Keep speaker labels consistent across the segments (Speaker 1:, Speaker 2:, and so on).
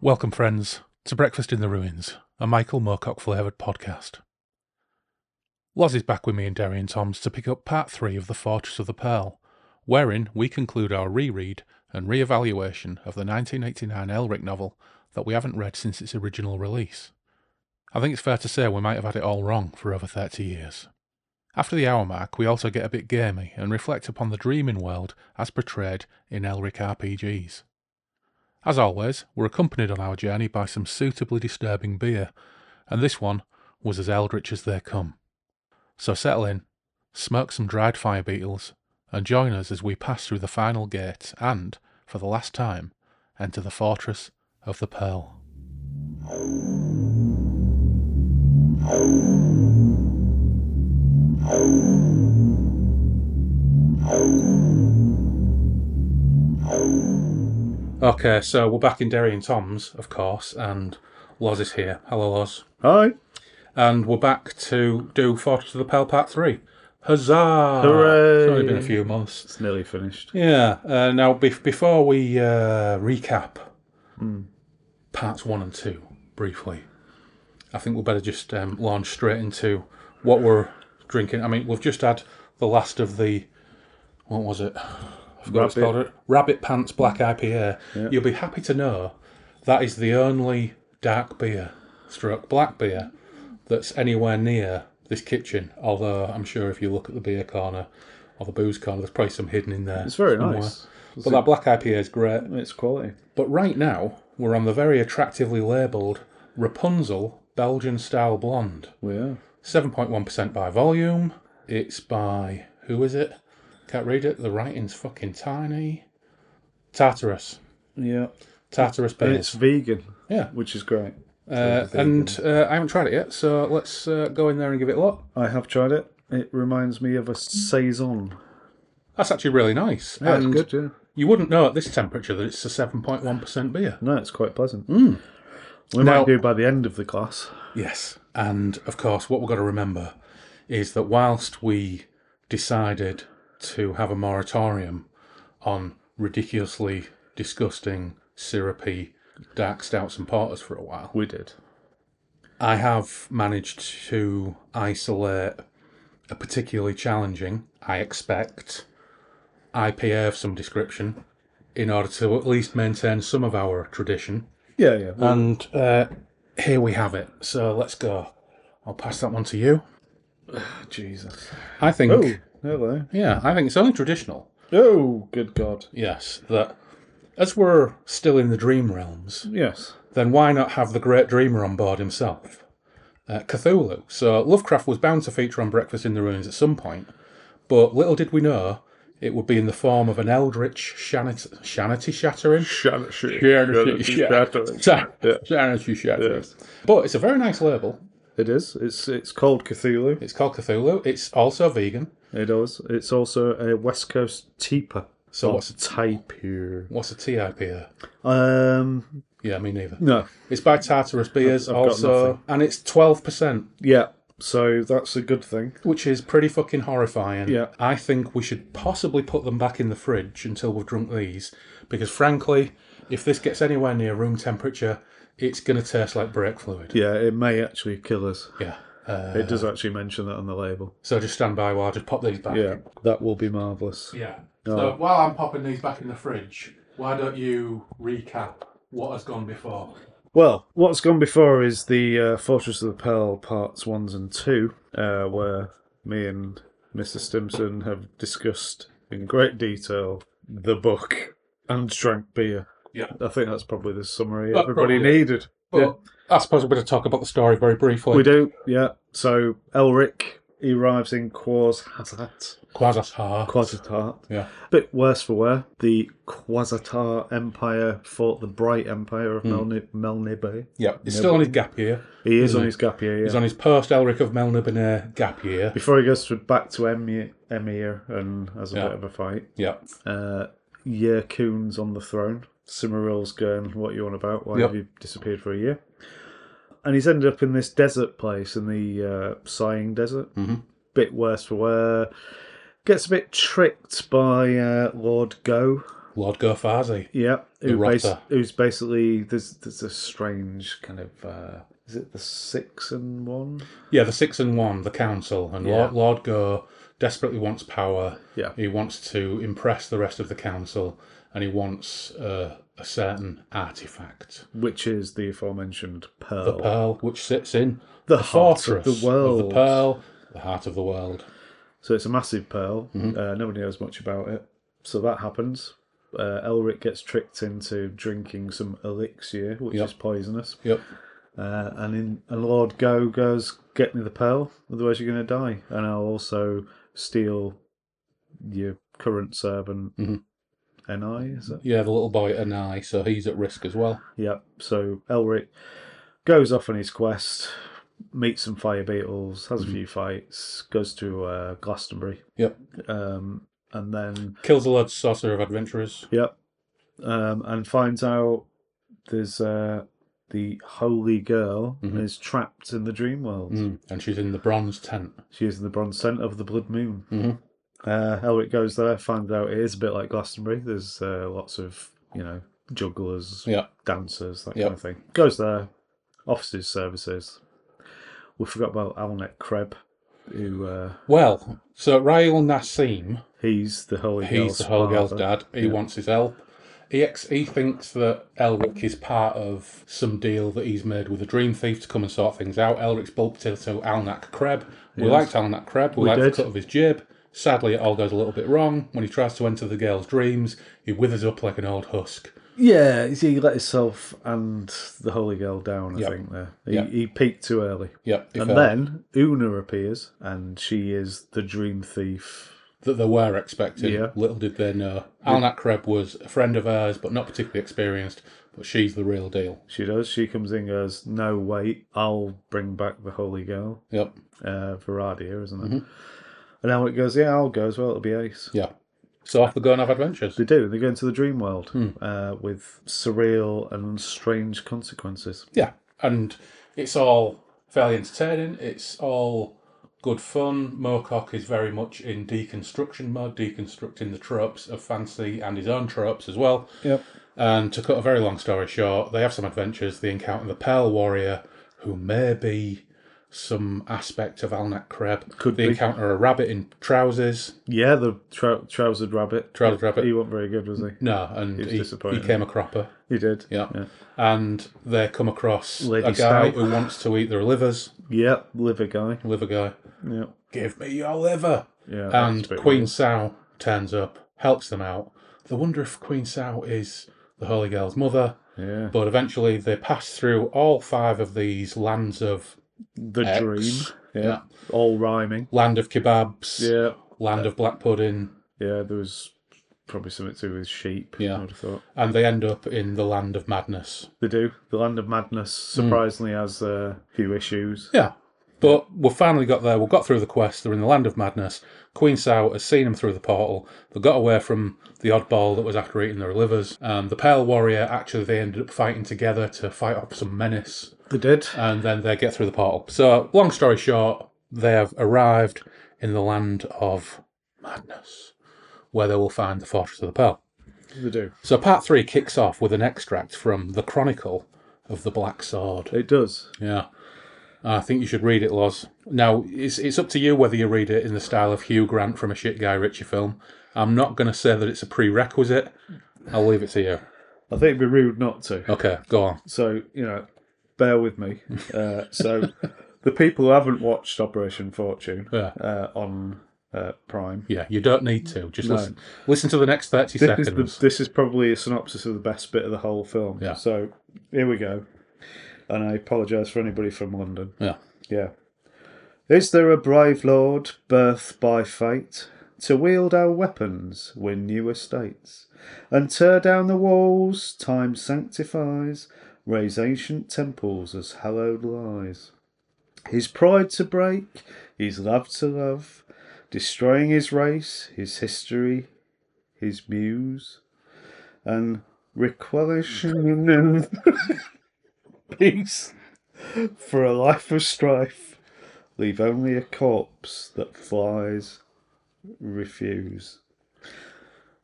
Speaker 1: Welcome, friends, to Breakfast in the Ruins, a Michael Moorcock flavoured podcast. Loz is back with me and Derry and Toms to pick up part three of The Fortress of the Pearl, wherein we conclude our reread and re evaluation of the 1989 Elric novel that we haven't read since its original release. I think it's fair to say we might have had it all wrong for over 30 years. After the hour mark, we also get a bit gamey and reflect upon the dreaming world as portrayed in Elric RPGs. As always, we're accompanied on our journey by some suitably disturbing beer, and this one was as eldritch as they come. So settle in, smoke some dried fire beetles, and join us as we pass through the final gate and, for the last time, enter the fortress of the Pearl. Okay, so we're back in Derry and Tom's, of course, and Loz is here. Hello, Loz.
Speaker 2: Hi.
Speaker 1: And we're back to do Fortress of the Pearl Part 3. Huzzah!
Speaker 2: Hooray!
Speaker 1: It's only been a few months.
Speaker 2: It's nearly finished.
Speaker 1: Yeah, uh, now bef before we uh, recap
Speaker 2: Hmm.
Speaker 1: Parts 1 and 2 briefly, I think we better just um, launch straight into what we're drinking. I mean, we've just had the last of the, what was it? I forgot what it's
Speaker 2: Rabbit.
Speaker 1: called. Rabbit Pants Black IPA. You'll be happy to know that is the only dark beer, stroke black beer, that's anywhere near this kitchen. Although I'm sure if you look at the beer corner or the booze corner, there's probably some hidden in there.
Speaker 2: It's very
Speaker 1: somewhere.
Speaker 2: nice.
Speaker 1: But that black IPA is great.
Speaker 2: It's quality.
Speaker 1: But right now, we're on the very attractively labelled Rapunzel Belgian Style Blonde.
Speaker 2: We are.
Speaker 1: 7.1% by volume. It's by. Who is it? Can't read it. The writing's fucking tiny. Tartarus.
Speaker 2: Yeah.
Speaker 1: Tartarus
Speaker 2: And it's
Speaker 1: Pales.
Speaker 2: vegan.
Speaker 1: Yeah.
Speaker 2: Which is great.
Speaker 1: Uh, and uh, I haven't tried it yet, so let's uh, go in there and give it a look.
Speaker 2: I have tried it. It reminds me of a saison.
Speaker 1: That's actually really nice.
Speaker 2: Yeah,
Speaker 1: and
Speaker 2: it's good. Yeah.
Speaker 1: you wouldn't know at this temperature that it's a 7.1% beer.
Speaker 2: No, it's quite pleasant. We
Speaker 1: Now-
Speaker 2: might do by the end of the class.
Speaker 1: Yes. And of course, what we've got to remember is that whilst we decided to have a moratorium on ridiculously disgusting, syrupy, dark stouts and porters for a while,
Speaker 2: We did.
Speaker 1: I have managed to isolate a particularly challenging, I expect, IPA of some description in order to at least maintain some of our tradition.
Speaker 2: Yeah, yeah. Well,
Speaker 1: And uh, here we have it. So let's go. I'll pass that one to you.
Speaker 2: Oh, Jesus.
Speaker 1: I think,
Speaker 2: Oh, hello.
Speaker 1: yeah, I think it's only traditional.
Speaker 2: Oh, good God.
Speaker 1: Yes, that as we're still in the dream realms,
Speaker 2: Yes.
Speaker 1: then why not have the great dreamer on board himself? Uh, Cthulhu. So Lovecraft was bound to feature on Breakfast in the Ruins at some point, but little did we know it would be in the form of an eldritch shanit- shanity shattering. Shanity shattering. Shanity shattering. But it's a very nice label.
Speaker 2: It is. It's it's called Cthulhu.
Speaker 1: It's called Cthulhu. It's also vegan.
Speaker 2: It is. It's also a West Coast teeper.
Speaker 1: So what's
Speaker 2: Type here.
Speaker 1: what's a TIP? there?
Speaker 2: Um,
Speaker 1: Yeah, me neither.
Speaker 2: no.
Speaker 1: It's by Tartarus Beers
Speaker 2: got
Speaker 1: also,
Speaker 2: nothing.
Speaker 1: and it's twelve percent,
Speaker 2: Yeah. So that's a good thing.
Speaker 1: which is pretty fucking horrifying.
Speaker 2: Yeah.
Speaker 1: I think we should possibly put them back in the fridge until we've drunk these, because frankly, if this gets anywhere near room temperature, it's gonna taste like brake fluid.
Speaker 2: Yeah, it may actually kill us.
Speaker 1: Yeah. Uh,
Speaker 2: It does actually mention that on the label.
Speaker 1: So just stand by while I just pop these back.
Speaker 2: Yeah, Oh. that will be marvelous.
Speaker 1: Yeah. So while I'm popping these back in the fridge, why don't you recap what has gone before?
Speaker 2: Well, what's gone before is the uh, Fortress of the Pearl parts ones and two, uh, where me and Mr. Stimson have discussed in great detail the book and drank beer.
Speaker 1: Yeah.
Speaker 2: I think that's probably the summary
Speaker 1: That probably-
Speaker 2: everybody needed.
Speaker 1: But
Speaker 2: Yeah.
Speaker 1: I suppose we're going to talk about the story very briefly.
Speaker 2: We do, yeah. So Elric he arrives in Quashat.
Speaker 1: Quasar.
Speaker 2: Quasitar.
Speaker 1: Yeah.
Speaker 2: Bit worse for wear. The Quasitar Empire fought the Bright Empire of
Speaker 1: Hmm.
Speaker 2: Melni- Melniboe.
Speaker 1: Yeah. He's still on his gap year.
Speaker 2: He is on his gap year.
Speaker 1: He's
Speaker 2: Yeah.
Speaker 1: on his post Elric of Melniboné gap year.
Speaker 2: Before he goes to, back to Emir, Emir and has a bit of a fight.
Speaker 1: Yeah.
Speaker 2: Uh, Yerkun's on the throne. Cimaril's going, What you on about? Why
Speaker 1: Yep.
Speaker 2: have you disappeared for a year? And he's ended up in this desert place in the uh, Sighing Desert.
Speaker 1: Mhm.
Speaker 2: Bit worse for wear. Gets a bit tricked by uh, Lord Go,
Speaker 1: Lord Gofazi.
Speaker 2: Yeah,
Speaker 1: The
Speaker 2: who bas-
Speaker 1: Rotter.
Speaker 2: who's basically there's there's a strange kind of uh, is it the six and one?
Speaker 1: Yeah, the six and one, the council, and Lord,
Speaker 2: Yeah.
Speaker 1: Lord Go desperately wants power.
Speaker 2: Yeah,
Speaker 1: He wants to impress the rest of the council, and he wants uh, a certain artifact,
Speaker 2: which is the aforementioned pearl,
Speaker 1: the pearl, which sits in
Speaker 2: Oh. The
Speaker 1: the
Speaker 2: heart of
Speaker 1: fortress
Speaker 2: the world.
Speaker 1: of the pearl, the heart of the world.
Speaker 2: So it's a massive pearl.
Speaker 1: Mm-hmm.
Speaker 2: Uh, nobody knows much about it. So that happens. Uh, Elric gets tricked into drinking some elixir, which
Speaker 1: Yep.
Speaker 2: is poisonous.
Speaker 1: Yep.
Speaker 2: Uh, and in and Lord Go goes, "Get me the pearl, otherwise you're going to die, and I'll also steal your current servant."
Speaker 1: Mhm.
Speaker 2: Ni is it?
Speaker 1: Yeah, the little boy and I, so he's at risk as well.
Speaker 2: Yep. So Elric goes off on his quest, meets some fire beetles, has a few fights, goes to uh, Glastonbury,
Speaker 1: Yep.
Speaker 2: um, and then
Speaker 1: Kills a large sorcerer of adventurers.
Speaker 2: yep, um, and finds out there's uh, the holy girl
Speaker 1: Mhm.
Speaker 2: is trapped in the dream world.
Speaker 1: Mm. And she's in the bronze tent.
Speaker 2: She is in the bronze centre of the blood moon.
Speaker 1: Mhm.
Speaker 2: Uh, Elric goes there, finds out it is a bit like Glastonbury. There's uh, lots of you know jugglers,
Speaker 1: Yeah.
Speaker 2: dancers, that
Speaker 1: Yep.
Speaker 2: kind of thing. Goes there, offers his services. We forgot about Alnek Kreb, who uh,
Speaker 1: Well, so Rail Nassim,
Speaker 2: he's the holy
Speaker 1: he's
Speaker 2: girl's
Speaker 1: the whole girl's
Speaker 2: father.
Speaker 1: dad. He wants his help. He, ex- he thinks that Elric is part of some deal that he's made with a dream thief to come and sort things out. Elric's bulked into Alnak Kreb. We liked Alnak Kreb. We, liked
Speaker 2: did.
Speaker 1: the cut of his jib. Sadly, it all goes a little bit wrong. When he tries to enter the girl's dreams, he withers up like an old husk.
Speaker 2: Yeah, you see, he let himself and the holy girl down. I
Speaker 1: Yep.
Speaker 2: think there he,
Speaker 1: Yep.
Speaker 2: he peaked too early.
Speaker 1: Yep. he
Speaker 2: And
Speaker 1: felt
Speaker 2: then Una appears, and she is the dream thief.
Speaker 1: that they were expecting.
Speaker 2: Yeah.
Speaker 1: Little did they know. Alnak Kreb was a friend of ours, but not particularly experienced, but she's the real deal.
Speaker 2: She does. She comes in, and goes, "No, wait, I'll bring back the holy girl."
Speaker 1: Yep.
Speaker 2: uh, Varadia, isn't it?
Speaker 1: Mm-hmm.
Speaker 2: And now it goes, yeah, I'll go as well. It'll be ace.
Speaker 1: Yeah. So off they go and have adventures.
Speaker 2: They do. They go into the dream world
Speaker 1: Hmm.
Speaker 2: uh, with surreal and strange consequences.
Speaker 1: Yeah, and it's all fairly entertaining. It's all good fun. Mocock is very much in deconstruction mode, deconstructing the tropes of fantasy and his own tropes as well.
Speaker 2: Yep.
Speaker 1: And to cut a very long story short, they have some adventures. They encounter the Pearl Warrior, who may be some aspect of Alnak Kreb.
Speaker 2: Could
Speaker 1: they
Speaker 2: be.
Speaker 1: encounter a rabbit in trousers?
Speaker 2: Yeah, the trou- trousered rabbit.
Speaker 1: Trousered rabbit.
Speaker 2: He wasn't very good, was he?
Speaker 1: No, and he, he
Speaker 2: disappointing.
Speaker 1: came a cropper.
Speaker 2: He did.
Speaker 1: Yeah. And they come across
Speaker 2: Lady
Speaker 1: a guy
Speaker 2: Stout.
Speaker 1: who wants to eat their livers,
Speaker 2: Yep. Liver guy.
Speaker 1: liver guy.
Speaker 2: Yep.
Speaker 1: give me your liver.
Speaker 2: Yeah.
Speaker 1: And
Speaker 2: that's a bit
Speaker 1: Queen
Speaker 2: weird.
Speaker 1: Sow turns up, helps them out. They wonder if Queen Sow is the Holy Girl's mother,
Speaker 2: Yeah.
Speaker 1: but eventually they pass through all five of these lands of
Speaker 2: The
Speaker 1: X.
Speaker 2: dream. Yeah. All rhyming.
Speaker 1: Land of kebabs,
Speaker 2: Yeah.
Speaker 1: land of black pudding,
Speaker 2: Yeah. There was probably something to do with sheep.
Speaker 1: Yeah.
Speaker 2: I would have thought.
Speaker 1: and they end up in the land of madness.
Speaker 2: They do. The Land of Madness surprisingly has a few issues.
Speaker 1: Yeah. But we've finally got there. We've got through the quest. They're in the land of madness. Queen Sow has seen them through the portal. They got away from the oddball that was after eating their livers. Um, the Pale Warrior, actually, they ended up fighting together to fight off some menace.
Speaker 2: They did.
Speaker 1: and then they get through the portal. So, long story short, they have arrived in the land of madness, where they will find the fortress of the pearl.
Speaker 2: They do.
Speaker 1: So, part three kicks off with an extract from the Chronicle of the Black Sword.
Speaker 2: It does.
Speaker 1: Yeah, I think you should read it, Loz. Now, it's it's up to you whether you read it in the style of Hugh Grant from a shit Guy Ritchie film. I'm not going to say that it's a prerequisite. I'll leave it to you.
Speaker 2: I think it'd be rude not to.
Speaker 1: Okay, go on.
Speaker 2: So, you know, bear with me. Uh, so, the people who haven't watched Operation Fortune
Speaker 1: Yeah.
Speaker 2: uh, on uh, Prime,
Speaker 1: Yeah, you don't need to. Just listen. Listen to the next thirty
Speaker 2: this is,
Speaker 1: seconds.
Speaker 2: the, this is probably a synopsis of the best bit of the whole film.
Speaker 1: Yeah.
Speaker 2: So, here we go. And I apologise for anybody from London.
Speaker 1: Yeah.
Speaker 2: Yeah. Is there a brave lord, birth by fate, to wield our weapons, win new estates, and tear down the walls time sanctifies, raise ancient temples as hallowed lies? His pride to break, his love to love, destroying his race, his history, his muse, and requisition and peace for a life of strife, leave only a corpse that flies refuse.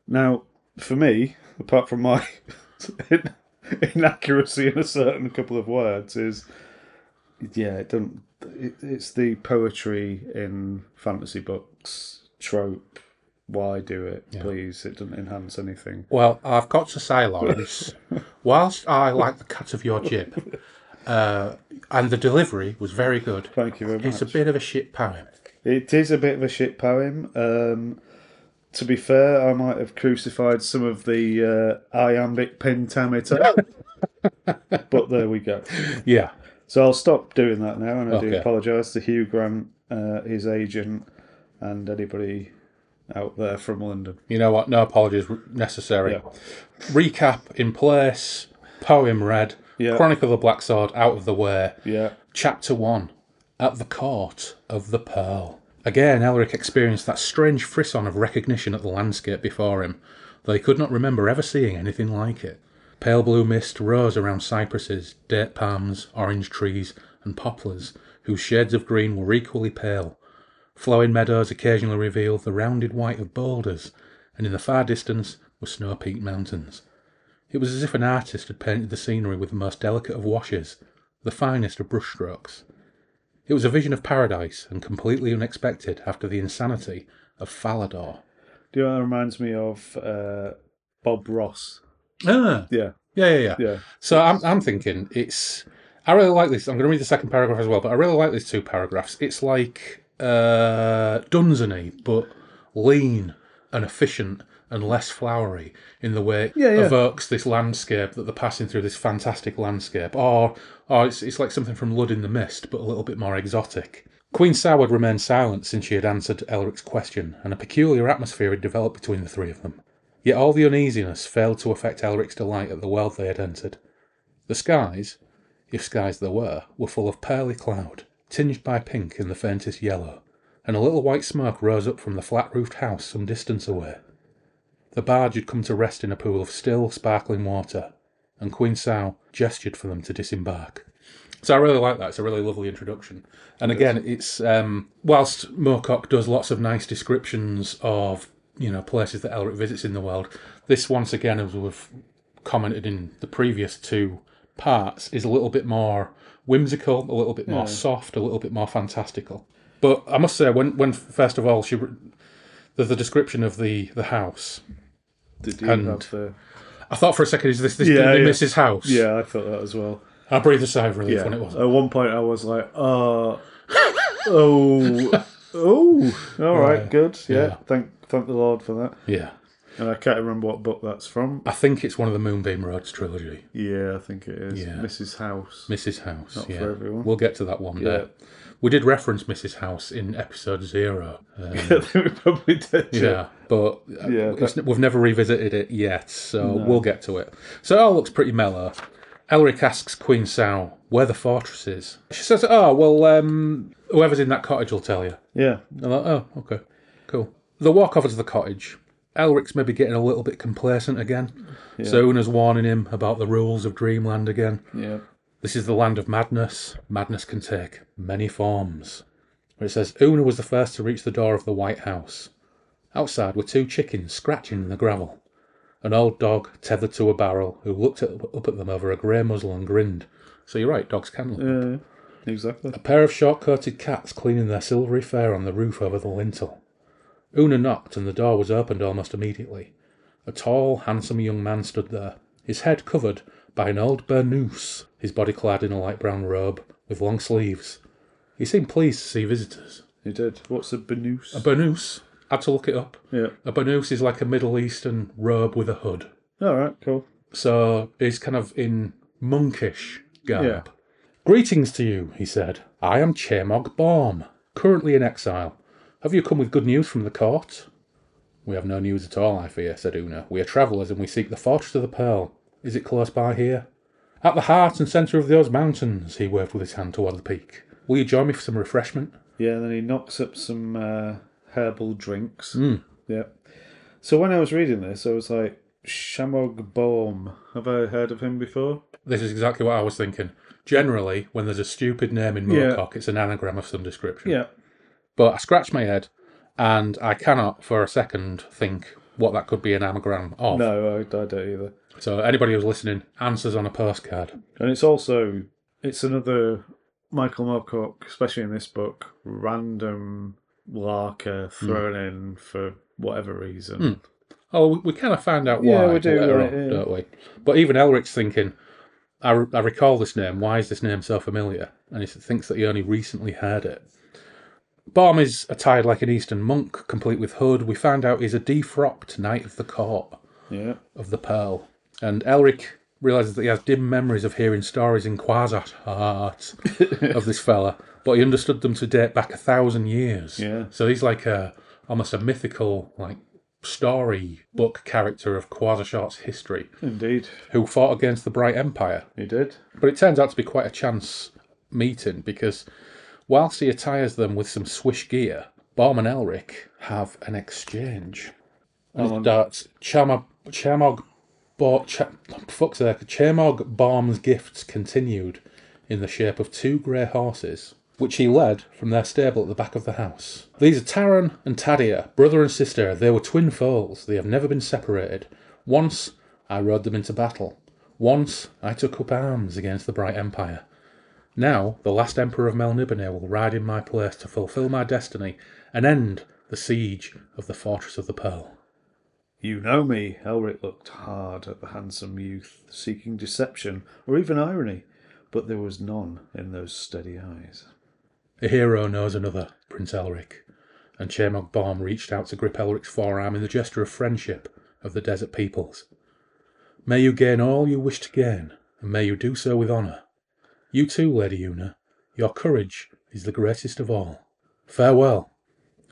Speaker 2: Now, for me, apart from my in- inaccuracy in a certain couple of words, is yeah, it don't. It, it's the poetry in fantasy books trope. Why do it, please? It doesn't enhance anything.
Speaker 1: Well, I've got to say, Lawrence, whilst I like the cut of your jib, uh, and the delivery was very good,
Speaker 2: Thank you very much.
Speaker 1: it's a bit of a shit poem.
Speaker 2: It is a bit of a shit poem. Um, to be fair, I might have crucified some of the uh, iambic pentameter. but there we go.
Speaker 1: Yeah.
Speaker 2: So I'll stop doing that now, and I do
Speaker 1: Okay.
Speaker 2: apologise to Hugh Grant, uh, his agent, and anybody out there from London.
Speaker 1: You know what? No apologies r- necessary.
Speaker 2: Yeah.
Speaker 1: Recap in place, poem read,
Speaker 2: Yeah.
Speaker 1: Chronicle of the Black Sword out of the way.
Speaker 2: Yeah.
Speaker 1: Chapter 1 At the Court of the Pearl. Again, Elric experienced that strange frisson of recognition at the landscape before him, though he could not remember ever seeing anything like it. Pale blue mist rose around cypresses, date palms, orange trees, and poplars, whose shades of green were equally pale. Flowing meadows occasionally revealed the rounded white of boulders, and in the far distance were snow peaked mountains. It was as if an artist had painted the scenery with the most delicate of washes, the finest of brushstrokes. It was a vision of paradise and completely unexpected after the insanity of Falador.
Speaker 2: Do you know what that reminds me of? Uh, Bob Ross.
Speaker 1: Ah,
Speaker 2: Yeah,
Speaker 1: yeah, yeah, yeah.
Speaker 2: yeah.
Speaker 1: So I'm, I'm thinking it's. I really like this. I'm going to read the second paragraph as well, but I really like these two paragraphs. It's like uh, Dunsany, but lean and efficient and less flowery in the way it
Speaker 2: Yeah, yeah.
Speaker 1: evokes this landscape that they're passing through. This fantastic landscape, or or it's, it's like something from Lud in the Mist, but a little bit more exotic. Queen Soward remained silent since she had answered Elric's question, and a peculiar atmosphere had developed between the three of them. Yet all the uneasiness failed to affect Elric's delight at the world they had entered. The skies, if skies there were, were full of pearly cloud, tinged by pink and the faintest yellow, and a little white smoke rose up from the flat roofed house some distance away. The barge had come to rest in a pool of still, sparkling water, and Queen Sow gestured for them to disembark. So I really like that. It's a really lovely introduction. And again, it's um, whilst Mocock does lots of nice descriptions of you know places that Elric visits in the world, this once again, as we've commented in the previous two parts, is a little bit more whimsical, a little bit more soft, a little bit more fantastical. But I must say, when when first of all she, the, the description of the the house,
Speaker 2: Did you
Speaker 1: And-
Speaker 2: have the?
Speaker 1: I thought for a second, is this this
Speaker 2: Yeah,
Speaker 1: going to
Speaker 2: yeah.
Speaker 1: be Mrs. House?
Speaker 2: Yeah, I thought that as well.
Speaker 1: I breathed a sigh of relief
Speaker 2: Yeah.
Speaker 1: when it wasn't.
Speaker 2: At one point, I was like, oh, oh, oh. All right, good. Yeah.
Speaker 1: Yeah.
Speaker 2: Thank, thank the Lord for that.
Speaker 1: Yeah.
Speaker 2: And I can't remember what book that's from.
Speaker 1: I think it's one of the Moonbeam Roads trilogy.
Speaker 2: Yeah, I think it is.
Speaker 1: Yeah.
Speaker 2: Mrs. House.
Speaker 1: Mrs. House. yeah.
Speaker 2: for everyone.
Speaker 1: We'll get to that one day. We did reference Mrs. House in episode zero. Uh,
Speaker 2: I think we probably did.
Speaker 1: yeah. But uh,
Speaker 2: Yeah,
Speaker 1: it's- we've never revisited it yet, so we'll get to it. So it all looks pretty mellow. Elric asks Queen Sow where the fortress is. She says, Oh, well, um, whoever's in that cottage will tell you.
Speaker 2: Yeah.
Speaker 1: I'm like, oh, okay, cool. The walk over to the cottage. Elric's maybe getting a little bit complacent again. So Una's warning him about the rules of Dreamland again.
Speaker 2: Yeah.
Speaker 1: This is the land of madness. Madness can take many forms. Where it says Una was the first to reach the door of the White House. Outside were two chickens scratching in the gravel. An old dog tethered to a barrel who looked at, up at them over a grey muzzle and grinned. So you're right, dogs can look.
Speaker 2: Yeah. Exactly.
Speaker 1: A pair of short coated cats cleaning their silvery fur on the roof over the lintel. Una knocked, and the door was opened almost immediately. A tall, handsome young man stood there, his head covered by an old burnous, his body clad in a light brown robe with long sleeves. He seemed pleased to see visitors.
Speaker 2: You did. What's a benoose?
Speaker 1: A burnous? Had to look it up.
Speaker 2: yeah.
Speaker 1: A burnous is like a Middle Eastern robe with a hood.
Speaker 2: All right. Cool.
Speaker 1: So he's kind of in monkish garb. Greetings to you, he said. I am Chemog Baum, currently in exile. Have you come with good news from the court? We have no news at all, I fear, said Una. We are travellers and we seek the fortress of the Pearl. Is it close by here? At the heart and centre of those mountains, he waved with his hand toward the peak. Will you join me for some refreshment?
Speaker 2: Yeah. Then he knocks up some uh, herbal drinks.
Speaker 1: Hmm.
Speaker 2: Yeah. So when I was reading this, I was like, Shamog Baum. Have I heard of him before?
Speaker 1: This is exactly what I was thinking. Generally, when there's a stupid name in
Speaker 2: Yeah.
Speaker 1: Moorcock, it's an anagram of some description.
Speaker 2: Yeah.
Speaker 1: But I scratch my head and I cannot for a second think what that could be an anagram of.
Speaker 2: No, I, I don't either.
Speaker 1: So anybody who's listening, answers on a postcard.
Speaker 2: And it's also it's another Michael Moorcock, especially in this book, random larker thrown in for whatever reason.
Speaker 1: Oh, we, we kind of find out why
Speaker 2: Yeah, we do,
Speaker 1: later
Speaker 2: right,
Speaker 1: on,
Speaker 2: yeah.
Speaker 1: don't we? But even Elric's thinking, I, re- I recall this name. Why is this name so familiar? And he thinks that he only recently heard it. Baum is attired like an Eastern monk, complete with hood. We find out he's a defrocked knight of the court
Speaker 2: Yeah.
Speaker 1: of the Pearl. And Elric realizes that he has dim memories of hearing stories in Quasat art of this fella, but he understood them to date back a thousand years.
Speaker 2: Yeah.
Speaker 1: So he's like a almost a mythical like story book character of Quasarshot's history
Speaker 2: Indeed.
Speaker 1: who fought against the Bright Empire.
Speaker 2: He did.
Speaker 1: But it turns out to be quite a chance meeting because whilst he attires them with some swish gear, Barm and Elric have an exchange. And it starts Chamog, Chamog, Bar, Ch- fuck's sake, Chamog Barm's gifts continued in the shape of two grey horses, which he led from their stable at the back of the house. These are Taran and Tadia, brother and sister. They were twin foals. They have never been separated. Once I rode them into battle. Once I took up arms against the Bright Empire. Now, the last Emperor of Melnibone will ride in my place to fulfill my destiny and end the siege of the Fortress of the Pearl.
Speaker 2: You know me. Elric looked hard at the handsome youth, seeking deception or even irony, but there was none in those steady eyes.
Speaker 1: A hero knows another, Prince Elric, and Chemog Baum reached out to grip Elric's forearm in the gesture of friendship of the desert peoples. May you gain all you wish to gain, and may you do so with honour. You too, Lady Una, your courage is the greatest of all. Farewell.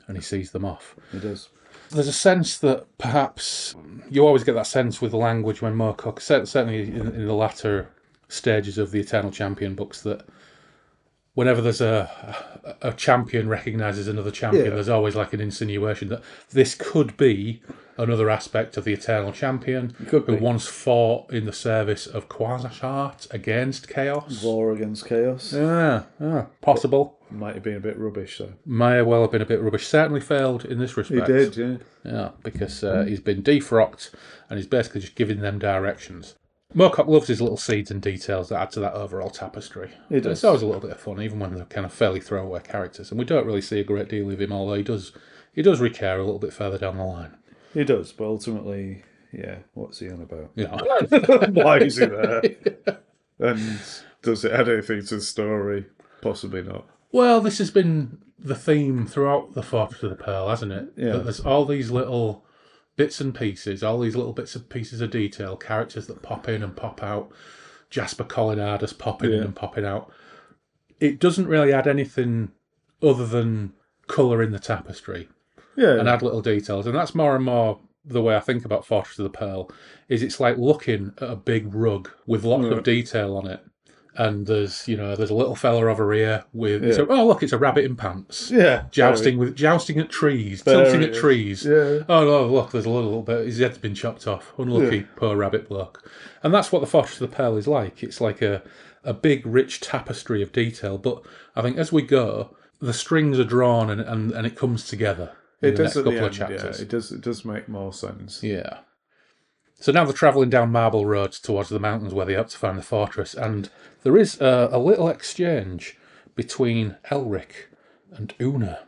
Speaker 1: And he sees them off.
Speaker 2: He does.
Speaker 1: there's a sense that perhaps you always get that sense with the language when Moorcock, cer- certainly in, in the latter stages of the Eternal Champion books, that whenever there's a a champion recognizes another champion,
Speaker 2: Yeah.
Speaker 1: there's always like an insinuation that this could be another aspect of the Eternal Champion
Speaker 2: could
Speaker 1: who
Speaker 2: be.
Speaker 1: once fought in the service of Quasashart against Chaos.
Speaker 2: War against chaos.
Speaker 1: Yeah, yeah, possible.
Speaker 2: Might have been a bit rubbish though.
Speaker 1: May well have been a bit rubbish. Certainly failed in this respect.
Speaker 2: yeah.
Speaker 1: Yeah, because uh, he's been defrocked and he's basically just giving them directions. Moorcock loves his little seeds and details that add to that overall tapestry.
Speaker 2: He
Speaker 1: And It's
Speaker 2: does.
Speaker 1: always a little bit of fun, even when they're kind of fairly throwaway characters. And we don't really see a great deal of him, although he does he does recur a little bit further down the line.
Speaker 2: He does, but ultimately, yeah, what's he on about?
Speaker 1: You know.
Speaker 2: Why is he there? and does it add anything to the story? Possibly not.
Speaker 1: well, this has been the theme throughout the Fortress of the Pearl, hasn't it?
Speaker 2: Yeah.
Speaker 1: That there's all these little bits and pieces, all these little bits and pieces of detail, characters that pop in and pop out, Jasper Collinardus popping in
Speaker 2: Yeah.
Speaker 1: and popping out. It doesn't really add anything other than colour in the tapestry
Speaker 2: Yeah,
Speaker 1: and add little details. And that's more and more the way I think about Fortress of the Pearl is it's like looking at a big rug with lots of
Speaker 2: Right.
Speaker 1: detail on it. And there's you know there's a little fella over here with it's a- oh look it's a rabbit in pants
Speaker 2: yeah,
Speaker 1: jousting with jousting at trees
Speaker 2: There
Speaker 1: tilting
Speaker 2: it
Speaker 1: at
Speaker 2: is.
Speaker 1: trees
Speaker 2: Yeah,
Speaker 1: oh no look there's a little bit his head's been chopped off unlucky poor rabbit block and that's what the Fortress of the Pearl is like it's like a a big rich tapestry of detail but I think as we go the strings are drawn and and, and it comes together in
Speaker 2: it
Speaker 1: the next
Speaker 2: does. At the
Speaker 1: couple
Speaker 2: end,
Speaker 1: of chapters
Speaker 2: Yeah, it does. It does make more sense.
Speaker 1: yeah. So now they're travelling down Marble Road towards the mountains where they hope to find the fortress, and there is a, a little exchange between Elric and Una.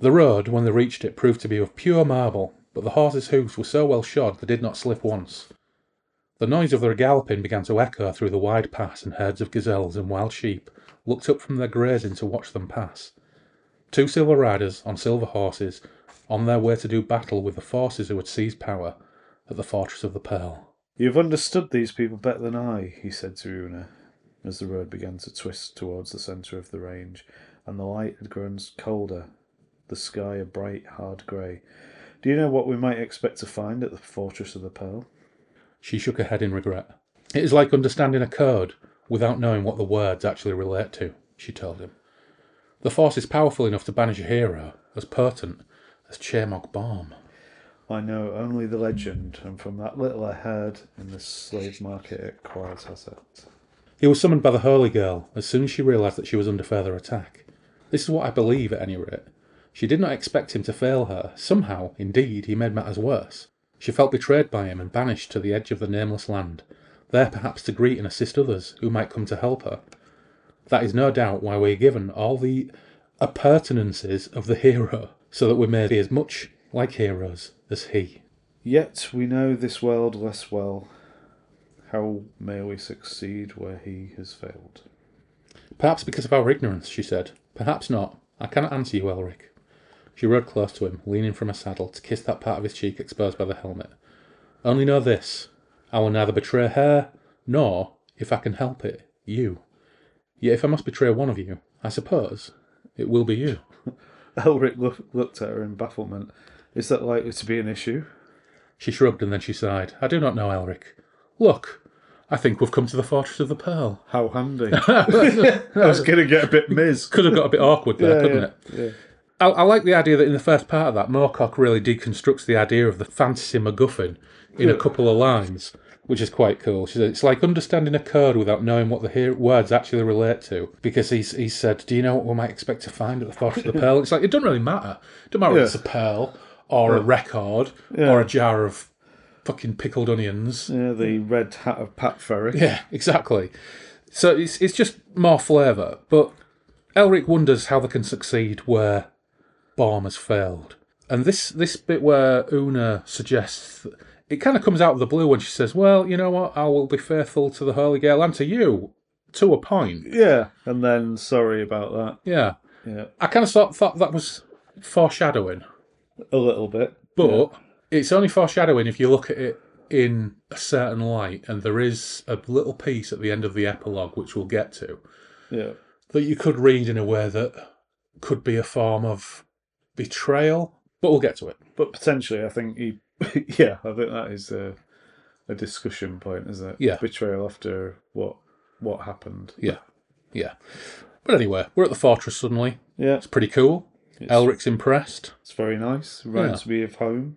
Speaker 1: The road, when they reached it, proved to be of pure marble, but the horses' hoofs were so well shod they did not slip once. The noise of their galloping began to echo through the wide pass, and herds of gazelles and wild sheep looked up from their grazing to watch them pass. Two silver riders on silver horses, on their way to do battle with the forces who had seized power at the Fortress of the Pearl.
Speaker 2: You've understood these people better than I, he said to Una, as the road began to twist towards the centre of the range, and the light had grown colder, the sky a bright, hard grey. Do you know what we might expect to find at the fortress of the Pearl?
Speaker 1: She shook her head in regret. It is like understanding a code without knowing what the words actually relate to, she told him. The force is powerful enough to banish a hero as potent as Chemog Balm.
Speaker 2: I know only the legend, and from that little I heard in the slave market at Quasasset.
Speaker 1: He was summoned by the Holy Girl as soon as she realised that she was under further attack. This is what I believe, at any rate. She did not expect him to fail her. Somehow, indeed, he made matters worse. She felt betrayed by him and banished to the edge of the nameless land, there perhaps to greet and assist others who might come to help her. That is no doubt why we are given all the appurtenances of the hero, so that we may be as much like heroes as he.
Speaker 2: Yet we know this world less well. How may we succeed where he has failed?
Speaker 1: Perhaps because of our ignorance, she said. Perhaps not. I cannot answer you, Elric. She rode close to him, leaning from her saddle to kiss that part of his cheek exposed by the helmet. Only know this I will neither betray her, nor, if I can help it, you. Yet if I must betray one of you, I suppose it will be you.
Speaker 2: Elric loo- looked at her in bafflement. Is that likely to be an issue?
Speaker 1: She shrugged and then she sighed. I do not know, Elric. Look, I think we've come to the Fortress of the Pearl.
Speaker 2: How handy. I was going to get a bit Miz.
Speaker 1: Could have got a bit awkward there,
Speaker 2: Yeah,
Speaker 1: couldn't
Speaker 2: yeah,
Speaker 1: it? I, I like the idea that in the first part of that, Moorcock really deconstructs the idea of the fantasy MacGuffin in a couple of lines, which is quite cool. She said, it's like understanding a code without knowing what the he- words actually relate to, because he's, he said, do you know what we might expect to find at the Fortress of the Pearl? It's like, it doesn't really matter. It doesn't matter
Speaker 2: Yeah.
Speaker 1: if it's a pearl, or a record, or a jar of fucking pickled onions.
Speaker 2: Yeah, the red hat of Pat Ferry.
Speaker 1: Yeah, exactly. So it's it's just more flavour. But Elric wonders how they can succeed where Baum has failed. And this this bit where Una suggests it kind of comes out of the blue when she says, "Well, you know what? I will be faithful to the Holy Grail and to you, to a point."
Speaker 2: Yeah, and then sorry about
Speaker 1: Yeah,
Speaker 2: that. Yeah,
Speaker 1: I kind of thought, thought that was foreshadowing,
Speaker 2: a little bit.
Speaker 1: but it's only foreshadowing if you look at it in a certain light. And there is a little piece at the end of the epilogue which we'll get to,
Speaker 2: Yeah,
Speaker 1: that you could read in a way that could be a form of betrayal, but we'll get to it.
Speaker 2: but potentially, I think he. yeah, I think that is a, a discussion point, isn't it?
Speaker 1: Yeah.
Speaker 2: betrayal after what what happened.
Speaker 1: Yeah, yeah. But anyway, we're at the fortress suddenly.
Speaker 2: Yeah,
Speaker 1: It's pretty cool. Elric's impressed.
Speaker 2: it's very nice. Reminds me of home.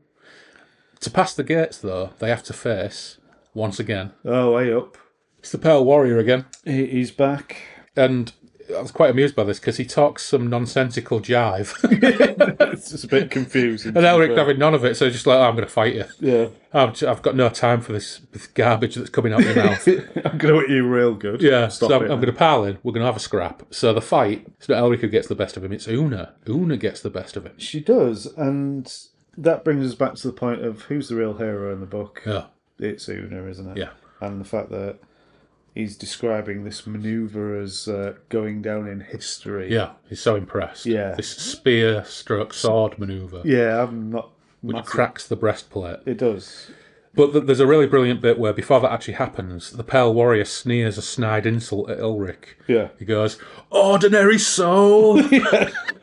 Speaker 1: To pass the gates, though, they have to face once again.
Speaker 2: Oh, way up.
Speaker 1: It's the Pearl Warrior again,
Speaker 2: He, he's back.
Speaker 1: and I was quite amused by this because he talks some nonsensical jive,
Speaker 2: It's just a bit confusing.
Speaker 1: and Elric having none of it. So he's just like, "Oh, I'm going to fight you.
Speaker 2: yeah,
Speaker 1: I've, I've got no time for this, this garbage that's coming out of your mouth.
Speaker 2: I'm gonna hit you real good.
Speaker 1: Yeah,
Speaker 2: stop
Speaker 1: so I'm,
Speaker 2: it.
Speaker 1: I'm going to pile in. We're going to have a scrap. So the fight, it's not Elric who gets the best of him, it's Una. Una gets the best of him.
Speaker 2: She does, and that brings us back to the point of who's the real hero in the book.
Speaker 1: Yeah.
Speaker 2: It's Una, isn't it?
Speaker 1: Yeah.
Speaker 2: And the fact that he's describing this maneuver as uh, going down in history.
Speaker 1: Yeah, he's so impressed.
Speaker 2: Yeah.
Speaker 1: This spear stroke sword maneuver
Speaker 2: Yeah, I'm not.
Speaker 1: which cracks the breastplate.
Speaker 2: It does.
Speaker 1: But th- there's a really brilliant bit where, before that actually happens, the Pale Warrior sneers a snide insult at Elric.
Speaker 2: Yeah.
Speaker 1: He goes, Ordinary soul!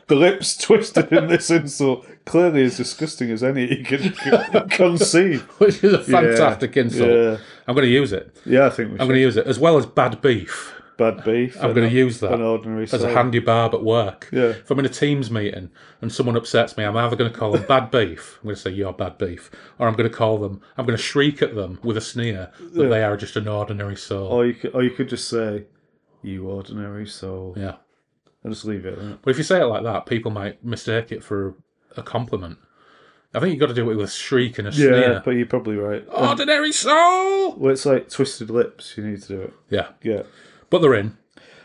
Speaker 2: The lips twisted in this insult, clearly as disgusting as any you can c- conceive.
Speaker 1: which is a fantastic insult.
Speaker 2: Yeah.
Speaker 1: I'm going to use it.
Speaker 2: Yeah, I think we
Speaker 1: I'm
Speaker 2: should.
Speaker 1: going to use it, as well as bad beef.
Speaker 2: Bad beef.
Speaker 1: I'm going to use that.
Speaker 2: an ordinary
Speaker 1: as a
Speaker 2: soul.
Speaker 1: handy barb at work.
Speaker 2: Yeah.
Speaker 1: If I'm in a Teams meeting and someone upsets me, I'm either going to call them bad beef. I'm going to say you're bad beef, or I'm going to call them. I'm going to shriek at them with a sneer that they are just an ordinary soul.
Speaker 2: Or you could, or you could just say, "You ordinary soul,"
Speaker 1: Yeah.
Speaker 2: and just leave it. at that.
Speaker 1: But if you say it like that, people might mistake it for a compliment. I think you've got to do it with a shriek and a
Speaker 2: Yeah,
Speaker 1: sneer.
Speaker 2: but you're probably right.
Speaker 1: Oh. Ordinary soul.
Speaker 2: Well, it's like twisted lips. You need to do it.
Speaker 1: Yeah.
Speaker 2: Yeah.
Speaker 1: But they're in.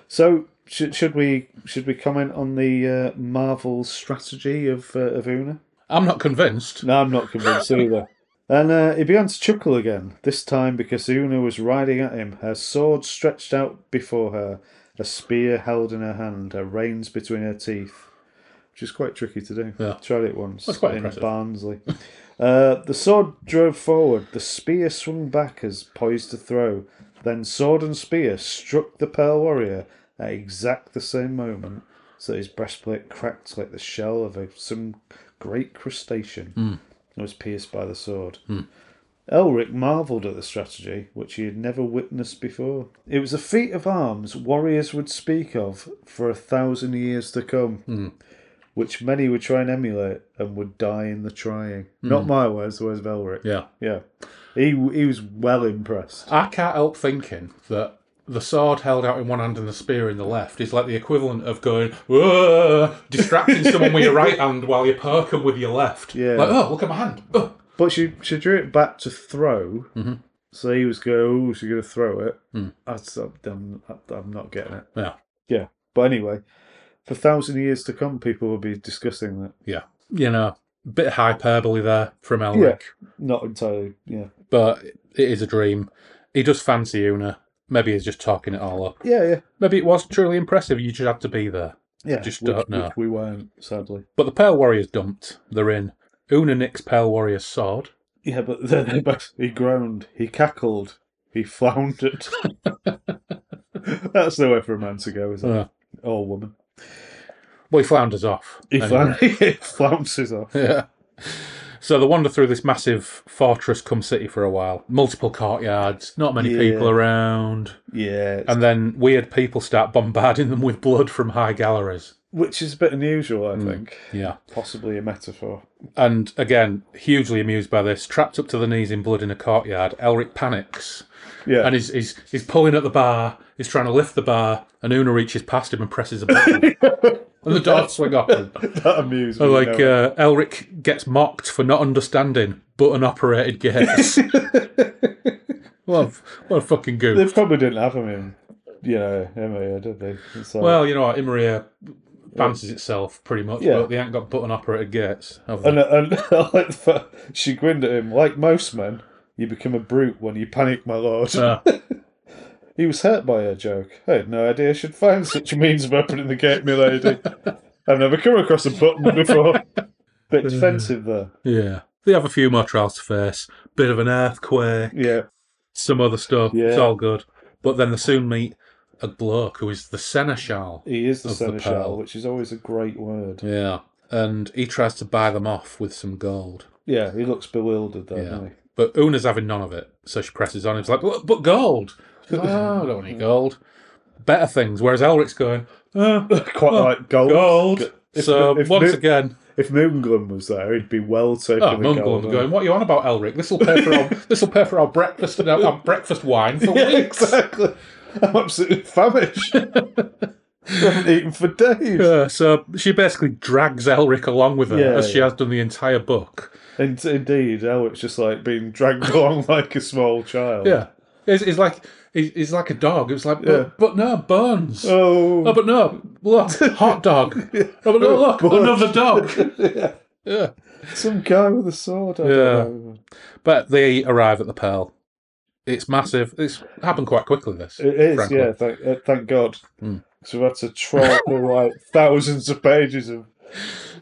Speaker 2: So should should we should we comment on the uh, Marvel strategy of uh, of Una?
Speaker 1: I'm not convinced.
Speaker 2: No, I'm not convinced either. And uh, he began to chuckle again, this time because Una was riding at him, her sword stretched out before her, a spear held in her hand, her reins between her teeth, which is quite tricky to do.
Speaker 1: Yeah.
Speaker 2: Tried it once
Speaker 1: quite
Speaker 2: in
Speaker 1: impressive.
Speaker 2: Barnsley. uh, the sword drove forward, the spear swung back as poised to throw. Then sword and spear struck the Pearl Warrior at exact the same moment, so that his breastplate cracked like the shell of a, some great crustacean
Speaker 1: Hmm.
Speaker 2: and was pierced by the sword. Elric marvelled at the strategy, which he had never witnessed before. It was a feat of arms warriors would speak of for a thousand years to come, which many would try and emulate and would die in the trying. Not my words, the words of Elric.
Speaker 1: Yeah.
Speaker 2: Yeah. He, he was well impressed.
Speaker 1: I can't help thinking that the sword held out in one hand and the spear in the left is like the equivalent of going, "Whoa," distracting someone with your right hand while you poke them with your left.
Speaker 2: Yeah.
Speaker 1: Like, oh, look at my hand. Oh.
Speaker 2: But she she drew it back to throw.
Speaker 1: Mhm.
Speaker 2: So he was going, oh, she's going to throw it.
Speaker 1: Hmm.
Speaker 2: I said, I'm, I'm not getting it.
Speaker 1: Yeah.
Speaker 2: Yeah. But anyway, for a thousand years to come, people will be discussing that.
Speaker 1: You know, bit of hyperbole there from Elric,
Speaker 2: Not entirely, yeah.
Speaker 1: but it is a dream. He does fancy Una. Maybe he's just talking it all up.
Speaker 2: Yeah, yeah.
Speaker 1: Maybe it was truly impressive. You just had to be there.
Speaker 2: Yeah.
Speaker 1: Just
Speaker 2: which-
Speaker 1: don't know.
Speaker 2: which we weren't, sadly.
Speaker 1: But the Pale Warrior's dumped. They're in. Una nicks Pale Warrior's sword.
Speaker 2: Yeah, but then they both, he groaned, he cackled, he floundered. That's the way for a man to go, is it?
Speaker 1: Uh,
Speaker 2: Or woman.
Speaker 1: well, he flounders off.
Speaker 2: He,
Speaker 1: Anyway.
Speaker 2: floun- he flounces off.
Speaker 1: Yeah. So they wander through this massive fortress cum city for a while. Multiple courtyards, not many
Speaker 2: Yeah.
Speaker 1: people around.
Speaker 2: Yeah.
Speaker 1: And then weird people start bombarding them with blood from high galleries.
Speaker 2: which is a bit unusual,
Speaker 1: Hmm.
Speaker 2: I think.
Speaker 1: Yeah.
Speaker 2: Possibly a metaphor.
Speaker 1: And again, hugely amused by this, trapped up to the knees in blood in a courtyard, Elric panics
Speaker 2: Yeah.
Speaker 1: and he's, he's, he's pulling at the bar, he's trying to lift the bar, and Una reaches past him and presses a button. and the doors swing open.
Speaker 2: that amused me.
Speaker 1: Like
Speaker 2: no.
Speaker 1: uh, Elric gets mocked for not understanding button operated gates. what, a, what a fucking goof.
Speaker 2: they probably didn't have him in, you know, Emma, did they? It's like-
Speaker 1: Well, you know what, Imria fancies itself pretty much,
Speaker 2: Yeah.
Speaker 1: but they ain't got button operated gates. Have they?
Speaker 2: and, and I like the fact she grinned at him, like most men, you become a brute when you panic, my lord.
Speaker 1: Uh,
Speaker 2: He was hurt by her joke. I had no idea I should find such a means of opening the gate, milady. I've never come across a button before. Bit defensive there.
Speaker 1: yeah. They have a few more trials to face, bit of an earthquake,
Speaker 2: Yeah.
Speaker 1: some other stuff. It's
Speaker 2: Yeah.
Speaker 1: all good. But then they soon meet a bloke who is the seneschal.
Speaker 2: He is the
Speaker 1: Of the
Speaker 2: seneschal,
Speaker 1: pearl.
Speaker 2: which is always a great word.
Speaker 1: Yeah. And he tries to buy them off with some gold.
Speaker 2: Yeah, he looks bewildered there,
Speaker 1: Yeah.
Speaker 2: doesn't he?
Speaker 1: But Una's having none of it, so she presses on. He's like, "But, but gold." She's like, "Oh, I don't want any gold. Better things. Whereas Elric's going, "Uh,
Speaker 2: Quite
Speaker 1: Oh,
Speaker 2: like gold.
Speaker 1: gold.
Speaker 2: If-
Speaker 1: so
Speaker 2: if
Speaker 1: once
Speaker 2: Mo-
Speaker 1: again,
Speaker 2: If Moonglum was there, he'd be well taken.
Speaker 1: oh,
Speaker 2: with
Speaker 1: Mum
Speaker 2: gold,
Speaker 1: Glum
Speaker 2: eh?
Speaker 1: going, "What are you on about, Elric? This will pay for our this will pay for our breakfast and our, our breakfast wine for
Speaker 2: Yeah,
Speaker 1: weeks."
Speaker 2: exactly. I'm absolutely famished. haven't eaten for days.
Speaker 1: Yeah, so she basically drags Elric along with her,
Speaker 2: Yeah,
Speaker 1: as she
Speaker 2: yeah.
Speaker 1: has done the entire book.
Speaker 2: And indeed, Elric's just like being dragged along like a small child.
Speaker 1: Yeah, it's, it's like it's, it's like a dog. It's like, but,
Speaker 2: Yeah.
Speaker 1: but no bones.
Speaker 2: Oh,
Speaker 1: Oh, but no, look, hot dog. Oh, but no, look,
Speaker 2: Bones.
Speaker 1: another dog. Yeah.
Speaker 2: some guy with a sword. I don't
Speaker 1: Yeah.
Speaker 2: know.
Speaker 1: But they arrive at the Pearl. It's massive. It's happened quite quickly, this.
Speaker 2: It is,
Speaker 1: Frankly.
Speaker 2: yeah. Thank, uh, thank God.
Speaker 1: Mm.
Speaker 2: So we've had to trawl through like thousands of pages of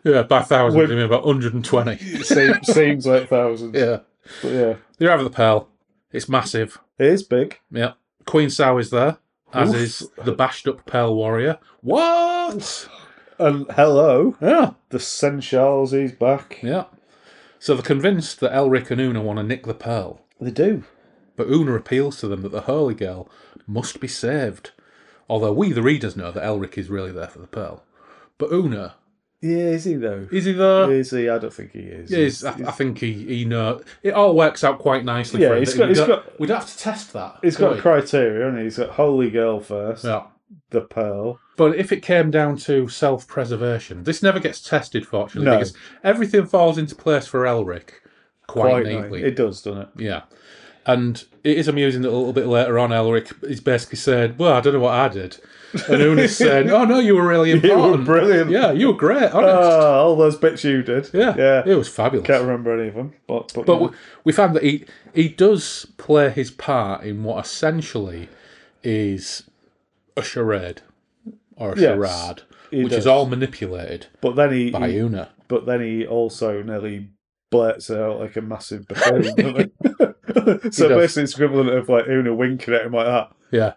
Speaker 1: Yeah, by thousands,
Speaker 2: With-
Speaker 1: I mean about 120.
Speaker 2: seem, seems like thousands.
Speaker 1: Yeah.
Speaker 2: But yeah,
Speaker 1: They arrive at the Pearl. It's massive.
Speaker 2: it is big.
Speaker 1: Yeah. Queen Sow is there, as
Speaker 2: Oof.
Speaker 1: is the bashed up Pearl Warrior. What?
Speaker 2: And hello,
Speaker 1: Yeah.
Speaker 2: the Senchals, he's back.
Speaker 1: Yeah. So they're convinced that Elric and Una want to nick the Pearl.
Speaker 2: They do.
Speaker 1: But Una appeals to them that the Holy Girl must be saved. Although we, the readers, know that Elric is really there for the Pearl. But Una,
Speaker 2: Yeah, is he though?
Speaker 1: is he there?
Speaker 2: Is he? I don't think he is.
Speaker 1: Yes, I, I think he, he know it all works out quite nicely.
Speaker 2: Yeah,
Speaker 1: for him,
Speaker 2: he's
Speaker 1: that
Speaker 2: got-
Speaker 1: we
Speaker 2: he's
Speaker 1: don't-
Speaker 2: got-
Speaker 1: We'd have to test that.
Speaker 2: He's
Speaker 1: do
Speaker 2: got
Speaker 1: we?
Speaker 2: a criteria, and he's got Holy Girl first,
Speaker 1: Yeah.
Speaker 2: the Pearl.
Speaker 1: But if it came down to self-preservation, this never gets tested, fortunately,
Speaker 2: No.
Speaker 1: because everything falls into place for Elric quite,
Speaker 2: Quite
Speaker 1: neatly.
Speaker 2: nice. It does, doesn't it?
Speaker 1: Yeah. And it is amusing that a little bit later on, Elric is basically said, "Well, I don't know what I did," and Una said, "Oh no, you were really
Speaker 2: You
Speaker 1: important.
Speaker 2: were brilliant.
Speaker 1: Yeah, you were great. Honest.
Speaker 2: Ah, all those bits you did.
Speaker 1: yeah,
Speaker 2: Yeah.
Speaker 1: it was fabulous."
Speaker 2: Can't remember any of them. But, but,
Speaker 1: But we, we found that he he does play his part in what essentially is a charade or a
Speaker 2: Yes,
Speaker 1: charade,
Speaker 2: he
Speaker 1: which
Speaker 2: does. Mm.
Speaker 1: is all manipulated
Speaker 2: but then he,
Speaker 1: by
Speaker 2: he-
Speaker 1: Una.
Speaker 2: but then he also nearly blurts it out like a massive buffoon. doesn't he?
Speaker 1: does.
Speaker 2: so basically, it's equivalent of like Una winking at him like that.
Speaker 1: Yeah.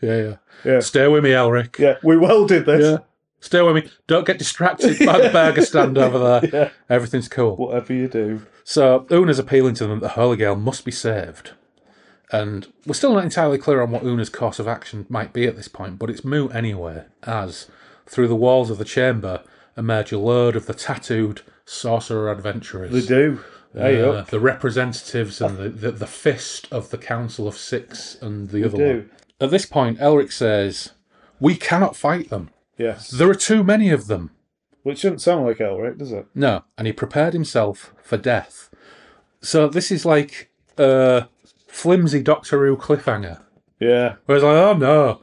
Speaker 1: Yeah, yeah.
Speaker 2: Yeah.
Speaker 1: Stay with me, Elric.
Speaker 2: Yeah, we well did this.
Speaker 1: Yeah. Stay with me. Don't get distracted by the burger stand over there.
Speaker 2: Yeah.
Speaker 1: Everything's cool.
Speaker 2: Whatever you do,
Speaker 1: So Una's appealing to them that the Holy Grail must be saved. And we're still not entirely clear on what Una's course of action might be at this point, but it's moot anyway, as through the walls of the chamber emerge a load of the tattooed sorcerer
Speaker 2: they
Speaker 1: adventurers.
Speaker 2: do. Hey
Speaker 1: uh,
Speaker 2: up.
Speaker 1: the representatives and the, the, the fist of the Council of Six and the other
Speaker 2: do.
Speaker 1: one. At this point, Elric says, We cannot fight them.
Speaker 2: Yes.
Speaker 1: There are too many of them.
Speaker 2: Which shouldn't sound like Elric, does it?
Speaker 1: No, and he prepared himself for death. So this is like a flimsy Doctor Who cliffhanger.
Speaker 2: Yeah.
Speaker 1: Where it's like, oh no.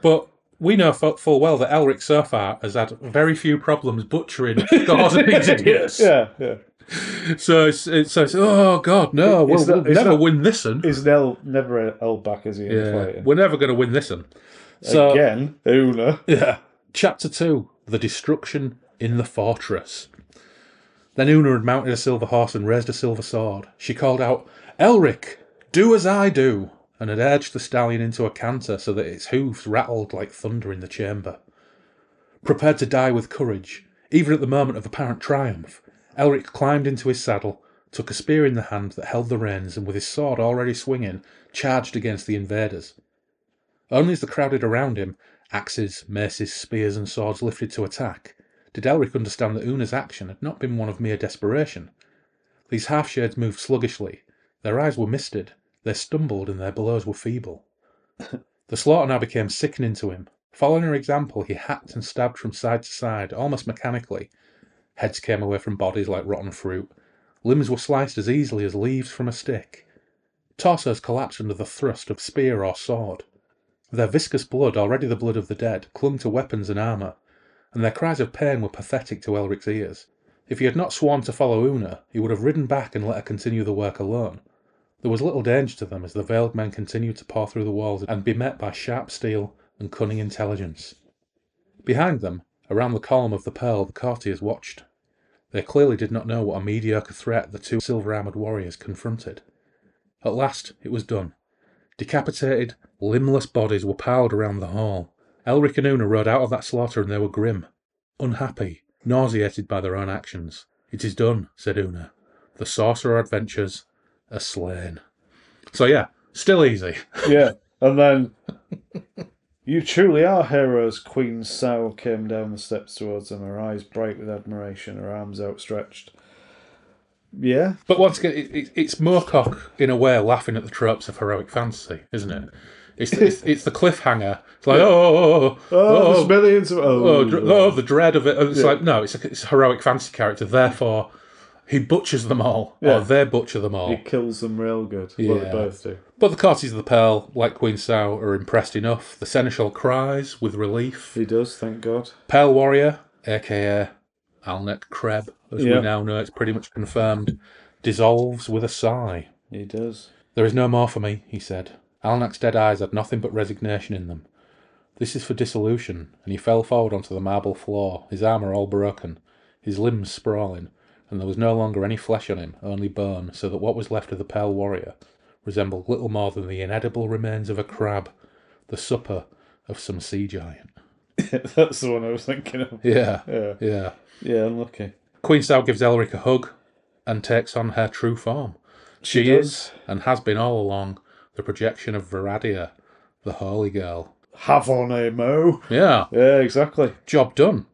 Speaker 1: But we know fu- full well that Elric so far has had very few problems butchering the horse of Pisidius.
Speaker 2: Yeah, yeah.
Speaker 1: So it's, it's, so it's, oh god, no, we'll,
Speaker 2: Is that-
Speaker 1: we'll
Speaker 2: is
Speaker 1: never
Speaker 2: that-
Speaker 1: win this one.
Speaker 2: Is Nell never held back as he
Speaker 1: Yeah,
Speaker 2: inflated?
Speaker 1: we're never going to win this one. So,
Speaker 2: Again, Una.
Speaker 1: Yeah. Chapter 2 The Destruction in the Fortress. Then Una had mounted a silver horse and raised a silver sword. She called out, Elric, do as I do, and had urged the stallion into a canter so that its hoofs rattled like thunder in the chamber. Prepared to die with courage, even at the moment of apparent triumph, Elric climbed into his saddle, took a spear in the hand that held the reins, and with his sword already swinging, charged against the invaders. Only as the crowded around him, axes, maces, spears, and swords lifted to attack, did Elric understand that Una's action had not been one of mere desperation. These half shades moved sluggishly, their eyes were misted, they stumbled, and their blows were feeble. the slaughter now became sickening to him. Following her example, he hacked and stabbed from side to side, almost mechanically. Heads came away from bodies like rotten fruit. Limbs were sliced as easily as leaves from a stick. Torsos collapsed under the thrust of spear or sword. Their viscous blood, already the blood of the dead, clung to weapons and armour, and their cries of pain were pathetic to Elric's ears. If he had not sworn to follow Una, he would have ridden back and let her continue the work alone. There was little danger to them as the veiled men continued to pour through the walls and be met by sharp steel and cunning intelligence. Behind them, around the column of the Pearl, the courtiers watched. They clearly did not know what a mediocre threat the two silver armoured warriors confronted. At last, it was done. Decapitated, limbless bodies were piled around the hall. Elric and Una rode out of that slaughter and they were grim, unhappy, nauseated by their own actions. It is done, said Una. The sorcerer adventures are slain. So yeah, still easy.
Speaker 2: Yeah. And then you truly are heroes. Queen Sow came down the steps towards them, her eyes bright with admiration, her arms outstretched. Yeah.
Speaker 1: But once again, it, it, it's Moorcock in a way laughing at the tropes of heroic fantasy, isn't it? It's it's, it's the cliffhanger. It's like oh oh oh,
Speaker 2: Oh,
Speaker 1: oh,
Speaker 2: there's millions of oh,
Speaker 1: oh, dr- oh, the dread of it. And It's like no, it's a, it's a heroic fantasy character. Therefore, he butchers them all,
Speaker 2: Yeah.
Speaker 1: or they butcher them all.
Speaker 2: It kills them real good. Well,
Speaker 1: Yeah.
Speaker 2: they both do.
Speaker 1: But the Carties of the Pearl, like Queen Sow, are impressed enough. The Seneschal cries with relief.
Speaker 2: He does, thank God.
Speaker 1: Pearl Warrior, aka Alnek Kreb, as
Speaker 2: Yeah.
Speaker 1: we now know, it's pretty much confirmed, dissolves with a sigh.
Speaker 2: He does.
Speaker 1: There is no more for me, he said. Alnak's dead eyes had nothing but resignation in them. This is for dissolution, and he fell forward onto the marble floor, his armour all broken, his limbs sprawling, and there was no longer any flesh on him, only bone, so that what was left of the pale warrior resembled little more than the inedible remains of a crab, the supper of some sea giant.
Speaker 2: That's the one I was thinking of.
Speaker 1: Yeah,
Speaker 2: Yeah.
Speaker 1: yeah.
Speaker 2: Yeah, unlucky.
Speaker 1: Queen Sal gives Elric a hug and takes on her true form. She,
Speaker 2: She
Speaker 1: is,
Speaker 2: does.
Speaker 1: and has been all along, the projection of Veradia, the Holy Girl.
Speaker 2: Have on a mo.
Speaker 1: Yeah,
Speaker 2: Yeah, exactly.
Speaker 1: job done.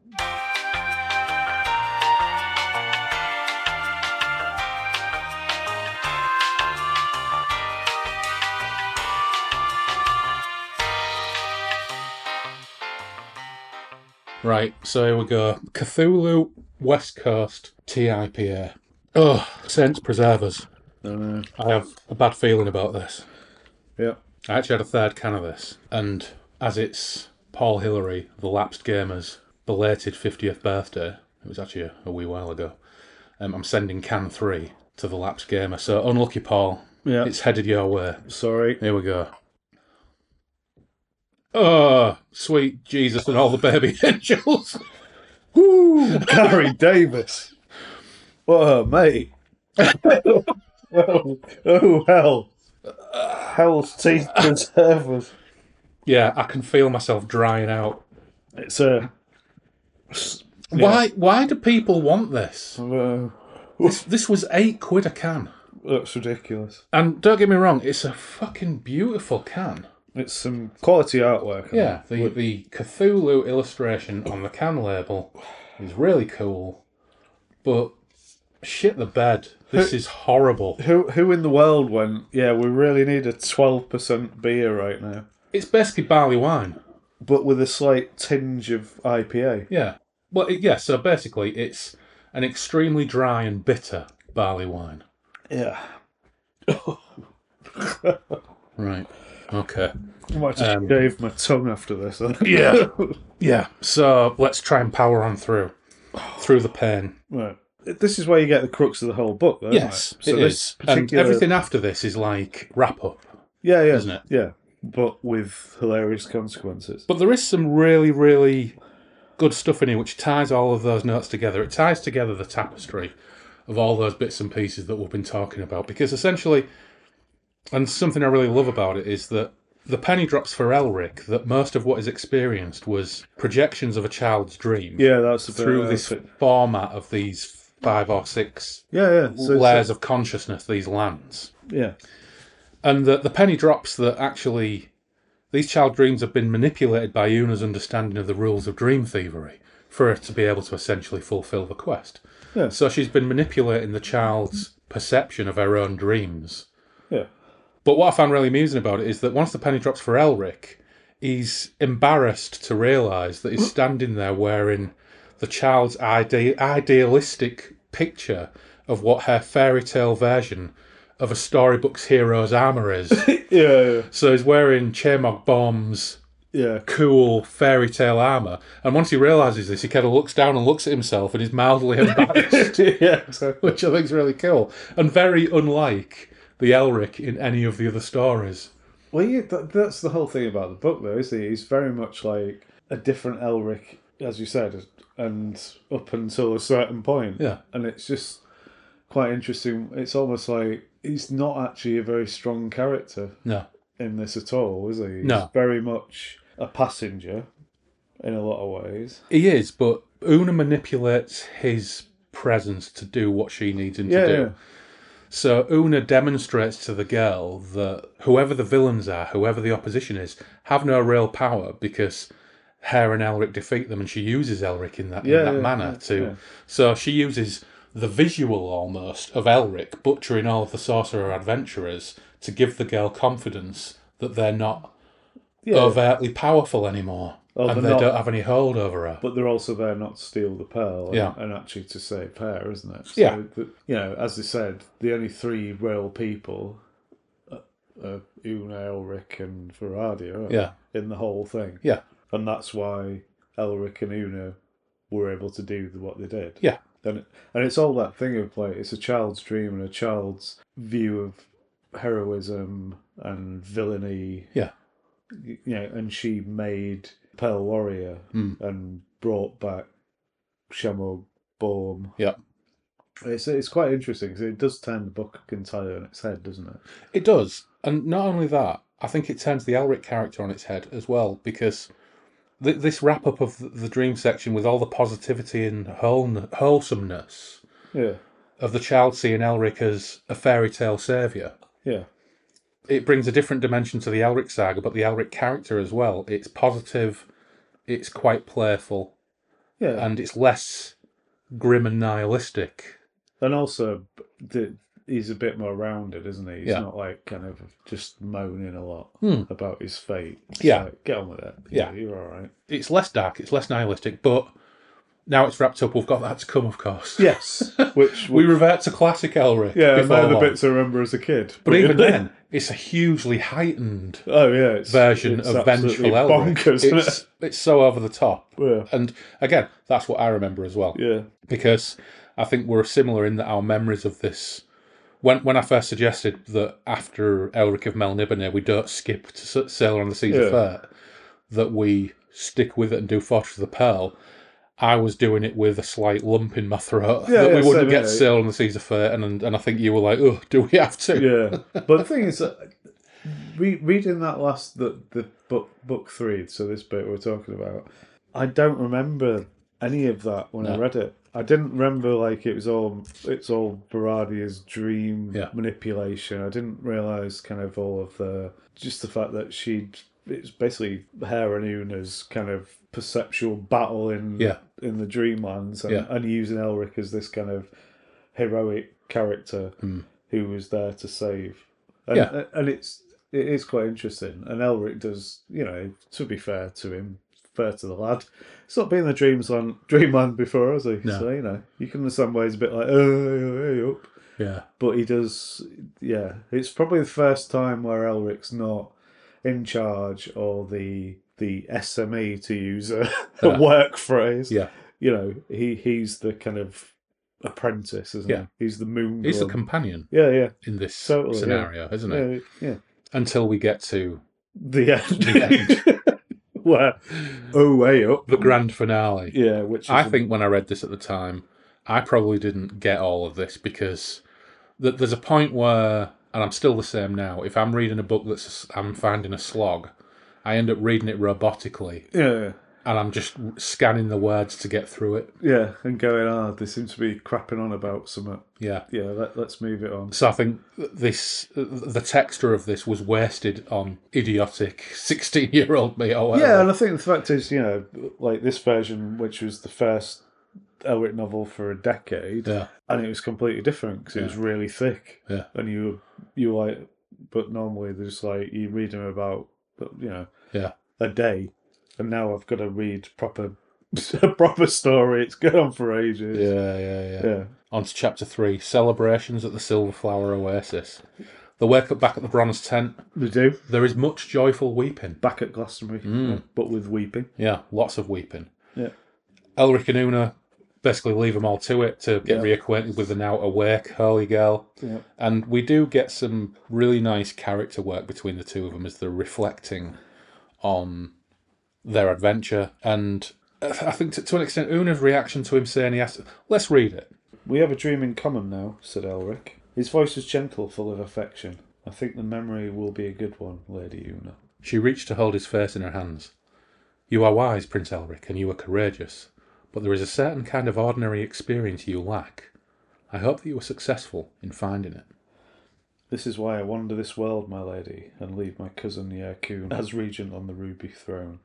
Speaker 1: Right, so here we go. Cthulhu West Coast TIPA. Oh, Saints Preservers.
Speaker 2: I know.
Speaker 1: I have a bad feeling about this.
Speaker 2: Yeah.
Speaker 1: I actually had a third can of this, and as it's Paul Hillary, the lapsed gamer's belated 50th birthday, it was actually a, a wee while ago, um, I'm sending can three to the lapsed gamer. So, unlucky Paul,
Speaker 2: Yeah.
Speaker 1: it's headed your way.
Speaker 2: Sorry.
Speaker 1: Here we go. Oh, sweet Jesus and all the baby angels.
Speaker 2: Woo! Gary Davis. What a mate. well, oh, hell. Hell's teeth preservers.
Speaker 1: yeah, I can feel myself drying out.
Speaker 2: It's uh, a.
Speaker 1: Why? Why do people want this?
Speaker 2: Uh,
Speaker 1: This was eight quid a can.
Speaker 2: that's ridiculous.
Speaker 1: And don't get me wrong, it's a fucking beautiful can.
Speaker 2: It's some quality artwork.
Speaker 1: Yeah, the, the Cthulhu illustration on the can label is really cool, but shit the bed. This is horrible.
Speaker 2: Who, who in the world went, yeah, we really need a 12% beer right now,
Speaker 1: It's basically barley wine.
Speaker 2: but with a slight tinge of IPA?
Speaker 1: Yeah. Well, it, yeah, so basically it's an extremely dry and bitter barley wine.
Speaker 2: Yeah.
Speaker 1: Right. Okay.
Speaker 2: I might just
Speaker 1: Um,
Speaker 2: shave my tongue after this.
Speaker 1: Yeah. Yeah. So let's try and power on through, through the pain.
Speaker 2: right. This is where you get the crux of the whole book, though. isn't
Speaker 1: Yes,
Speaker 2: it?
Speaker 1: it
Speaker 2: So
Speaker 1: is.
Speaker 2: this particular-
Speaker 1: And everything after this is like wrap up.
Speaker 2: Yeah, yeah.
Speaker 1: isn't it?
Speaker 2: Yeah. But with hilarious consequences.
Speaker 1: But there is some really, really good stuff in here which ties all of those notes together. It ties together the tapestry of all those bits and pieces that we've been talking about because essentially, and something I really love about it is that the penny drops for Elric that most of what is experienced was projections of a child's dream
Speaker 2: Yeah, that's the bit
Speaker 1: through
Speaker 2: I
Speaker 1: this
Speaker 2: think-
Speaker 1: format of these five or six
Speaker 2: Yeah, yeah. So, so-
Speaker 1: layers of consciousness, these lands.
Speaker 2: yeah.
Speaker 1: And the, the penny drops that actually these child dreams have been manipulated by Una's understanding of the rules of dream thievery for her to be able to essentially fulfill the quest.
Speaker 2: Yeah.
Speaker 1: So she's been manipulating the child's perception of her own dreams.
Speaker 2: Yeah.
Speaker 1: But what I found really amusing about it is that once the penny drops for Elric, he's embarrassed to realise that he's standing there wearing the child's ide- idealistic picture of what her fairy tale version of a storybook's hero's armour is.
Speaker 2: Yeah, yeah.
Speaker 1: so he's wearing Chemog Bomb's
Speaker 2: Yeah.
Speaker 1: cool fairy tale armour. And once he realises this, he kind of looks down and looks at himself and is mildly embarrassed
Speaker 2: yeah, exactly.
Speaker 1: which I think is really cool and very unlike the Elric in any of the other stories.
Speaker 2: Well, yeah, that, that's the whole thing about the book, though, is he? He's very much like a different Elric, as you said, and up until a certain point.
Speaker 1: Yeah.
Speaker 2: And it's just quite interesting. It's almost like he's not actually a very strong character
Speaker 1: No,
Speaker 2: in this at all, is he? He's
Speaker 1: No.
Speaker 2: very much a passenger in a lot of ways.
Speaker 1: he is, but Una manipulates his presence to do what she needs him
Speaker 2: Yeah,
Speaker 1: to do.
Speaker 2: yeah.
Speaker 1: So Una demonstrates to the girl that whoever the villains are, whoever the opposition is, have no real power because her and Elric defeat them, and she uses Elric in that, in
Speaker 2: Yeah,
Speaker 1: that
Speaker 2: yeah,
Speaker 1: manner
Speaker 2: yeah,
Speaker 1: to.
Speaker 2: yeah.
Speaker 1: So she uses the visual almost of Elric butchering all of the sorcerer adventurers to give the girl confidence that they're not
Speaker 2: Yeah.
Speaker 1: overtly powerful anymore,
Speaker 2: Oh,
Speaker 1: and they
Speaker 2: they're not.
Speaker 1: don't have any hold over her.
Speaker 2: But they're also there not to steal the pearl and,
Speaker 1: Yeah.
Speaker 2: and actually to save her, isn't it?
Speaker 1: Yeah.
Speaker 2: The, you know, as they said, the only three real people uh, are Una, Elric, and Varadia aren't
Speaker 1: Yeah,
Speaker 2: they, in the whole thing.
Speaker 1: yeah,
Speaker 2: And that's why Elric and Una were able to do what they did.
Speaker 1: yeah,
Speaker 2: And, it, and it's all that thing of like, it's a child's dream and a child's view of heroism and villainy
Speaker 1: yeah,
Speaker 2: you know, and she made Pearl Warrior
Speaker 1: Hmm.
Speaker 2: and brought back Shamo Borm.
Speaker 1: yeah.
Speaker 2: It's it's quite interesting because it does turn the book entirely on its head, doesn't it?
Speaker 1: It does. And not only that, I think it turns the Elric character on its head as well because th- this wrap up of th- the dream section with all the positivity and whole- wholesomeness
Speaker 2: Yeah,
Speaker 1: of the child seeing Elric as a fairy tale saviour,
Speaker 2: yeah,
Speaker 1: it brings a different dimension to the Elric saga, but the Elric character as well. It's positive, it's quite playful,
Speaker 2: yeah. And,
Speaker 1: and it's less grim and nihilistic.
Speaker 2: also, the, he's a bit more rounded, isn't he? He's
Speaker 1: Yeah.
Speaker 2: not like kind of just moaning a lot
Speaker 1: Hmm.
Speaker 2: about his fate. It's
Speaker 1: Yeah.
Speaker 2: like, get on with it.
Speaker 1: Yeah.
Speaker 2: you're all right.
Speaker 1: It's less dark, it's less nihilistic, but now it's wrapped up. We've got that to come, of course.
Speaker 2: Yes, which
Speaker 1: We revert to classic Elric.
Speaker 2: yeah, and
Speaker 1: before
Speaker 2: they're the
Speaker 1: long.
Speaker 2: bits I remember as a kid.
Speaker 1: But even then, it's a hugely heightened
Speaker 2: oh yeah, it's,
Speaker 1: version
Speaker 2: it's
Speaker 1: of
Speaker 2: absolutely
Speaker 1: vengeful Elric.
Speaker 2: bonkers, isn't
Speaker 1: it's, it's so over the top.
Speaker 2: it?
Speaker 1: And again, that's what I remember as well,
Speaker 2: Yeah, yeah.
Speaker 1: because I think we're similar in that our memories of this. When when I first suggested that after Elric of Melnibone, we don't skip to S- Sailor on the Seas
Speaker 2: Yeah.
Speaker 1: of Fert, that we stick with it and do Fortress of the Pearl. I was doing it with a slight lump in my throat
Speaker 2: Yeah,
Speaker 1: that we
Speaker 2: yeah,
Speaker 1: wouldn't
Speaker 2: same,
Speaker 1: get
Speaker 2: yeah.
Speaker 1: Sailor on the Seas of Fert, and, and and I think you were like, oh, do we have to?
Speaker 2: yeah. But the thing is, that re- reading that last the, the book book three, so this bit we're talking about, I don't remember any of that when I
Speaker 1: No.
Speaker 2: read it. I didn't remember like it was all it's all Baradia's dream
Speaker 1: Yeah.
Speaker 2: manipulation. I didn't realize kind of all of the just the fact that she'd it's basically her and Una's kind of perceptual battle in
Speaker 1: Yeah.
Speaker 2: in the dreamlands and,
Speaker 1: Yeah.
Speaker 2: and using Elric as this kind of heroic character who was there to save. And, uh,
Speaker 1: Yeah.
Speaker 2: and it's it is quite interesting. And Elric does, you know, to be fair to him, fair to the lad, it's not been the dreams on Dreamland before, has he? So you know, you can understand why he's a bit like, oh, hey, hey, up.
Speaker 1: Yeah.
Speaker 2: but he does yeah it's probably the first time where elric's not in charge or the the sme to use a, a
Speaker 1: Yeah.
Speaker 2: work phrase
Speaker 1: Yeah.
Speaker 2: you know he he's the kind of apprentice isn't
Speaker 1: Yeah.
Speaker 2: he he's the moon
Speaker 1: He's the
Speaker 2: glove.
Speaker 1: companion
Speaker 2: yeah yeah
Speaker 1: in this
Speaker 2: Totally, yeah.
Speaker 1: scenario, isn't it?
Speaker 2: yeah, yeah
Speaker 1: Until we get to
Speaker 2: the end,
Speaker 1: The
Speaker 2: where oh way up
Speaker 1: the grand finale.
Speaker 2: yeah which
Speaker 1: I
Speaker 2: is-
Speaker 1: think when I read this at the time, I probably didn't get all of this because th- there's a point where, and I'm still the same now. If I'm reading a book that's I'm finding a slog, I end up reading it robotically,
Speaker 2: yeah
Speaker 1: and I'm just scanning the words to get through it.
Speaker 2: yeah and going ah they seem to be crapping on about something
Speaker 1: Yeah.
Speaker 2: yeah let, let's move it on
Speaker 1: So I think th- this, th- the texture of this was wasted on idiotic sixteen-year-old me or whatever.
Speaker 2: Yeah, and I think the fact is, you know, like this version, which was the first Elric novel for a decade,
Speaker 1: Yeah.
Speaker 2: and it was completely different because it was really thick.
Speaker 1: Yeah.
Speaker 2: And you you were like, but normally there's like you read them about, you know,
Speaker 1: Yeah.
Speaker 2: a day, and now I've got to read proper a proper story. It's gone on for ages.
Speaker 1: Yeah, yeah, yeah.
Speaker 2: Yeah.
Speaker 1: On to chapter three: celebrations at the Silverflower Oasis. They wake up back at the bronze tent.
Speaker 2: They do
Speaker 1: There is much joyful weeping.
Speaker 2: back at Glastonbury,
Speaker 1: Hmm.
Speaker 2: uh, but with weeping.
Speaker 1: Yeah, lots of weeping.
Speaker 2: Yeah.
Speaker 1: Elric and Una basically leave them all to it to get
Speaker 2: Yeah.
Speaker 1: reacquainted with the now awake Hurley girl.
Speaker 2: Yeah.
Speaker 1: And we do get some really nice character work between the two of them as they're reflecting on their adventure. And I think to, to an extent, Una's reaction to him saying he has to. Let's read it.
Speaker 2: We have a dream in common now, said Elric. His voice was gentle, full of affection. I think the memory will be a good one, Lady Una.
Speaker 1: She reached to hold his face in her hands. You are wise, Prince Elric, and you are courageous, but there is a certain kind of ordinary experience you lack. I hope that you were successful in finding it.
Speaker 2: This is why I wander this world, my lady, and leave my cousin Yerkun as regent on the Ruby Throne.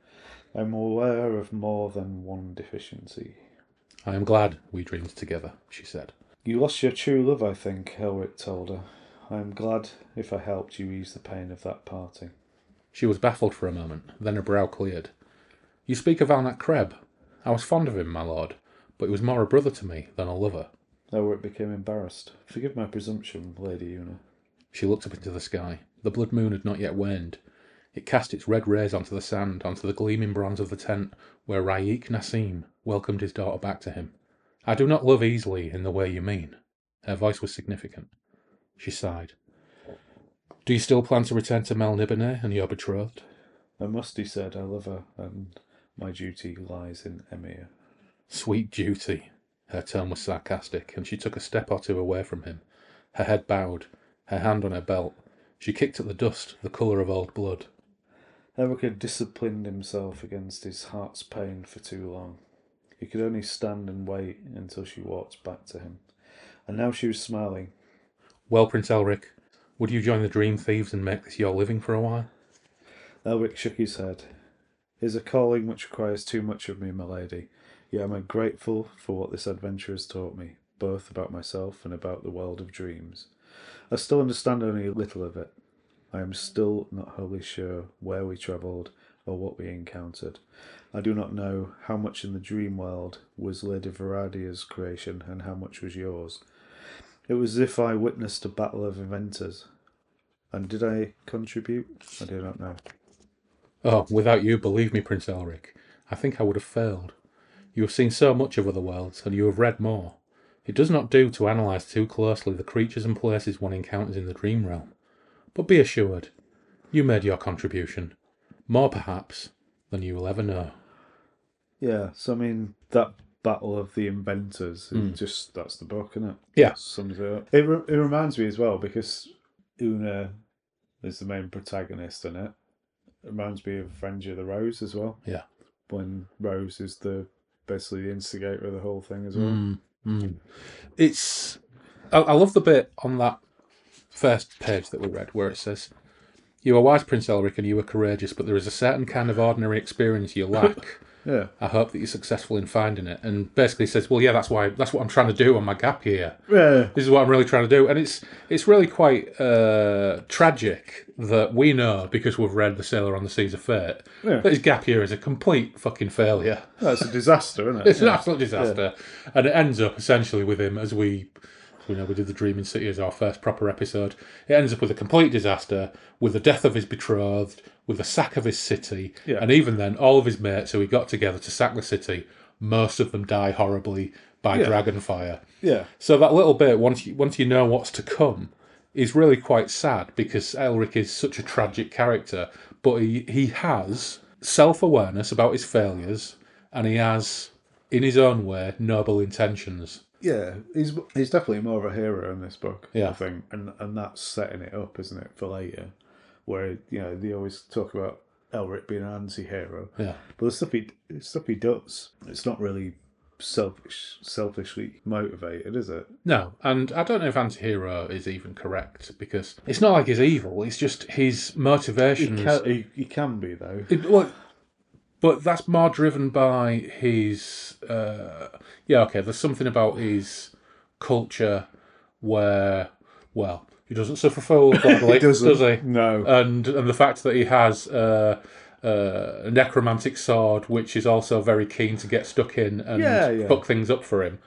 Speaker 2: I'm aware of more than one deficiency.
Speaker 1: I am glad we dreamed together, she said.
Speaker 2: You lost your true love, I think, Elric told her. I am glad if I helped you ease the pain of that parting.
Speaker 1: She was baffled for a moment, then her brow cleared. You speak of Alnak Kreb. I was fond of him, my lord, but he was more a brother to me than a lover.
Speaker 2: Elric became embarrassed. Forgive my presumption, Lady Una.
Speaker 1: She looked up into the sky. The blood moon had not yet waned. It cast its red rays onto the sand, onto the gleaming bronze of the tent, where Raik Nassim welcomed his daughter back to him. I do not love easily in the way you mean. Her voice was significant. She sighed. Do you still plan to return to Melnibone and your betrothed?
Speaker 2: I must, he said, I love her, and my duty lies in Emir.
Speaker 1: Sweet duty. Her tone was sarcastic, and she took a step or two away from him, her head bowed, her hand on her belt. She kicked at the dust, the colour of old blood.
Speaker 2: Erica disciplined himself against his heart's pain for too long. He could only stand and wait until she walked back to him. And now she was smiling.
Speaker 1: Well, Prince Elric, would you join the Dream Thieves and make this your living for a while?
Speaker 2: Elric shook his head. Is a calling which requires too much of me, my lady. Yet am I grateful for what this adventure has taught me, both about myself and about the world of dreams. I still understand only little of it. I am still not wholly sure where we travelled or what we encountered. I do not know how much in the dream world was Lady Veradia's creation and how much was yours. It was as if I witnessed a battle of inventors. And did I contribute? I do not know.
Speaker 1: Oh, without you, believe me, Prince Elric, I think I would have failed. You have seen so much of other worlds, and you have read more. It does not do to analyse too closely the creatures and places one encounters in the dream realm. But be assured, you made your contribution. More, perhaps, than you will ever know.
Speaker 2: Yeah, so I mean that battle of the inventors, it just that's the book, isn't it?
Speaker 1: Hmm. Yeah.
Speaker 2: sums it up. It, re- it reminds me as well because Una is the main protagonist in it. It reminds me of Revenge of the Rose as well.
Speaker 1: Yeah.
Speaker 2: when Rose is the basically the instigator of the whole thing as well.
Speaker 1: Hmm. It's. I, I love the bit on that first page that we read where it says, You are wise, Prince Elric, and you are courageous, but there is a certain kind of ordinary experience you lack.
Speaker 2: Yeah,
Speaker 1: I hope that you're successful in finding it. And basically says, Well, yeah, that's why that's what I'm trying to do on my gap year.
Speaker 2: yeah,
Speaker 1: This is what I'm really trying to do. And it's it's really quite uh, tragic that we know, because we've read The Sailor on the Seas of Fate,
Speaker 2: Yeah.
Speaker 1: that his gap year is a complete fucking failure.
Speaker 2: that's a disaster, isn't it?
Speaker 1: It's an absolute disaster. And it ends up essentially with him, as we So we know we did The Dreaming City as our first proper episode. It ends up with a complete disaster, with the death of his betrothed, with the sack of his city,
Speaker 2: Yeah.
Speaker 1: and even then, all of his mates who he got together to sack the city, most of them die horribly by dragonfire.
Speaker 2: Yeah.
Speaker 1: So that little bit, once you, once you know what's to come, is really quite sad because Elric is such a tragic character, but he, he has self awareness about his failures and he has, in his own way, noble intentions.
Speaker 2: Yeah, he's he's definitely more of a hero in this book.
Speaker 1: Yeah.
Speaker 2: I think, and and that's setting it up, isn't it, for later, where you know they always talk about Elric being an anti-hero,
Speaker 1: Yeah.
Speaker 2: but the stuff he the stuff he does, it's not really selfish, selfishly motivated, is it?
Speaker 1: No, and I don't know if anti hero is even correct because it's not like he's evil, it's just his motivations.
Speaker 2: He can, he, he can be though.
Speaker 1: It- well, but that's more driven by his. Uh, yeah, okay. There's something about his culture where, well, he doesn't suffer fools gladly, does he?
Speaker 2: No.
Speaker 1: And and the fact that he has uh, uh, a necromantic sword, which is also very keen to get stuck in and
Speaker 2: Yeah, yeah.
Speaker 1: fuck things up for him.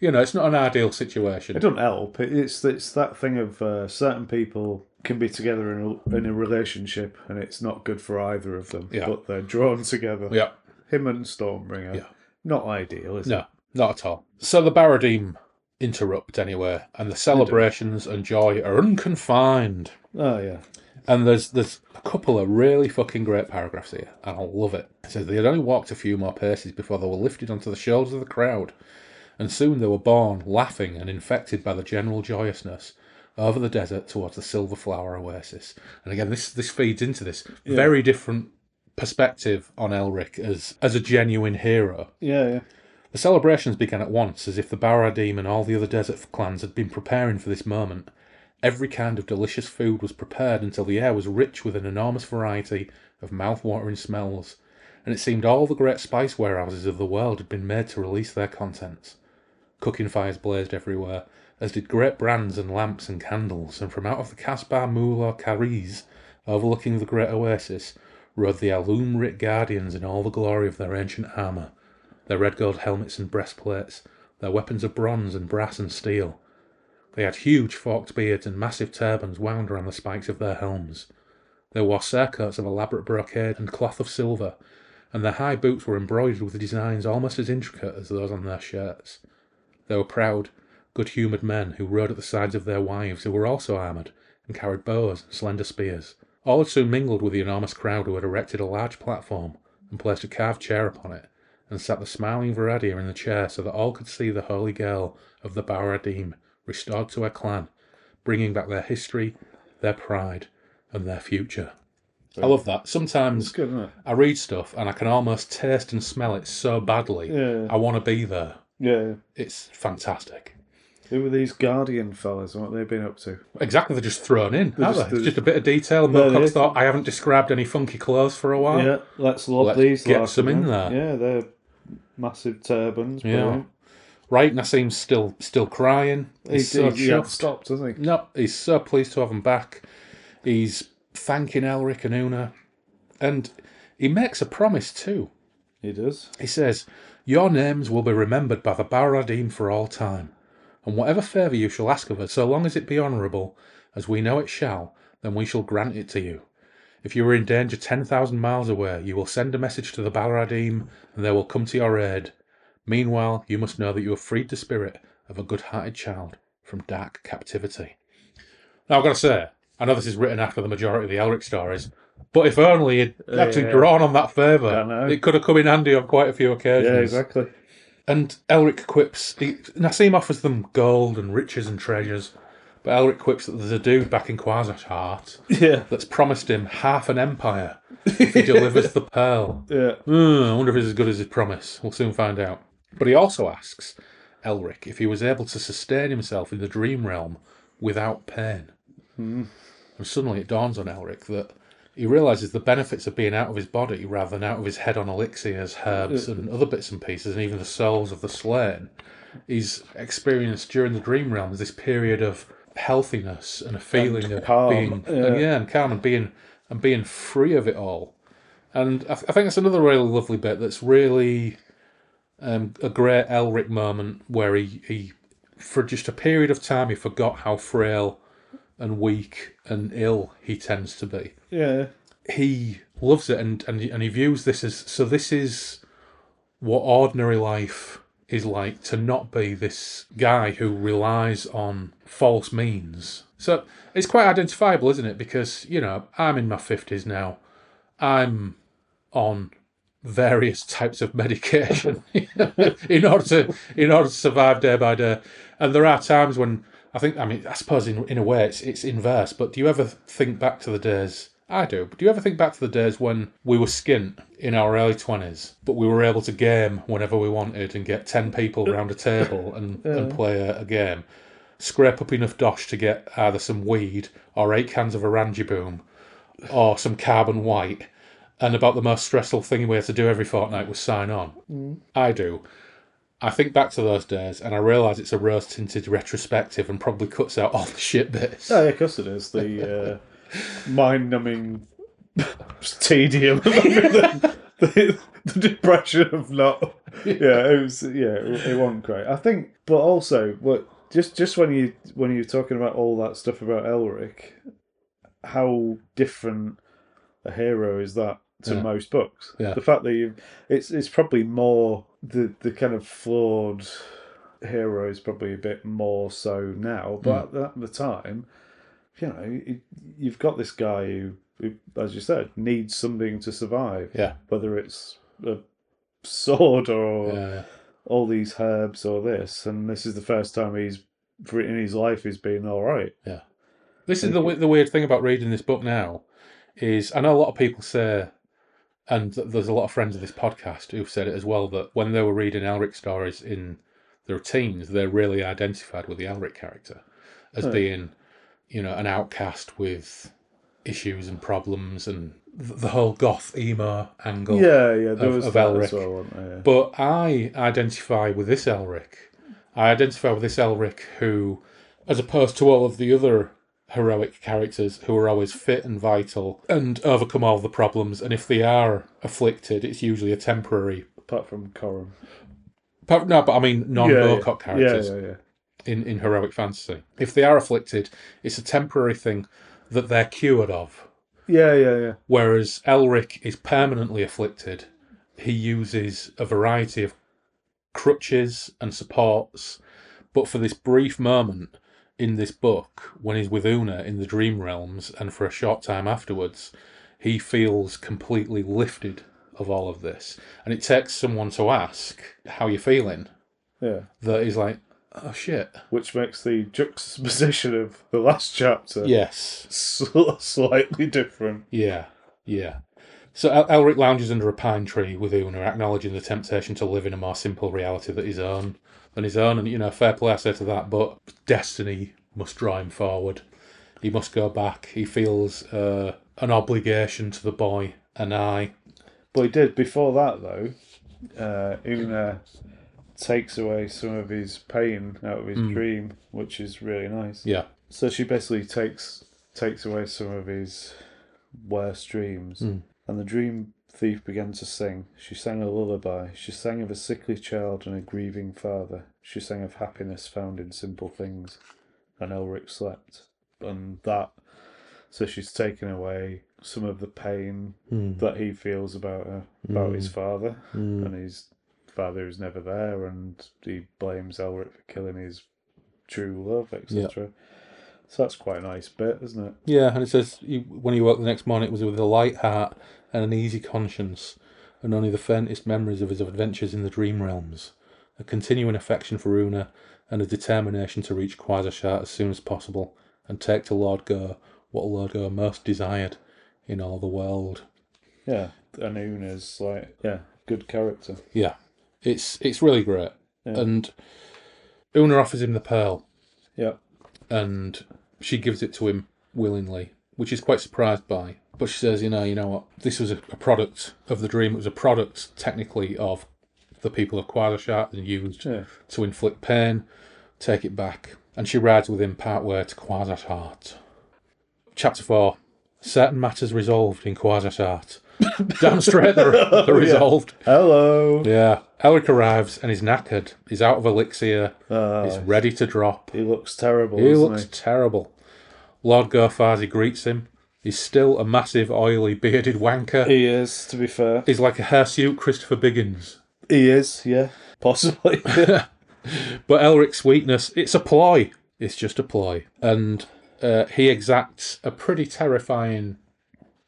Speaker 1: You know, it's not an ideal situation.
Speaker 2: It doesn't help. It- It's it's that thing of uh, certain people can be together in a, in a relationship, and it's not good for either of them.
Speaker 1: Yeah.
Speaker 2: But they're drawn together.
Speaker 1: Yeah,
Speaker 2: Him and Stormbringer.
Speaker 1: Yeah.
Speaker 2: Not ideal, is it?
Speaker 1: no, not at all. So the Baradim interrupt anyway, and the celebrations and joy are unconfined.
Speaker 2: Oh yeah.
Speaker 1: And there's there's a couple of really fucking great paragraphs here, and I love it. It says they had only walked a few more paces before they were lifted onto the shoulders of the crowd, and soon they were borne, laughing and infected by the general joyousness, over the desert towards the silver flower oasis. And again, this this feeds into this very different perspective on Elric as as a genuine hero.
Speaker 2: Yeah, yeah.
Speaker 1: The celebrations began at once, as if the Baradim and all the other desert clans had been preparing for this moment. Every kind of delicious food was prepared until the air was rich with an enormous variety of mouth-watering smells, and it seemed all the great spice warehouses of the world had been made to release their contents. Cooking fires blazed everywhere, as did great brands and lamps and candles, and from out of the Kasbah Mool or Kariz, overlooking the great oasis, rode the Alum Rit Guardians in all the glory of their ancient armour their red gold helmets and breastplates, their weapons of bronze and brass and steel. They had huge forked beards and massive turbans wound around the spikes of their helms. They wore surcoats of elaborate brocade and cloth of silver, and their high boots were embroidered with designs almost as intricate as those on their shirts. They were proud, good humoured men who rode at the sides of their wives, who were also armoured and carried bows and slender spears. All had soon mingled with the enormous crowd who had erected a large platform and placed a carved chair upon it, and sat the smiling Varadia in the chair so that all could see the holy girl of the Baradim restored to her clan, bringing back their history, their pride, and their future. I love that. Sometimes
Speaker 2: It's good, isn't it?
Speaker 1: I read stuff and I can almost taste and smell it so badly.
Speaker 2: Yeah.
Speaker 1: I want to be there.
Speaker 2: Yeah.
Speaker 1: It's fantastic.
Speaker 2: Who were these Guardian fellas? What have they been up to?
Speaker 1: Exactly, they're just thrown in. They're
Speaker 2: just-
Speaker 1: just,
Speaker 2: they're
Speaker 1: just a bit of detail.
Speaker 2: There it
Speaker 1: Mocock's
Speaker 2: is.
Speaker 1: thought, I haven't described any funky clothes for a while.
Speaker 2: yeah, let's lob
Speaker 1: Let's
Speaker 2: these.
Speaker 1: get
Speaker 2: lads
Speaker 1: some in
Speaker 2: in.
Speaker 1: there.
Speaker 2: Yeah, they're massive turbans.
Speaker 1: Yeah.
Speaker 2: brilliant.
Speaker 1: Right, Nassim's still still crying. He's
Speaker 2: He,
Speaker 1: so
Speaker 2: he, he had
Speaker 1: chuffed.
Speaker 2: stopped, doesn't he?
Speaker 1: No, he's so pleased to have him back. He's thanking Elric and Una. And he makes a promise too.
Speaker 2: He does.
Speaker 1: He says, Your names will be remembered by the Baradim for all time, and whatever favour you shall ask of us, so long as it be honourable, as we know it shall, then we shall grant it to you. If you are in danger ten thousand miles away, you will send a message to the Baradim, and they will come to your aid. Meanwhile, you must know that you have freed the spirit of a good hearted child from dark captivity. Now, I've got to say, I know this is written after the majority of the Elric stories, but if only he'd actually
Speaker 2: Yeah.
Speaker 1: drawn on that
Speaker 2: I know.
Speaker 1: favour, it could have come in handy on quite a few occasions.
Speaker 2: Yeah, exactly.
Speaker 1: And Elric quips, he, Nassim offers them gold and riches and treasures, but Elric quips that there's a dude back in Quasar's heart
Speaker 2: Yeah.
Speaker 1: that's promised him half an empire if he delivers the pearl.
Speaker 2: Yeah.
Speaker 1: Hmm, I wonder if he's as good as his promise. We'll soon find out. But he also asks Elric if he was able to sustain himself in the dream realm without pain.
Speaker 2: Hmm.
Speaker 1: And suddenly it dawns on Elric that he realizes the benefits of being out of his body rather than out of his head on elixirs, herbs, and other bits and pieces, and even the souls of the slain. He's experienced during the dream realm this period of healthiness and a feeling of
Speaker 2: calm,
Speaker 1: being,
Speaker 2: yeah.
Speaker 1: And, yeah, and calm and being and being free of it all. And I, th- I think that's another really lovely bit. That's really um, a great Elric moment where he, he for just a period of time, he forgot how frail and weak and ill he tends to be.
Speaker 2: Yeah.
Speaker 1: He loves it, and and he- and he views this as so. This is what ordinary life is like to not be this guy who relies on false means. So it's quite identifiable, isn't it? Because you know, I'm in my fifties now. I'm on various types of medication in order to in order to survive day by day. And there are times when I think I mean I suppose in in a way it's it's inverse. But do you ever think back to the days? I do. But do you ever think back to the days when we were skint in our early twenties, but we were able to game whenever we wanted and get ten people round a table and, and play a, a game, scrape up enough dosh to get either some weed or eight cans of orangy boom or some carbon white. And about the most stressful thing we had to do every fortnight was sign on. I do. I think back to those days and I realise it's a rose tinted retrospective and probably cuts out all the shit bits.
Speaker 2: Oh, yeah, of course it is. The uh, mind numbing tedium of everything. the, the depression of not. Yeah, it was. Yeah, it, it wasn't great. I think, but also, what just just when you when you were talking about all that stuff about Elric, how different a hero is that to
Speaker 1: Yeah.
Speaker 2: most books?
Speaker 1: Yeah.
Speaker 2: The fact that you, it's it's probably more the the kind of flawed hero is probably a bit more so now,
Speaker 1: Hmm.
Speaker 2: but at the time, you know, you- you've got this guy who, who, as you said, needs something to survive.
Speaker 1: Yeah.
Speaker 2: Whether it's a sword or
Speaker 1: Yeah.
Speaker 2: all these herbs or this, and this is the first time he's for- in his life he's been all right.
Speaker 1: This is the we- the weird thing about reading this book now, is I know a lot of people say, and th- there's a lot of friends of this podcast who've said it as well that when they were reading Elric stories in their teens, they really identified with the Elric character as being, you know, an outcast with issues and problems and th- the whole goth emo angle.
Speaker 2: Yeah, yeah, there
Speaker 1: Of-
Speaker 2: was
Speaker 1: of
Speaker 2: that as
Speaker 1: Elric.
Speaker 2: well, wasn't there? Yeah.
Speaker 1: But I identify with this Elric. I identify with this Elric who, as opposed to all of the other heroic characters who are always fit and vital and overcome all the problems, and if they are afflicted, it's usually a temporary.
Speaker 2: Apart from Corum.
Speaker 1: but- No, but I mean non
Speaker 2: yeah,
Speaker 1: Mocock
Speaker 2: yeah,
Speaker 1: characters
Speaker 2: yeah, yeah.
Speaker 1: In, in heroic fantasy. If they are afflicted, it's a temporary thing that they're cured of.
Speaker 2: Yeah, yeah, yeah.
Speaker 1: Whereas Elric is permanently afflicted. He uses a variety of crutches and supports, but for this brief moment in this book, when he's with Una in the dream realms, and for a short time afterwards, he feels completely lifted of all of this. And it takes someone to ask how you're feeling
Speaker 2: Yeah.
Speaker 1: that he's like, oh shit.
Speaker 2: Which makes the juxtaposition of the last chapter
Speaker 1: Yes.
Speaker 2: sl- slightly different.
Speaker 1: Yeah, yeah. So El- Elric lounges under a pine tree with Una, acknowledging the temptation to live in a more simple reality that his own than his own. And you know, fair play I say to that, but destiny must draw him forward. He must go back. He feels uh, an obligation to the boy and I.
Speaker 2: But he did before that though. Uh, Una takes away some of his pain out of his dream, which is really nice.
Speaker 1: Yeah,
Speaker 2: So she basically takes takes away some of his worst dreams, and the dream thief began to sing. She sang a lullaby. She sang of a sickly child and a grieving father. She sang of happiness found in simple things, and Elric slept. And that, so she's taken away some of the pain that he feels about her, about his father, and his father is never there, and he blames Elric for killing his true love, etc. So that's quite a nice bit, isn't it?
Speaker 1: yeah. And it says he, when he woke the next morning, it was with a light heart and an easy conscience, and only the faintest memories of his adventures in the dream realms. a continuing affection for Una, and a determination to reach Quasarshart as soon as possible and take to Lord Go what Lord Go most desired in all the world.
Speaker 2: Yeah. And Una's like, yeah, good character.
Speaker 1: Yeah, it's it's really great. And Una offers him the pearl,
Speaker 2: Yeah.
Speaker 1: and she gives it to him willingly, which he's quite surprised by. But she says, you know, you know what? This was a, a product of the dream. It was a product, technically, of the people of Quasarshart and used
Speaker 2: Yeah.
Speaker 1: to inflict pain, take it back. And she rides with him partway to Quasarshart. Chapter 4 Certain matters resolved in Quasarshart. Damn straight, they're, they're
Speaker 2: Yeah.
Speaker 1: resolved.
Speaker 2: Hello.
Speaker 1: Yeah. Alec arrives and he's knackered. He's out of elixir.
Speaker 2: Ah,
Speaker 1: He's ready to drop.
Speaker 2: he looks terrible.
Speaker 1: He
Speaker 2: doesn't
Speaker 1: looks terrible. Lord Gofazi greets him. He's still a massive, oily, bearded wanker.
Speaker 2: he? he is, to be fair.
Speaker 1: He's like a hirsute Christopher Biggins.
Speaker 2: He is, yeah. Possibly.
Speaker 1: But Elric's weakness, it's a ploy. It's just a ploy. And uh, he exacts a pretty terrifying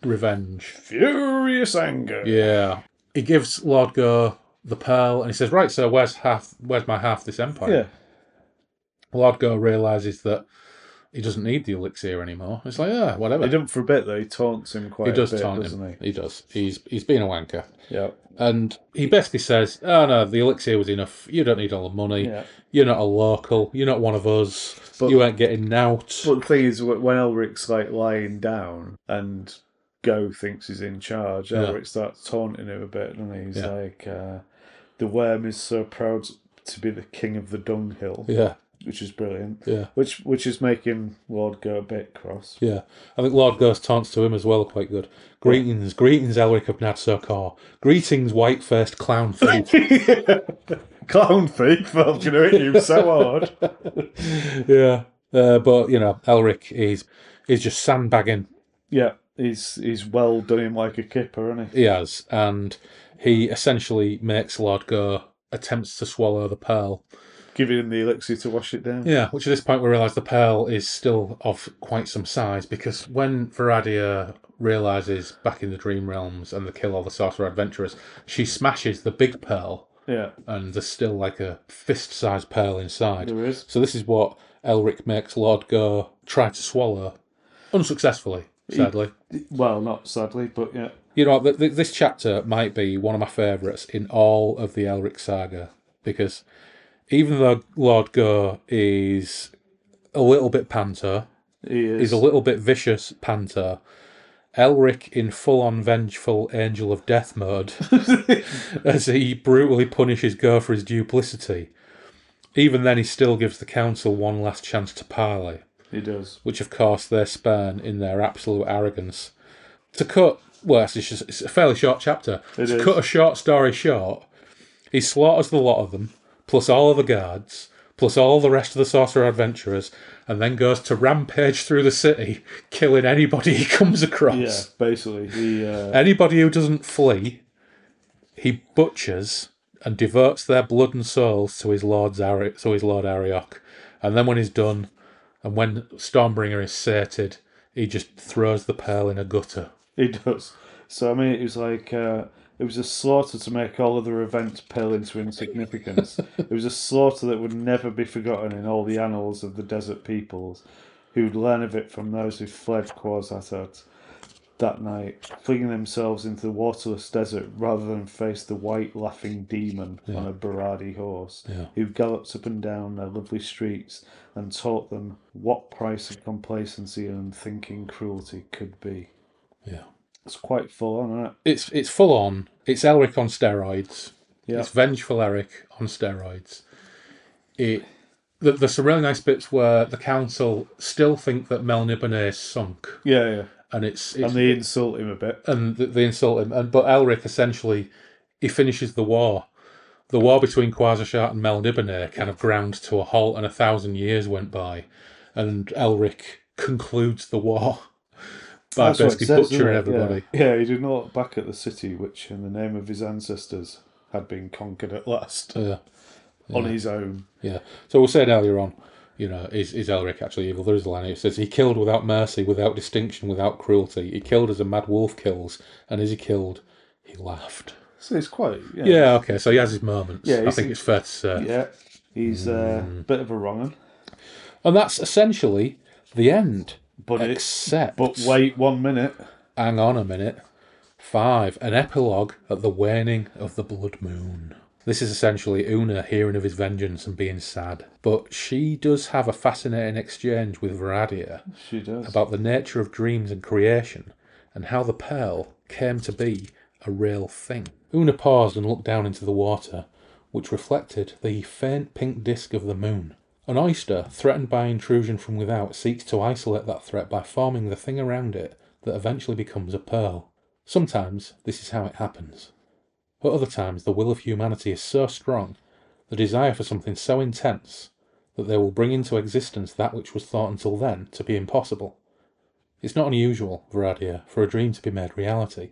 Speaker 1: revenge.
Speaker 2: Furious anger.
Speaker 1: Yeah. He gives Lord Go the pearl and he says, Right, sir, where's half where's my half this empire?
Speaker 2: Yeah.
Speaker 1: Lord Go realises that he doesn't need the elixir anymore. It's like, yeah, whatever.
Speaker 2: He doesn't for a bit though. He taunts him quite
Speaker 1: He does
Speaker 2: a bit,
Speaker 1: taunt
Speaker 2: doesn't
Speaker 1: him. He does. He's he's been a wanker.
Speaker 2: he? Yeah.
Speaker 1: And he basically says, Oh no, the elixir was enough. You don't need all the money.
Speaker 2: Yeah.
Speaker 1: You're not a local. You're not one of us.
Speaker 2: But-
Speaker 1: you ain't getting out.
Speaker 2: But the thing is, wh- when Elric's like lying down and Go thinks he's in charge, Elric starts taunting him a bit, and he's
Speaker 1: Yeah.
Speaker 2: like, uh, "The worm is so proud to be the king of the dunghill,"
Speaker 1: yeah,
Speaker 2: which is brilliant.
Speaker 1: yeah,
Speaker 2: Which which is making Lord Go a bit cross.
Speaker 1: yeah. I think Lord Ghost taunts to him as well, quite good. Greetings, greetings, Elric of Nadsokar. Greetings, white faced clown thief.
Speaker 2: Clown thief, I'm gonna hit you so hard.
Speaker 1: yeah. Uh, but you know, Elric is is just sandbagging
Speaker 2: Yeah, he's he's well done him like a kipper, isn't he?
Speaker 1: He has, and he essentially makes Lord go attempts to swallow the pearl.
Speaker 2: Giving him the elixir to wash it down.
Speaker 1: Yeah, which at this point we realise the pearl is still of quite some size because when Veradia realises back in the Dream Realms and the kill all the sorcerer adventurers, she smashes the big pearl
Speaker 2: yeah,
Speaker 1: and there's still like a fist sized pearl inside.
Speaker 2: there is.
Speaker 1: So this is what Elric makes Lord go try to swallow unsuccessfully, sadly.
Speaker 2: Well, not sadly, but yeah.
Speaker 1: You know, th- th- this chapter might be one of my favourites in all of the Elric saga because even though Lord Go is a little bit panto,
Speaker 2: He is.
Speaker 1: he's a little bit vicious panto, Elric in full on vengeful angel of death mode as he brutally punishes Go for his duplicity. Even then, he still gives the council one last chance to parley
Speaker 2: he does.
Speaker 1: which of course they spurn in their absolute arrogance. To cut, well, it's, just, it's a fairly short chapter.
Speaker 2: It
Speaker 1: to
Speaker 2: is.
Speaker 1: cut a short story short, he slaughters the lot of them, plus all of the guards, plus all the rest of the sorcerer adventurers, and then goes to rampage through the city, killing anybody he comes across.
Speaker 2: Yeah, basically, he uh,
Speaker 1: Anybody who doesn't flee, he butchers and devotes their blood and souls to his lord's Ari- to his lord Ariok. And then when he's done, and when Stormbringer is sated, he just throws the pearl in a gutter.
Speaker 2: he does. So I mean, it was like uh, it was a slaughter to make all other events pale into insignificance. it was a slaughter that would never be forgotten in all the annals of the desert peoples, who'd learn of it from those who fled Quasatat that night, flinging themselves into the waterless desert rather than face the white laughing demon on a Baradi horse, who gallops up and down their lovely streets and taught them what price of complacency and unthinking cruelty could be.
Speaker 1: Yeah.
Speaker 2: It's quite full on, isn't it?
Speaker 1: It's it's full on. It's Elric on steroids.
Speaker 2: Yeah.
Speaker 1: It's vengeful Eric on steroids. It. th- There's some really nice bits where the council still think that Melniboné sunk,
Speaker 2: Yeah, yeah.
Speaker 1: and it's, it's
Speaker 2: And they insult him a bit.
Speaker 1: and th- they insult him. And but Elric essentially he finishes the war. The war between Quasashat and Melniboné kind of ground to a halt, and a thousand years went by, and Elric concludes the war by
Speaker 2: That's what it
Speaker 1: basically
Speaker 2: says, isn't
Speaker 1: butchering
Speaker 2: it?
Speaker 1: everybody.
Speaker 2: Yeah. yeah, he did not look back at the city which, in the name of his ancestors, had been conquered at last
Speaker 1: Yeah.
Speaker 2: on his own.
Speaker 1: Yeah. So we said earlier on, you know, is, is Elric actually evil? There is a line here. It says, He killed without mercy, without distinction, without cruelty. He killed as a mad wolf kills, and as he killed, he laughed.
Speaker 2: So it's quite. Yeah.
Speaker 1: Yeah, okay. So he has his moments.
Speaker 2: Yeah,
Speaker 1: I
Speaker 2: he's-
Speaker 1: think it's fair to say.
Speaker 2: Yeah. He's uh, a bit of a wrong un.
Speaker 1: And that's essentially the end.
Speaker 2: But, it,
Speaker 1: Except,
Speaker 2: but wait one minute.
Speaker 1: hang on a minute. Five, an epilogue at the waning of the blood moon. This is essentially Una hearing of his vengeance and being sad. But she does have a fascinating exchange with Veradia
Speaker 2: She does.
Speaker 1: about the nature of dreams and creation and how the pearl came to be a real thing. Una paused and looked down into the water, which reflected the faint pink disk of the moon. An oyster, threatened by intrusion from without, seeks to isolate that threat by forming the thing around it that eventually becomes a pearl. Sometimes this is how it happens. At other times, the will of humanity is so strong, the desire for something so intense, that they will bring into existence that which was thought until then to be impossible. It's not unusual, Varadia, for a dream to be made reality.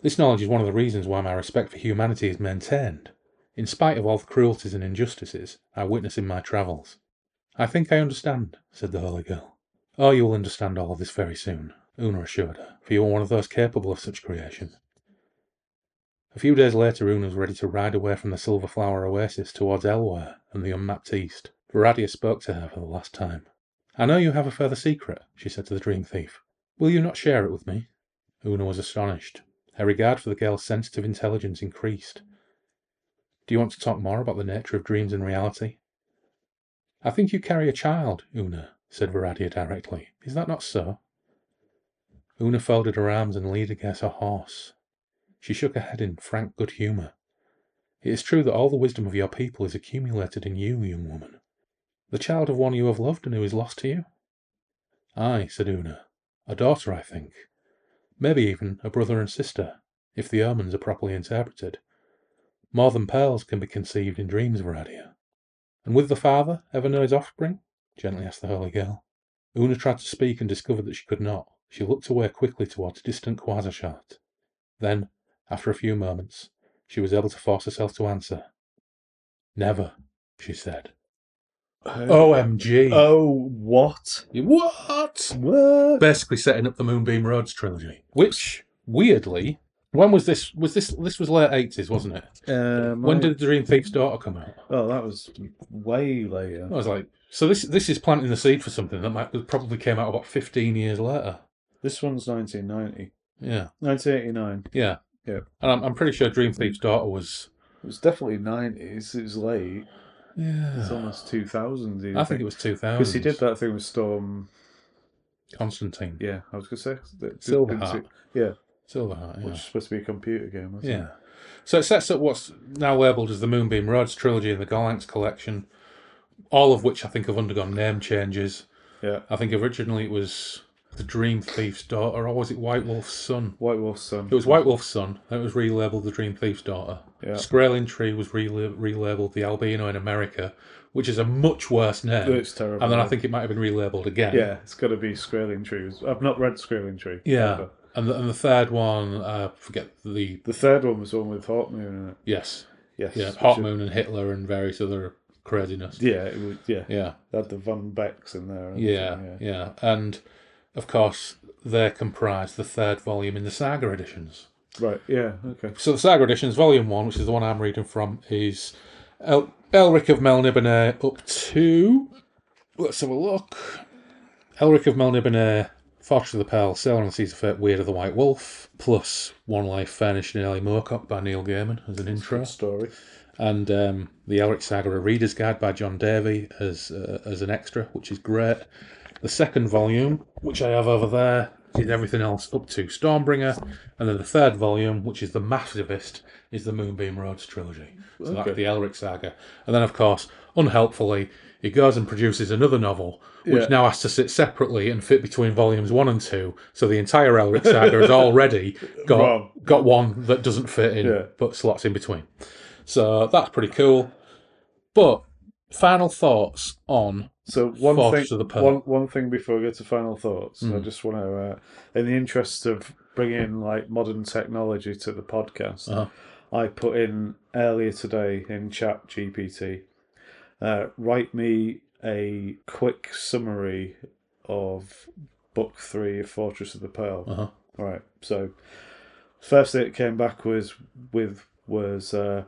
Speaker 1: This knowledge is one of the reasons why my respect for humanity is maintained, in spite of all the cruelties and injustices I witness in my travels. I think I understand, said the holy girl. Oh, you will understand all of this very soon, Una assured her, for you are one of those capable of such creation. A few days later, Una was ready to ride away from the Silver Flower Oasis towards Elware and the unmapped East. Varadia spoke to her for the last time. I know you have a further secret, she said to the dream thief. Will you not share it with me? Una was astonished. Her regard for the girl's sensitive intelligence increased. Do you want to talk more about the nature of dreams and reality? I think you carry a child, Una, said Varadia directly. Is that not so? Una folded her arms and leaned against her horse. She shook her head in frank good humour. It is true that all the wisdom of your people is accumulated in you, young woman. The child of one you have loved and who is lost to you? Ay, said Una. A daughter, I think. Maybe even a brother and sister, if the omens are properly interpreted. More than pearls can be conceived in dreams, Varadia. And with the father, ever know his offspring? gently asked the holy girl. Una tried to speak and discovered that she could not. She looked away quickly towards distant Quasarshart. Then, after a few moments, she was able to force herself to answer. Never, she said.
Speaker 2: Uh,
Speaker 1: OMG!
Speaker 2: Oh, what?
Speaker 1: What?
Speaker 2: What?
Speaker 1: Basically setting up the Moonbeam Roads trilogy. Which, weirdly, when was this? Was this, this was late 80s, wasn't it?
Speaker 2: Um,
Speaker 1: When did The Dream Thief's Daughter come out?
Speaker 2: Oh, that was way later.
Speaker 1: I was like, so this this is planting the seed for something that might that probably came out about fifteen years later.
Speaker 2: This one's 1990.
Speaker 1: Yeah,
Speaker 2: 1989.
Speaker 1: yeah,
Speaker 2: Yeah.
Speaker 1: And I'm, I'm pretty sure Dream Thief's daughter was.
Speaker 2: It was definitely 90s. It was late. It's
Speaker 1: Yeah,
Speaker 2: almost 2000.
Speaker 1: I think it was two thousand.
Speaker 2: Because he did that thing with Storm.
Speaker 1: Constantine
Speaker 2: Yeah, I was going to say. that-
Speaker 1: Silverheart.
Speaker 2: Yeah,
Speaker 1: Silverheart.
Speaker 2: which
Speaker 1: Yeah.
Speaker 2: is supposed to be a computer game, wasn't
Speaker 1: yeah. So it sets up what's now labelled as the Moonbeam Roads trilogy and the Galanx collection, all of which I think have undergone name changes.
Speaker 2: it? Yeah.
Speaker 1: I think originally it was the Dream Thief's daughter, or was it White Wolf's son?
Speaker 2: White Wolf's um, Son.
Speaker 1: It was White Wolf's son. Then it was relabeled The Dream Thief's Daughter.
Speaker 2: Yeah.
Speaker 1: Skrailing Tree was rela- relabeled The Albino in America, which is a much worse name.
Speaker 2: It's terrible.
Speaker 1: and then I think it might have been relabeled again.
Speaker 2: Yeah, it's got to be Skrelling Tree. I've not read Skrelling Tree.
Speaker 1: Yeah.
Speaker 2: ever.
Speaker 1: And the, and the third one, uh, forget the.
Speaker 2: The third one was the one with Hot Moon in it.
Speaker 1: Yes.
Speaker 2: Yes.
Speaker 1: Yeah.
Speaker 2: which
Speaker 1: Hot
Speaker 2: is-
Speaker 1: Moon and Hitler and various other craziness.
Speaker 2: Yeah, it was, yeah.
Speaker 1: Yeah.
Speaker 2: They had the Van Becks in there. and
Speaker 1: Yeah.
Speaker 2: everything,
Speaker 1: Yeah. And of course, they comprise the third volume in the Saga editions.
Speaker 2: Right, yeah, okay.
Speaker 1: So the Saga Editions, Volume 1, which is the one I'm reading from, is El- Elric of Melniboné up to. Let's have a look. Elric of Melniboné, Fortress of the Pearl, Sailor on the Seas of Fate, Weird of the White Wolf, plus One Life Furnished in Ellie Moorcock by Neil Gaiman as an intro,
Speaker 2: Story.
Speaker 1: and um, the Elric Saga A Reader's Guide by John Davey as, uh, as an extra, which is great. The second volume, which I have over there, is everything else up to Stormbringer, and then the third volume, which is the massivist, is the Moonbeam Roads trilogy. So that's the Elric saga, and then of course, unhelpfully, he goes and produces another novel, which
Speaker 2: Yeah.
Speaker 1: now has to sit separately and fit between volumes one and two. So the entire Elric saga has already got
Speaker 2: Wrong.
Speaker 1: got one that doesn't fit in,
Speaker 2: Yeah.
Speaker 1: but slots in between. So that's pretty cool. But final thoughts on
Speaker 2: So one
Speaker 1: Fortress
Speaker 2: thing,
Speaker 1: of the Hmm. Pearl.
Speaker 2: one one thing before we get to final thoughts, I just want to, uh, in the interest of bringing like modern technology to the podcast,
Speaker 1: Uh-huh.
Speaker 2: I put in earlier today in Chat GPT, uh, write me a quick summary of Book Three of Fortress of the Pearl.
Speaker 1: Uh-huh.
Speaker 2: Right. So, first thing it came back was with was uh,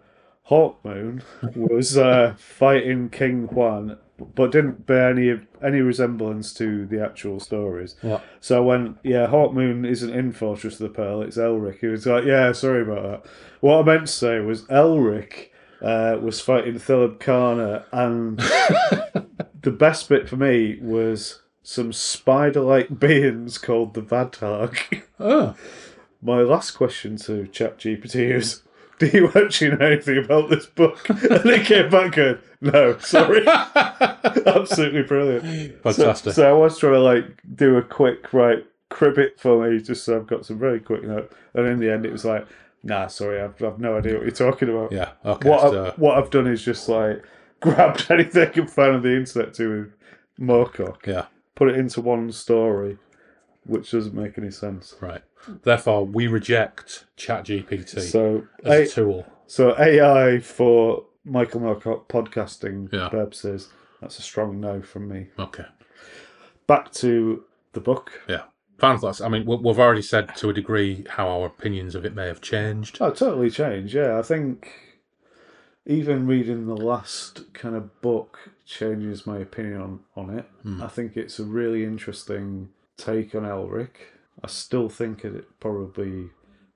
Speaker 2: Hawkmoon was uh, fighting King Juan, but didn't bear any any resemblance to the actual stories.
Speaker 1: what
Speaker 2: So when yeah, Hawkmoon isn't in Fortress of the Pearl, it's Elric. He was like, yeah, sorry about that. What I meant to say was Elric uh, was fighting Thalab Kana, and the best bit for me was some spider-like beings called the Vadhog.
Speaker 1: Oh,
Speaker 2: My last question to ChatGPT is, do you actually know anything about this book? And it came back good. No, sorry. Absolutely brilliant.
Speaker 1: fantastic.
Speaker 2: So I was trying to like do a quick right. crib it for me just so I've got some very quick note. And in the end, it was like, nah, sorry, I've, I've no idea what you're talking about.
Speaker 1: Yeah. uh, Okay.
Speaker 2: what,
Speaker 1: so,
Speaker 2: I've, what I've done is just like grabbed anything I can find on the internet to with Moorcock,
Speaker 1: yeah.
Speaker 2: put it into one story, which doesn't make any sense.
Speaker 1: Right. Therefore, we reject ChatGPT
Speaker 2: So,
Speaker 1: as
Speaker 2: I,
Speaker 1: a tool.
Speaker 2: so AI for Michael Moorcock podcasting
Speaker 1: Yeah.
Speaker 2: purposes, that's a strong no from me.
Speaker 1: Okay.
Speaker 2: Back to the book.
Speaker 1: Yeah. Final thoughts. I mean, we- we've already said to a degree how our opinions of it may have changed.
Speaker 2: Oh, totally changed. Yeah, I think even reading the last kind of book changes my opinion on, on it. I think it's a really interesting take on Elric. I still think it probably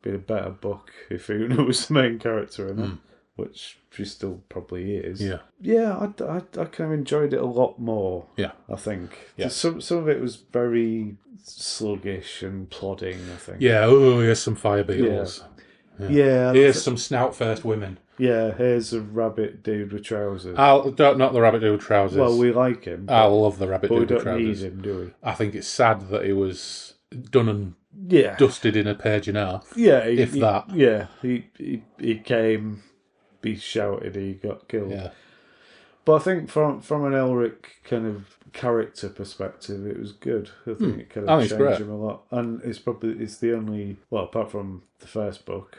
Speaker 2: be a better book if Una was the main character in it, which she still probably is.
Speaker 1: Yeah.
Speaker 2: Hmm. Yeah, I, I, I kind of enjoyed it a lot more.
Speaker 1: Yeah.
Speaker 2: I think
Speaker 1: Yeah.
Speaker 2: some some of it was very sluggish and plodding. I think.
Speaker 1: Yeah. Oh, here's some fire beetles.
Speaker 2: yeah,
Speaker 1: Here's some snout-faced women.
Speaker 2: Yeah, here's a rabbit dude with trousers.
Speaker 1: I'll don't not the rabbit doodle trousers.
Speaker 2: well, we like him, but
Speaker 1: I love the rabbit
Speaker 2: we
Speaker 1: doodle
Speaker 2: don't
Speaker 1: ah, trousers.
Speaker 2: need him, do
Speaker 1: I think it's sad that it was done and
Speaker 2: we? Yeah,
Speaker 1: dusted in a page and a half.
Speaker 2: yeah. He,
Speaker 1: if
Speaker 2: he-
Speaker 1: that.
Speaker 2: Yeah, he, he he came, he shouted, he got killed.
Speaker 1: Yeah.
Speaker 2: But I think from from an Elric kind of character perspective, it was good. I think it kind
Speaker 1: Hmm. I
Speaker 2: of
Speaker 1: think it's
Speaker 2: changed
Speaker 1: great.
Speaker 2: him a lot, and it's probably it's the only well apart from the first book,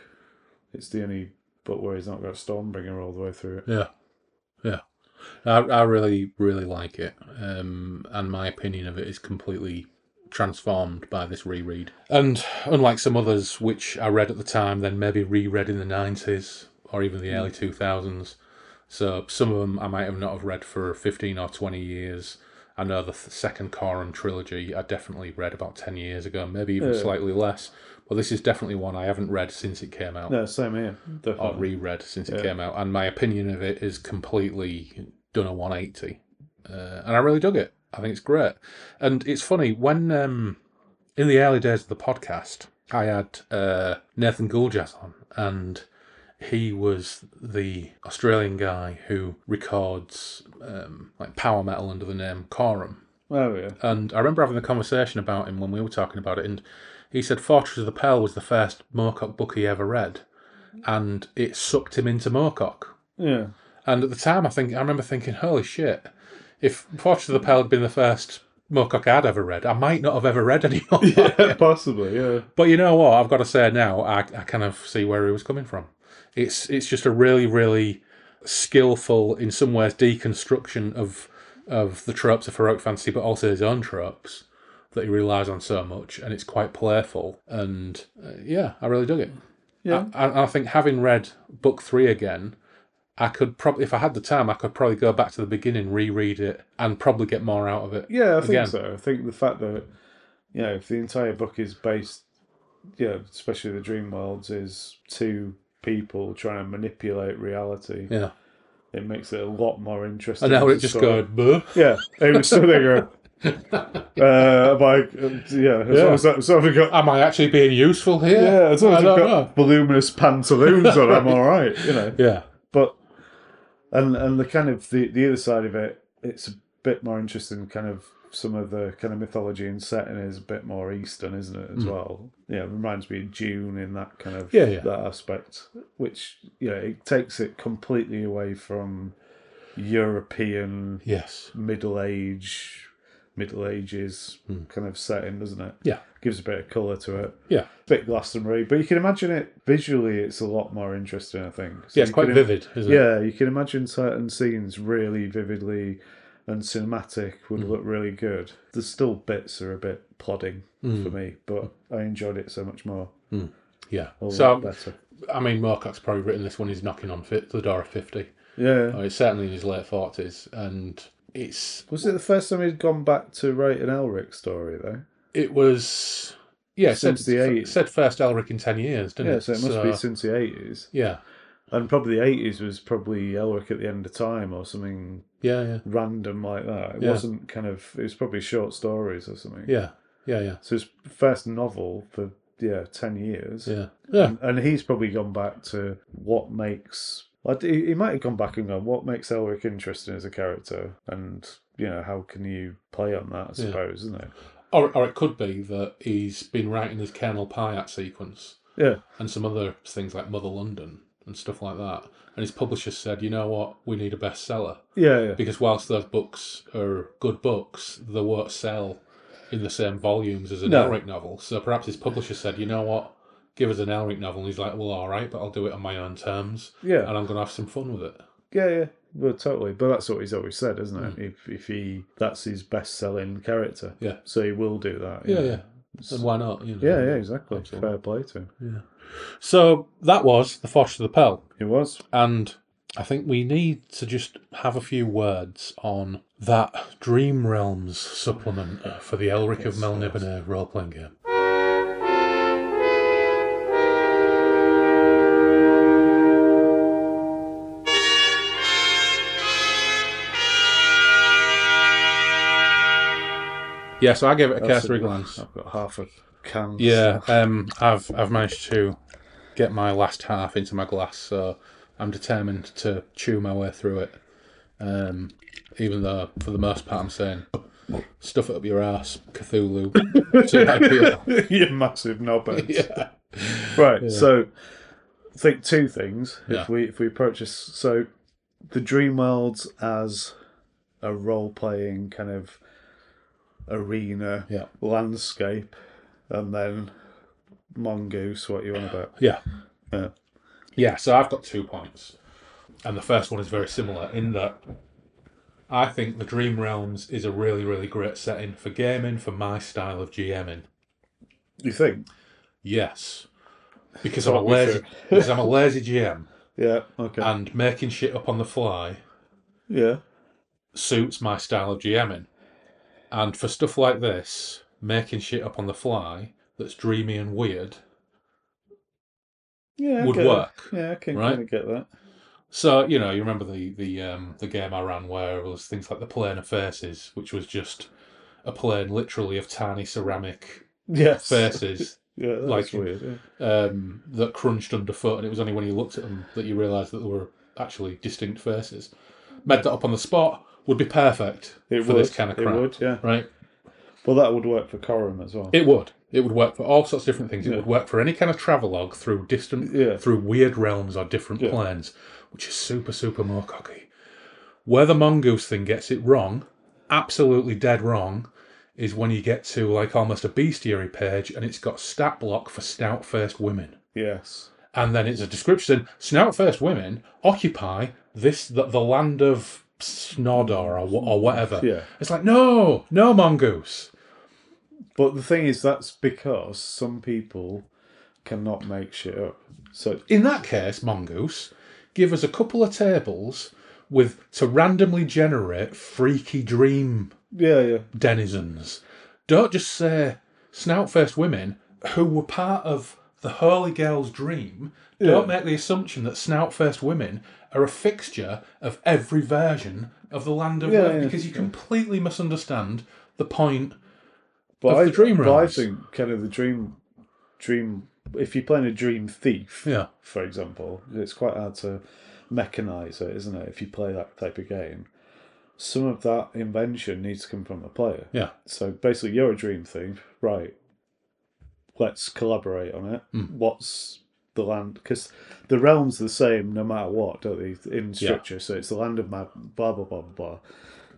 Speaker 2: it's the only book where he's not got Stormbringer all the way through it.
Speaker 1: Yeah, yeah. I, I really, really like it, um, and my opinion of it is completely transformed by this reread. And unlike some others which I read at the time, then maybe reread in the nineties or even
Speaker 2: Hmm.
Speaker 1: the early two thousands. So some of them I might have not have read for fifteen or twenty years. I know the th- second Coram trilogy I definitely read about ten years ago, maybe even
Speaker 2: Yeah.
Speaker 1: slightly less. But this is definitely one I haven't read since it came out
Speaker 2: No, same here.
Speaker 1: or
Speaker 2: Definitely.
Speaker 1: reread since it
Speaker 2: Yeah.
Speaker 1: came out, and my opinion of it is completely done a 180. Uh, and I really dug it. I think it's great. And it's funny, when um, in the early days of the podcast, I had uh, Nathan Gouljazz on, and he was the Australian guy who records um, like power metal under the name Corum.
Speaker 2: Oh yeah.
Speaker 1: And I remember having a conversation about him when we were talking about it, and he said Fortress of the Pearl was the first Moorcock book he ever read, and it sucked him into Moorcock.
Speaker 2: Yeah.
Speaker 1: And at the time, I think I remember thinking, "Holy shit! If Fortress of the Pearl had been the first Moorcock I'd ever read, I might not have ever read any more."
Speaker 2: Possibly, yeah.
Speaker 1: But you know what? I've got to say now, I, I kind of see where he was coming from. It's it's just a really really skillful, in some ways, deconstruction of of the tropes of heroic fantasy, but also his own tropes that he relies on so much, and it's quite playful. And uh, yeah, I really dug it.
Speaker 2: Yeah.
Speaker 1: I, I- I think having read book three again. I could probably, if I had the time, I could probably go back to the beginning, reread it, and probably get more out of it.
Speaker 2: Yeah, I think
Speaker 1: Again.
Speaker 2: so. I think the fact that you know, if the entire book is based, yeah, especially the dream worlds, is two people trying to manipulate reality,
Speaker 1: Yeah.
Speaker 2: it makes it a lot more interesting.
Speaker 1: And now it
Speaker 2: to
Speaker 1: just
Speaker 2: sort of-
Speaker 1: goes, "Buh."
Speaker 2: yeah, it was something. Uh, uh, am I, um, yeah, as long as, I, as long as I've got,
Speaker 1: am I actually being useful here?
Speaker 2: yeah, as long
Speaker 1: I
Speaker 2: as I've
Speaker 1: don't
Speaker 2: got voluminous pantaloons on, I'm all right, you know.
Speaker 1: know. Yeah.
Speaker 2: but and and the kind of the, the other side of it it's a bit more interesting kind of some of the kind of mythology and setting is a bit more eastern isn't it as well yeah it reminds me of june in that kind of
Speaker 1: Mm. Yeah, yeah.
Speaker 2: that aspect which you know it takes it completely away from european
Speaker 1: Yes.
Speaker 2: middle age middle ages
Speaker 1: Hmm.
Speaker 2: kind of setting doesn't it
Speaker 1: Yeah.
Speaker 2: gives a bit of color to it
Speaker 1: Yeah.
Speaker 2: bit glastonbury but you can imagine it visually it's a lot more interesting i think So
Speaker 1: Yeah, it's
Speaker 2: you
Speaker 1: quite
Speaker 2: can im-
Speaker 1: vivid, isn't it?
Speaker 2: yeah, you can imagine certain scenes really vividly and cinematic would
Speaker 1: Mm.
Speaker 2: look really good. There's still bits that are a bit plodding
Speaker 1: Mm.
Speaker 2: for me, but I enjoyed it so much more.
Speaker 1: Yeah.
Speaker 2: A lot
Speaker 1: So, um,
Speaker 2: better.
Speaker 1: I mean, Moorcock's probably written this one. He's knocking on fit, the door of 50.
Speaker 2: Yeah.
Speaker 1: Or he's certainly in his late 40s. And it's,
Speaker 2: Was it the first time he'd gone back to write an Elric story though?
Speaker 1: it was, yeah, it
Speaker 2: Since
Speaker 1: said,
Speaker 2: the 80s.
Speaker 1: said first Elric in 10 years, didn't
Speaker 2: Yeah,
Speaker 1: it?
Speaker 2: so it must be since the eighties.
Speaker 1: Yeah.
Speaker 2: And probably the eighties was probably Elric at the end of time or something
Speaker 1: Yeah, yeah.
Speaker 2: random like that. It
Speaker 1: Yeah.
Speaker 2: wasn't kind of it was probably short stories or something.
Speaker 1: Yeah. Yeah, yeah.
Speaker 2: So his first novel for yeah, ten years.
Speaker 1: Yeah. Yeah.
Speaker 2: and he's probably gone back to what makes. I d- He might have gone back and gone, what makes Elric interesting as a character, and you know how can you play on that? I suppose, isn't it?
Speaker 1: Or, or it could be that he's been writing his Colonel Pyatt sequence
Speaker 2: Yeah.
Speaker 1: and some other things like Mother London and stuff like that. And his publisher said, you know what, we need a bestseller.
Speaker 2: Yeah, yeah.
Speaker 1: Because whilst those books are good books, they won't sell in the same volumes as an
Speaker 2: No.
Speaker 1: Elric novel. So perhaps his publisher said, you know what, give us an Elric novel. And he's like, well, all right, but I'll do it on my own terms
Speaker 2: Yeah.
Speaker 1: and I'm going to have some fun with it.
Speaker 2: Yeah, yeah, well, totally. But that's what he's always said, isn't it? If if he that's his best selling character,
Speaker 1: Mm. Yeah.
Speaker 2: so he will do that.
Speaker 1: Yeah, yeah. And why not? You know?
Speaker 2: yeah, yeah, exactly.
Speaker 1: Absolutely.
Speaker 2: Fair play to him.
Speaker 1: So that was The Fosh of the Pell.
Speaker 2: He was.
Speaker 1: And I think we need to just have a few words on that Dream Realms supplement for the Elric of Melniboné role playing game. Yeah, so I gave it a cursory glance.
Speaker 2: I've got half a can.
Speaker 1: Yeah, um, I've I've managed to get my last half into my glass, so I'm determined to chew my way through it. Um, even though for the most part I'm saying stuff it up your ass, Cthulhu. to IPL.
Speaker 2: you massive knobheads.
Speaker 1: yeah.
Speaker 2: Right. So, think two things.
Speaker 1: Yeah.
Speaker 2: If we if we approach this, so the dream worlds as a role playing kind of arena
Speaker 1: Yeah.
Speaker 2: landscape, and then mongoose. What you on about?
Speaker 1: Yeah.
Speaker 2: Yeah.
Speaker 1: Yeah, so I've got two points. And the first one is very similar in that I think the Dream Realms is a really, really great setting for gaming, for my style of GMing.
Speaker 2: You think?
Speaker 1: Yes. Because I'm a
Speaker 2: Thought we
Speaker 1: lazy
Speaker 2: should.
Speaker 1: because I'm a lazy GM.
Speaker 2: Yeah. Okay.
Speaker 1: and making shit up on the fly
Speaker 2: yeah.
Speaker 1: suits my style of GMing. And for stuff like this, making shit up on the fly that's dreamy and weird.
Speaker 2: Yeah. I
Speaker 1: would
Speaker 2: get that.
Speaker 1: work,
Speaker 2: Yeah, I can
Speaker 1: right?
Speaker 2: kind of get that.
Speaker 1: So you know, you remember the the um, the game I ran where it was things like the plane of faces, which was just a plane literally of tiny ceramic
Speaker 2: Yes.
Speaker 1: faces
Speaker 2: Yeah.
Speaker 1: Like-
Speaker 2: That's weird. Yeah.
Speaker 1: um, that crunched underfoot, and it was only when you looked at them that you realised that they were actually distinct faces. Made that up on the spot would be perfect
Speaker 2: It
Speaker 1: for
Speaker 2: would.
Speaker 1: this kind of crap,
Speaker 2: it would. Yeah.
Speaker 1: right?
Speaker 2: Well, that would work for Corum as well.
Speaker 1: It would. It would work for all sorts of different things. It
Speaker 2: Yeah.
Speaker 1: would work for any kind of travelogue through distant,
Speaker 2: Yeah.
Speaker 1: through weird realms or different
Speaker 2: Yeah.
Speaker 1: planes, which is super, super mococky. Where the mongoose thing gets it wrong, absolutely dead wrong, is when you get to like almost a bestiary page and it's got stat block for stout faced women.
Speaker 2: yes.
Speaker 1: And then it's a description snout faced women occupy this, the, the land of Snodor or, wha- or whatever.
Speaker 2: Yeah.
Speaker 1: It's like, no, no mongoose.
Speaker 2: But the thing is, that's because some people cannot make shit up. So
Speaker 1: In that case, Mongoose, give us a couple of tables with to randomly generate freaky dream
Speaker 2: yeah, yeah,
Speaker 1: denizens. Don't just say snout faced women who were part of the Holy Girl's dream. Don't make the assumption that snout faced women are a fixture of every version of the land of
Speaker 2: Yeah,
Speaker 1: Wave
Speaker 2: yeah,
Speaker 1: because you completely misunderstand the point.
Speaker 2: but
Speaker 1: Of
Speaker 2: I,
Speaker 1: the dream
Speaker 2: but I
Speaker 1: realms.
Speaker 2: think kind of the dream, dream. If you're playing a dream thief,
Speaker 1: Yeah.
Speaker 2: for example, it's quite hard to mechanize it, isn't it? If you play that type of game, some of that invention needs to come from the player.
Speaker 1: Yeah.
Speaker 2: So basically, you're a dream thief, right? Let's collaborate on it.
Speaker 1: Hmm.
Speaker 2: What's the land? Because the realms are the same no matter what, don't they? In structure, so it's the land of mad, blah blah blah blah.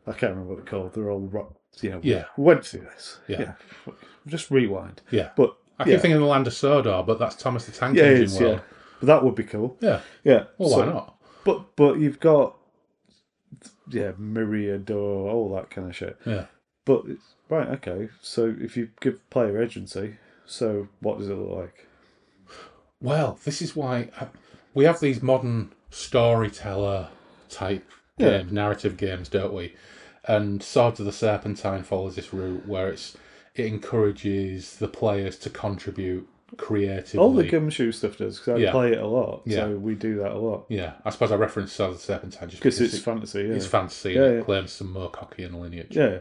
Speaker 2: I can't remember what they're called. They're all rock. You know,
Speaker 1: Yeah.
Speaker 2: we went through this.
Speaker 1: Yeah.
Speaker 2: just rewind.
Speaker 1: Yeah.
Speaker 2: But
Speaker 1: I
Speaker 2: yeah,
Speaker 1: keep thinking of the land of Sodor, but that's Thomas the Tank
Speaker 2: yeah, it
Speaker 1: Engine
Speaker 2: is, yeah.
Speaker 1: world.
Speaker 2: But that would be cool.
Speaker 1: Yeah.
Speaker 2: Yeah.
Speaker 1: Well,
Speaker 2: so-
Speaker 1: why not?
Speaker 2: But but you've got yeah, Miriador, all that kind of shit.
Speaker 1: Yeah.
Speaker 2: But it's, right, okay. So if you give player agency, so what does it look like?
Speaker 1: Well, this is why I, we have these modern storyteller type
Speaker 2: Yeah.
Speaker 1: games, narrative games, don't we? And Swords of the Serpentine follows this route where it's it encourages the players to contribute creatively.
Speaker 2: All the Gumshoe stuff does because I
Speaker 1: Yeah.
Speaker 2: play it a lot,
Speaker 1: Yeah.
Speaker 2: so we do that a lot
Speaker 1: yeah, I suppose I referenced Swords of the Serpentine just
Speaker 2: because
Speaker 1: because
Speaker 2: it's
Speaker 1: it-
Speaker 2: fantasy. Yeah.
Speaker 1: it's fancy
Speaker 2: Yeah,
Speaker 1: and
Speaker 2: yeah.
Speaker 1: it claims some more cocky and lineage.
Speaker 2: yeah,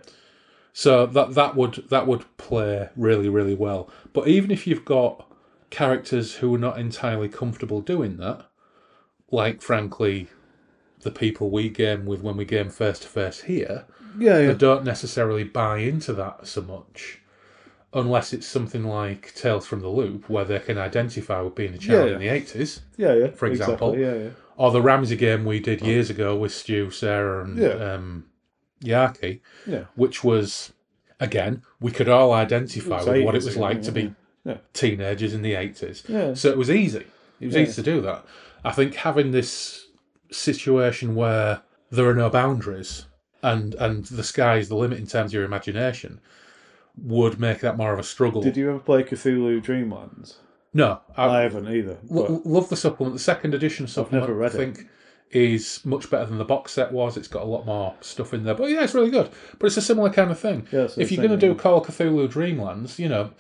Speaker 1: So that that would that would play really really well. But even if you've got characters who are not entirely comfortable doing that, like frankly, the people we game with when we game face to face here,
Speaker 2: yeah,
Speaker 1: they
Speaker 2: yeah.
Speaker 1: don't necessarily buy into that so much. unless it's something like Tales from the Loop, where they can identify with being a child
Speaker 2: Yeah,
Speaker 1: in the eighties,
Speaker 2: Yeah, yeah.
Speaker 1: For example.
Speaker 2: Exactly. Yeah, yeah.
Speaker 1: or Oh, the Ramsey game we did years ago with Stu, Sarah, and
Speaker 2: Oh. Yeah.
Speaker 1: um, Yaki,
Speaker 2: Yeah.
Speaker 1: which was again we could all identify
Speaker 2: It was
Speaker 1: with what it
Speaker 2: 80s
Speaker 1: was
Speaker 2: again,
Speaker 1: like
Speaker 2: yeah,
Speaker 1: to be
Speaker 2: yeah.
Speaker 1: teenagers in the eighties.
Speaker 2: Yeah.
Speaker 1: So it was easy. It was
Speaker 2: Yeah.
Speaker 1: easy to do that. I think having this situation where there are no boundaries and and the sky is the limit in terms of your imagination would make that more of a struggle.
Speaker 2: Did you ever play Cthulhu Dreamlands?
Speaker 1: No, I,
Speaker 2: I haven't either.
Speaker 1: lo-
Speaker 2: but-
Speaker 1: love the supplement. The second edition supplement,
Speaker 2: never read
Speaker 1: I
Speaker 2: it.
Speaker 1: think, is much better than the box set was. It's got a lot more stuff in there, but yeah, it's really good. But it's a similar kind of thing.
Speaker 2: Yeah, so
Speaker 1: if you're
Speaker 2: same,
Speaker 1: going to do
Speaker 2: yeah.
Speaker 1: Call of Cthulhu Dreamlands, you know,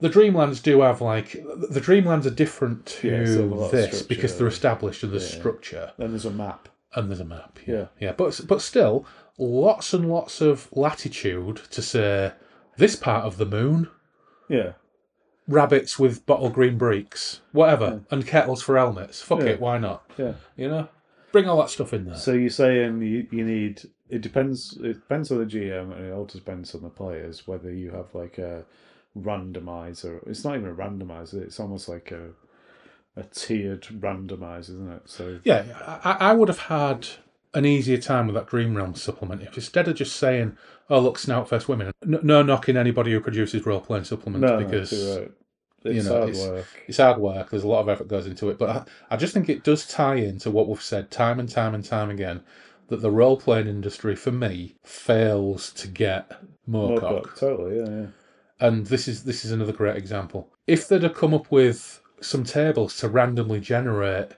Speaker 1: the Dreamlands do have like the Dreamlands are different to
Speaker 2: Yeah, so a lot of
Speaker 1: this
Speaker 2: structure.
Speaker 1: because they're established and there's structure
Speaker 2: Then there's a map.
Speaker 1: and there's a map.
Speaker 2: Yeah.
Speaker 1: yeah, but but still, lots and lots of latitude to say this part of the moon
Speaker 2: Yeah.
Speaker 1: rabbits with bottle green breeks, whatever, and kettles for helmets. Fuck
Speaker 2: Yeah.
Speaker 1: it, why not?
Speaker 2: Yeah.
Speaker 1: You know, bring all that stuff in there.
Speaker 2: So you're saying you, you need it depends it depends on the GM and it also depends on the players whether you have like a randomizer. It's not even a randomizer. It's almost like a a tiered randomizer, isn't it? So
Speaker 1: Yeah, I, I would have had an easier time with that Dream Realm supplement if instead of just saying, "Oh, look, snout-faced women," no, no knocking anybody who produces role-playing supplements
Speaker 2: no,
Speaker 1: because
Speaker 2: no, you're right. it's
Speaker 1: know,
Speaker 2: hard
Speaker 1: it's-
Speaker 2: work.
Speaker 1: it's hard work. There's a lot of effort goes into it, but I, I just think it does tie into what we've said time and time and time again that the role-playing industry, for me, fails to get more
Speaker 2: Hard
Speaker 1: cock.
Speaker 2: work, Totally, yeah, yeah.
Speaker 1: and this is this is another great example. If they'd have come up with some tables to randomly generate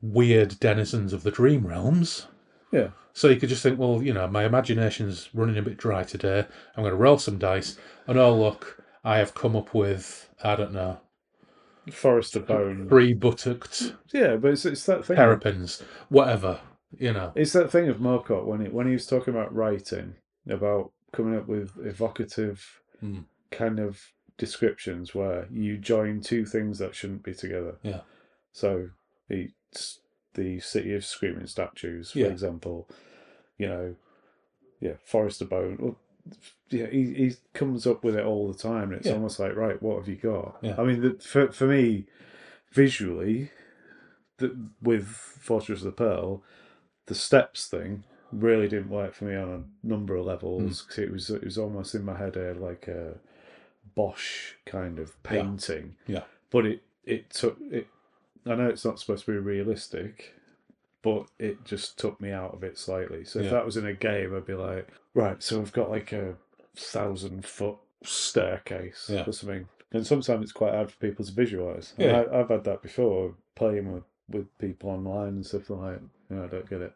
Speaker 1: weird denizens of the dream realms,
Speaker 2: Yeah.
Speaker 1: so you could just think, well, you know, my imagination's running a bit dry today. I'm going to roll some dice, and oh look, I have come up with I don't know
Speaker 2: Forest of Bone.
Speaker 1: three buttocked
Speaker 2: Yeah, but it's, it's that thing.
Speaker 1: terrapins, whatever, you know.
Speaker 2: It's that thing of Marcotte when he when he was talking about writing, about coming up with evocative
Speaker 1: Mm.
Speaker 2: kind of descriptions where you join two things that shouldn't be together.
Speaker 1: Yeah.
Speaker 2: So it's the city of screaming statues, for
Speaker 1: Yeah.
Speaker 2: example. You know, yeah, Forest of Bone. Well, yeah, he he comes up with it all the time. It's
Speaker 1: Yeah.
Speaker 2: almost like, right, what have you got?
Speaker 1: Yeah.
Speaker 2: I mean, the, for for me, visually, the, with Fortress of the Pearl, the steps thing really didn't work for me on a number of levels
Speaker 1: Hmm.
Speaker 2: because it was it was almost in my head a, like a Bosch kind of painting.
Speaker 1: Yeah.
Speaker 2: But it it took it. I know it's not supposed to be realistic, but it just took me out of it slightly. So
Speaker 1: Yeah.
Speaker 2: if that was in a game, I'd be like, right. So I've got like a thousand foot staircase
Speaker 1: Yeah.
Speaker 2: or something. And sometimes it's quite hard for people to visualize.
Speaker 1: Yeah.
Speaker 2: I, I've had that before playing with, with people online and stuff like. No, I don't get it.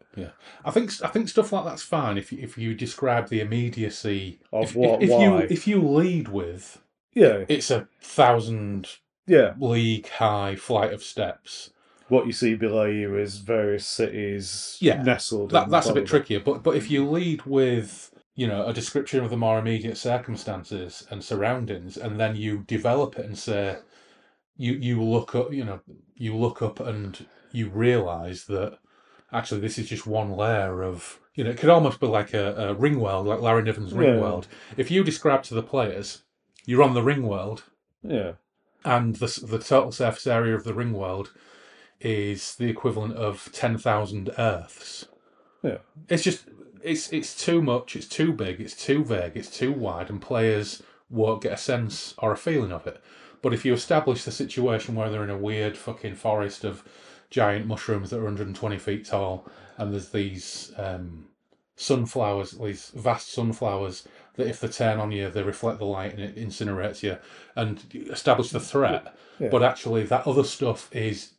Speaker 1: I think I think stuff like that's fine if you, if you describe the immediacy
Speaker 2: Of
Speaker 1: if,
Speaker 2: what?
Speaker 1: If, if you
Speaker 2: why?
Speaker 1: if you lead with
Speaker 2: yeah,
Speaker 1: it's a thousand
Speaker 2: yeah.
Speaker 1: league high flight of steps.
Speaker 2: What you see below you is various cities
Speaker 1: Yeah.
Speaker 2: nestled.
Speaker 1: That,
Speaker 2: in
Speaker 1: that's a bit
Speaker 2: blah, blah,
Speaker 1: trickier, but but if you lead with you know a description of the more immediate circumstances and surroundings, and then you develop it and say you you look up you know you look up and you realise that actually this is just one layer of you know it could almost be like a, a ring world like Larry Niven's ring
Speaker 2: Yeah.
Speaker 1: world. If you describe to the players you're on the ring world,
Speaker 2: blah. Yeah,
Speaker 1: and the s- the total surface area of the ring world is the equivalent of ten thousand Earths.
Speaker 2: Yeah.
Speaker 1: it's just it's it's too much. It's too big. It's too vague. It's too wide, and players won't get a sense or a feeling of it. But if you establish the situation where they're in a weird fucking forest of giant mushrooms that are 120 feet tall, and there's these um, sunflowers, these vast sunflowers that if they turn on you, they reflect the light and it incinerates you, and establish the threat.
Speaker 2: Yeah.
Speaker 1: But actually, that other stuff is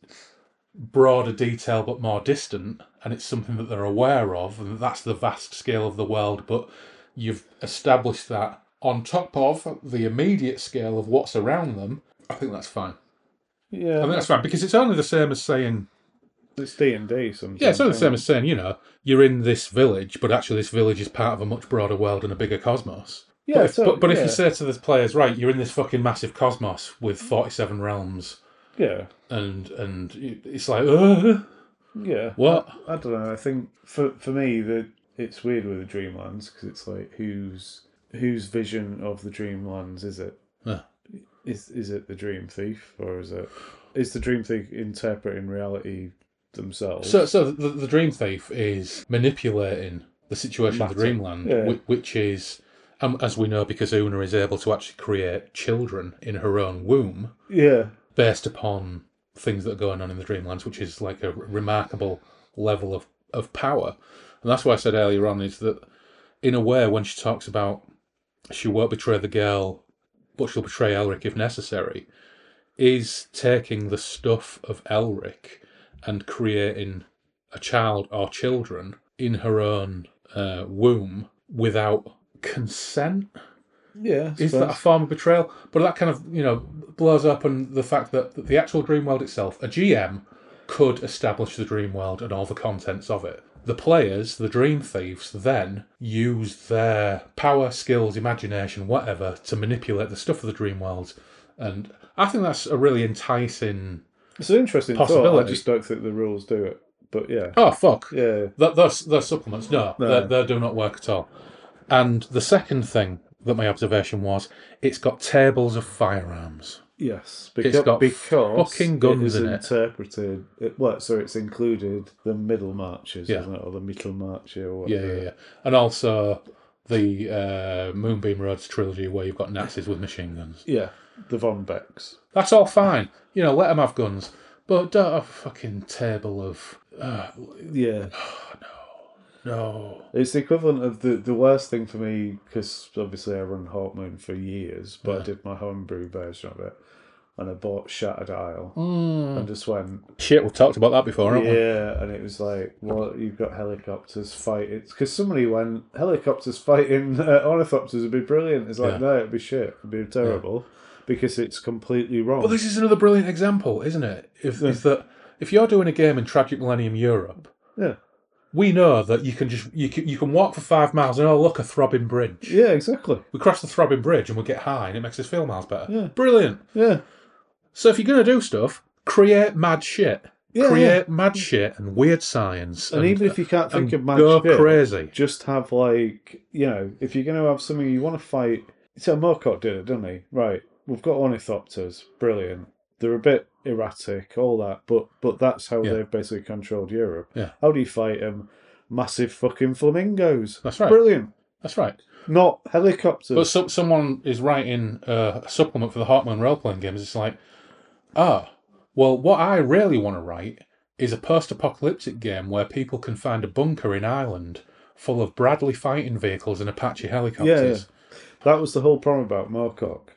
Speaker 1: broader detail but more distant, and it's something that they're aware of, and that's the vast scale of the world. But you've established that on top of the immediate scale of what's around them. I think that's fine. I
Speaker 2: yeah.
Speaker 1: think that's fine because it's only the same as saying
Speaker 2: It's D and D sometimes.
Speaker 1: yeah, it's not the
Speaker 2: isn't
Speaker 1: same as saying, you know, you're in this village, but actually this village is part of a much broader world and a bigger cosmos.
Speaker 2: Yeah,
Speaker 1: but if,
Speaker 2: so-
Speaker 1: but, but if
Speaker 2: yeah.
Speaker 1: you say to the players, right, you're in this fucking massive cosmos with 47 realms,
Speaker 2: it? Yeah,
Speaker 1: and and it's like, uh,
Speaker 2: yeah.
Speaker 1: what?
Speaker 2: I don't know. I think for for me that it's weird with the Dreamlands because it's like whose whose vision of the Dreamlands is it?
Speaker 1: Ah.
Speaker 2: Is is it the dream thief or is it is the dream thief interpreting reality themselves?
Speaker 1: So, so the, the dream thief is manipulating the situation of the
Speaker 2: Matter.
Speaker 1: dreamland,
Speaker 2: Yeah.
Speaker 1: which, which is, um, as we know, because Una is able to actually create children in her own womb
Speaker 2: yeah,
Speaker 1: based upon things that are going on in the dreamlands, which is like a r- remarkable level of, of power. And that's why I said earlier on is that, in a way, when she talks about she won't betray the girl, but she'll betray Elric if necessary, is taking the stuff of Elric and creating a child or children in her own uh, womb without consent
Speaker 2: yeah. I
Speaker 1: is that a
Speaker 2: suppose.
Speaker 1: form of betrayal? But that kind of you know blows up on the fact that that the actual dream world itself, a GM could establish the dream world and all the contents of it. The players, the dream thieves, then use their power, skills, imagination, whatever, to manipulate the stuff of the dream world. And I think that's a really enticing.
Speaker 2: it's an interesting thought. I
Speaker 1: possibility?
Speaker 2: just don't think the rules do it. But yeah,
Speaker 1: Oh fuck!
Speaker 2: yeah,
Speaker 1: Th- those, those supplements, no,
Speaker 2: No.
Speaker 1: They, they do not work at all. And the second thing that my observation was, it's got tables of firearms.
Speaker 2: yes. Because,
Speaker 1: got
Speaker 2: because
Speaker 1: fucking guns
Speaker 2: it is
Speaker 1: in it.
Speaker 2: interpreted. It, well, so it's included the middle marches,
Speaker 1: Yeah.
Speaker 2: isn't it, or the middle march or
Speaker 1: Yeah,
Speaker 2: whatever.
Speaker 1: yeah, yeah. And also the uh, Moonbeam Roads trilogy where you've got Nazis with machine guns.
Speaker 2: yeah. The Von Becks.
Speaker 1: That's all fine. You know, let them have guns. But don't have a fucking table of. Uh,
Speaker 2: Yeah,
Speaker 1: no.
Speaker 2: It's the equivalent of the, the worst thing for me because obviously I run Hawkmoon for years, but I did my homebrew version of it, and I bought Shattered Isle
Speaker 1: Mm.
Speaker 2: and just went
Speaker 1: Shit, we've talked about that before, haven't we?
Speaker 2: yeah, and it was like well you've got helicopters fight it because somebody went helicopters fighting uh, ornithopters would be brilliant. It's like
Speaker 1: Yeah.
Speaker 2: no, it'd be shit, it'd be terrible because it's completely wrong.
Speaker 1: Well, this is another brilliant example, isn't it? If, Is that if you're doing a game in Tragic Millennium Europe,
Speaker 2: Yeah.
Speaker 1: we know that you can just you can, you can walk for five miles and oh look a throbbing bridge.
Speaker 2: yeah, exactly.
Speaker 1: We cross the throbbing bridge and we get high and it makes us feel miles better.
Speaker 2: Yeah.
Speaker 1: Brilliant.
Speaker 2: Yeah,
Speaker 1: So if you're gonna do stuff, create mad shit.
Speaker 2: yeah,
Speaker 1: create
Speaker 2: yeah.
Speaker 1: mad shit and weird science,
Speaker 2: And even if you can't think
Speaker 1: and
Speaker 2: of magic,
Speaker 1: go crazy.
Speaker 2: just have like you know if you're going to have something you want to fight so Mocock did it didn't he right we've got ornithopters brilliant they're a bit erratic all that but but that's how
Speaker 1: Yeah.
Speaker 2: they've basically controlled Europe
Speaker 1: Yeah.
Speaker 2: how do you fight them massive fucking flamingos
Speaker 1: That's right.
Speaker 2: brilliant
Speaker 1: That's right.
Speaker 2: not helicopters
Speaker 1: But so, someone is writing uh, a supplement for the Hartman role playing games. It's like, ah, well, what I really want to write is a post apocalyptic game where people can find a bunker in Ireland full of Bradley fighting vehicles and Apache helicopters.
Speaker 2: That was the whole problem about Moorcock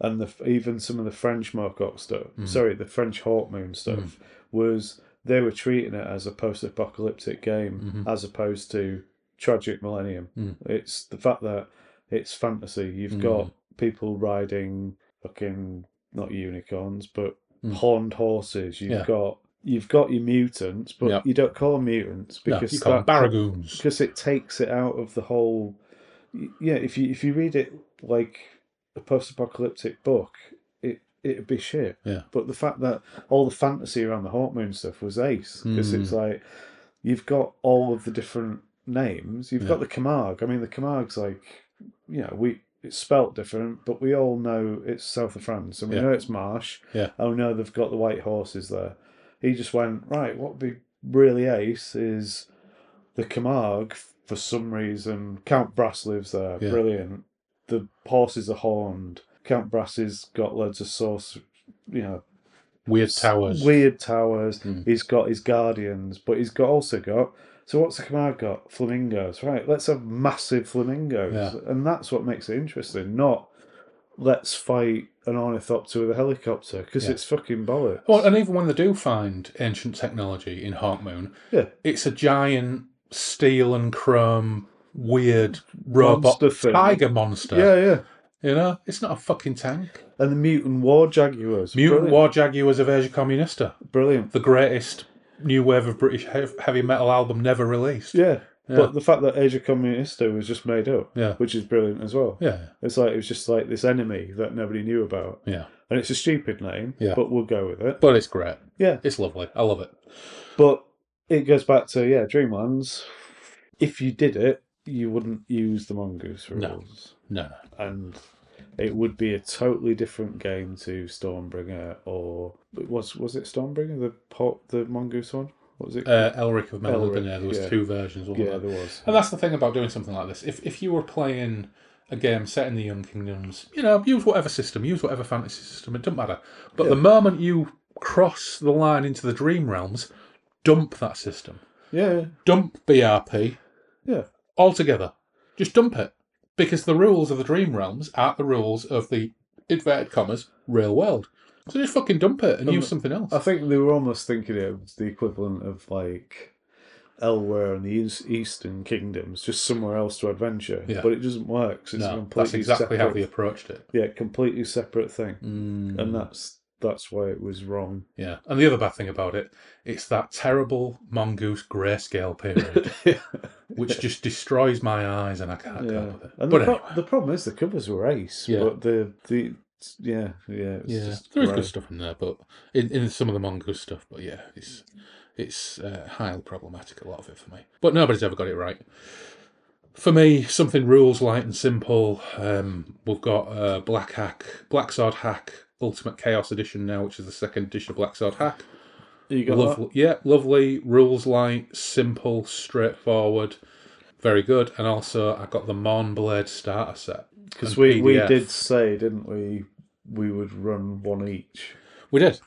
Speaker 2: and the, even some of the French Moorcock stuff.
Speaker 1: Mm.
Speaker 2: Sorry, the French Hawkmoon stuff was they were treating it as a post-apocalyptic game as opposed to Tragic Millennium.
Speaker 1: Mm-hmm. Mm.
Speaker 2: It's the fact that it's fantasy. You've
Speaker 1: Mm.
Speaker 2: got people riding fucking not unicorns, but
Speaker 1: Mm.
Speaker 2: horned horses. You've
Speaker 1: Yeah.
Speaker 2: got you've got your mutants, but
Speaker 1: Yeah.
Speaker 2: you don't call them mutants
Speaker 1: No,
Speaker 2: because
Speaker 1: you call them
Speaker 2: that-
Speaker 1: barragoons.
Speaker 2: because it takes it out of the whole yeah if you if you read it like a post-apocalyptic book it it'd be shit
Speaker 1: Yeah.
Speaker 2: but the fact that all the fantasy around the hawkmoon stuff was ace because
Speaker 1: Mm.
Speaker 2: it's like you've got all of the different names you've got the camargue i mean the camargue's like you know we it's spelt different but we all know it's south of france and we
Speaker 1: Yeah.
Speaker 2: know it's marsh
Speaker 1: Yeah.
Speaker 2: oh no they've got the white horses there he just went right what would be really ace is the Camargue, for some reason, Count Brass lives there.
Speaker 1: Yeah.
Speaker 2: Brilliant. The horses are horned. Count Brass's got loads of source, you know,
Speaker 1: Weird towers.
Speaker 2: weird towers.
Speaker 1: Mm.
Speaker 2: He's got his guardians, but he's got also got. So what's the Camargue got? Flamingos, right? Let's have massive flamingos,
Speaker 1: Yeah.
Speaker 2: and that's what makes it interesting. Not let's fight an ornithopter with a helicopter because
Speaker 1: Yeah.
Speaker 2: it's fucking bollocks.
Speaker 1: Well, and even when they do find ancient technology in Hawkmoon,
Speaker 2: Yeah.
Speaker 1: it's a giant steel and chrome weird robot
Speaker 2: Monster thing.
Speaker 1: tiger monster.
Speaker 2: yeah, yeah.
Speaker 1: You know, it's not a fucking tank.
Speaker 2: And the mutant war jaguars.
Speaker 1: Mutant
Speaker 2: brilliant.
Speaker 1: War Jaguars of Asia Communista,
Speaker 2: Brilliant.
Speaker 1: the greatest new wave of British he- heavy metal album never released.
Speaker 2: Yeah.
Speaker 1: Yeah.
Speaker 2: But the fact that Asia Communista was just made up,
Speaker 1: Yeah.
Speaker 2: which is brilliant as well.
Speaker 1: yeah,
Speaker 2: It's like it was just like this enemy that nobody knew about,
Speaker 1: yeah.
Speaker 2: and it's a stupid name,
Speaker 1: Yeah.
Speaker 2: but we'll go with it.
Speaker 1: But it's great.
Speaker 2: Yeah,
Speaker 1: It's lovely. I love it.
Speaker 2: but it goes back to yeah, Dreamlands. If you did it, you wouldn't use the mongoose
Speaker 1: No.
Speaker 2: rules,
Speaker 1: No, no.
Speaker 2: and it would be a totally different game to Stormbringer or was was it Stormbringer the pop the mongoose one? What was it?
Speaker 1: Uh, Elric of Metal
Speaker 2: Elric,
Speaker 1: There was
Speaker 2: yeah.
Speaker 1: two versions. Wasn't
Speaker 2: yeah,
Speaker 1: there?
Speaker 2: there was.
Speaker 1: And that's the thing about doing something like this. If if you were playing a game set in the Young Kingdoms, you know, use whatever system, use whatever fantasy system, it doesn't matter. But the moment you cross the line into the Dream Realms, dump that system.
Speaker 2: Yeah,
Speaker 1: Dump BRP
Speaker 2: yeah,
Speaker 1: altogether. Just dump it. Because the rules of the Dream Realms are the rules of the inverted commas real world. So just fucking dump it and
Speaker 2: Um,
Speaker 1: use something else.
Speaker 2: I think they were almost thinking it was the equivalent of like Elware and the Eas- Eastern Kingdoms, just somewhere else to adventure.
Speaker 1: Yeah.
Speaker 2: But it doesn't work. 'cause it's a
Speaker 1: no,
Speaker 2: completely
Speaker 1: that's exactly
Speaker 2: separate,
Speaker 1: how they approached it.
Speaker 2: yeah, completely separate thing,
Speaker 1: Mm.
Speaker 2: and that's that's why it was wrong.
Speaker 1: Yeah, and the other bad thing about it, it's that terrible mongoose grayscale period,
Speaker 2: yeah,
Speaker 1: which just destroys my eyes, and I can't cope
Speaker 2: and
Speaker 1: with it.
Speaker 2: the,
Speaker 1: but
Speaker 2: pro-
Speaker 1: anyway,
Speaker 2: the problem is the covers were ace,
Speaker 1: Yeah.
Speaker 2: but the the yeah yeah it was
Speaker 1: yeah,
Speaker 2: just
Speaker 1: there is good
Speaker 2: gross.
Speaker 1: stuff in there, but in, in some of the mongoose stuff, but yeah, it's it's uh, highly problematic. A lot of it for me, but nobody's ever got it right. For me, something rules light and simple. Um, we've got uh, Black Hack, Black Sword Hack, Ultimate Chaos Edition now, which is the second edition of Black Sword Hack.
Speaker 2: You got that?
Speaker 1: Lovely, yeah, lovely. Rules light, simple, straightforward, very good. And also, I got the Mon Blade starter set
Speaker 2: Because
Speaker 1: and
Speaker 2: we, we
Speaker 1: PDF.
Speaker 2: did say, didn't we, we would run one each.
Speaker 1: We did.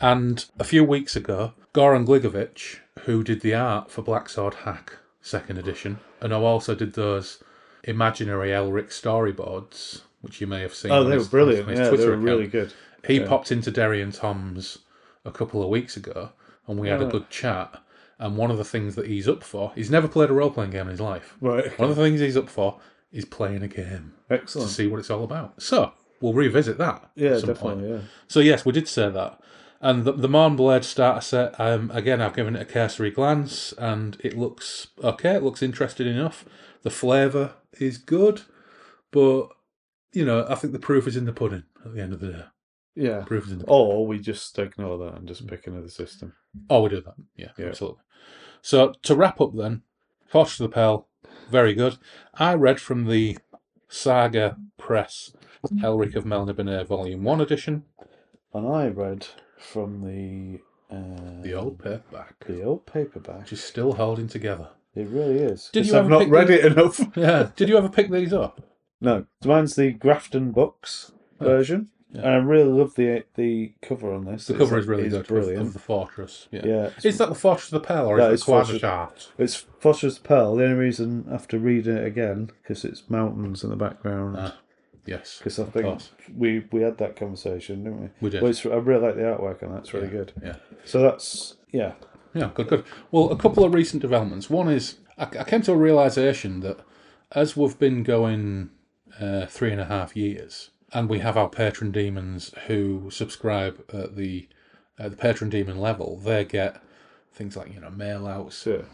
Speaker 1: And a few weeks ago, Goran Gligovic, who did the art for Black Sword Hack Second Edition, and who also did those imaginary Elric storyboards, which you may have seen.
Speaker 2: Oh,
Speaker 1: on
Speaker 2: they were
Speaker 1: his-
Speaker 2: brilliant.
Speaker 1: on his
Speaker 2: Yeah, they
Speaker 1: Twitter
Speaker 2: were
Speaker 1: account.
Speaker 2: really good.
Speaker 1: He popped into Derry and Tom's a couple of weeks ago, and we had a good chat. And one of the things that he's up for, he's never played a role playing game in his life.
Speaker 2: Right.
Speaker 1: One of the things he's up for is playing a game to
Speaker 2: Excellent.
Speaker 1: see what it's all about. So we'll revisit that.
Speaker 2: Yeah,
Speaker 1: at some point.
Speaker 2: definitely. Yeah.
Speaker 1: So yes, we did say that. And the, the Marn Blade starter set, um, again, I've given it a cursory glance, and it looks okay. It looks interesting enough. The flavour is good, but you know, I think the proof is in the pudding. At the end of the day,
Speaker 2: Yeah. Mm.
Speaker 1: proof is in the.
Speaker 2: Or we just ignore that and just pick another system.
Speaker 1: Oh, we do that. Yeah,
Speaker 2: Yeah.
Speaker 1: absolutely. So to wrap up, then, Forge to the Pale, very good. I read from the Saga Press, Elric of Melniboné, Volume One Edition,
Speaker 2: And I read from the uh,
Speaker 1: the old paperback,
Speaker 2: the old paperback.
Speaker 1: which is still holding together.
Speaker 2: It really is.
Speaker 1: Did
Speaker 2: Yes,
Speaker 1: you
Speaker 2: I've
Speaker 1: ever
Speaker 2: not
Speaker 1: pick
Speaker 2: read
Speaker 1: the-
Speaker 2: it enough.
Speaker 1: Yeah. Did you ever pick these up?
Speaker 2: No, so mine's the Grafton Books version,
Speaker 1: Oh. Yeah.
Speaker 2: and I really love the the cover on this.
Speaker 1: The
Speaker 2: It's-
Speaker 1: cover is really
Speaker 2: it's
Speaker 1: good. Of,
Speaker 2: Brilliant.
Speaker 1: of the fortress. Yeah.
Speaker 2: yeah, it's
Speaker 1: Is that the fortress of the pearl or
Speaker 2: No,
Speaker 1: is
Speaker 2: it's
Speaker 1: it the
Speaker 2: Fortress-
Speaker 1: chart?
Speaker 2: It's Foster's Pearl. The only reason after reading it again because it's mountains in the background.
Speaker 1: Ah, Yes.
Speaker 2: Because I think
Speaker 1: course.
Speaker 2: we we had that conversation, didn't we?
Speaker 1: We did.
Speaker 2: Well, it's, I really like the artwork on that. It's really good.
Speaker 1: Yeah.
Speaker 2: So that's yeah.
Speaker 1: Yeah, good, good. Well, a couple of recent developments. One is I, I came to a realization that as we've been going uh, three and a half years, and we have our patron demons who subscribe at the at the patron demon level, they get things like you know mail outs,
Speaker 2: So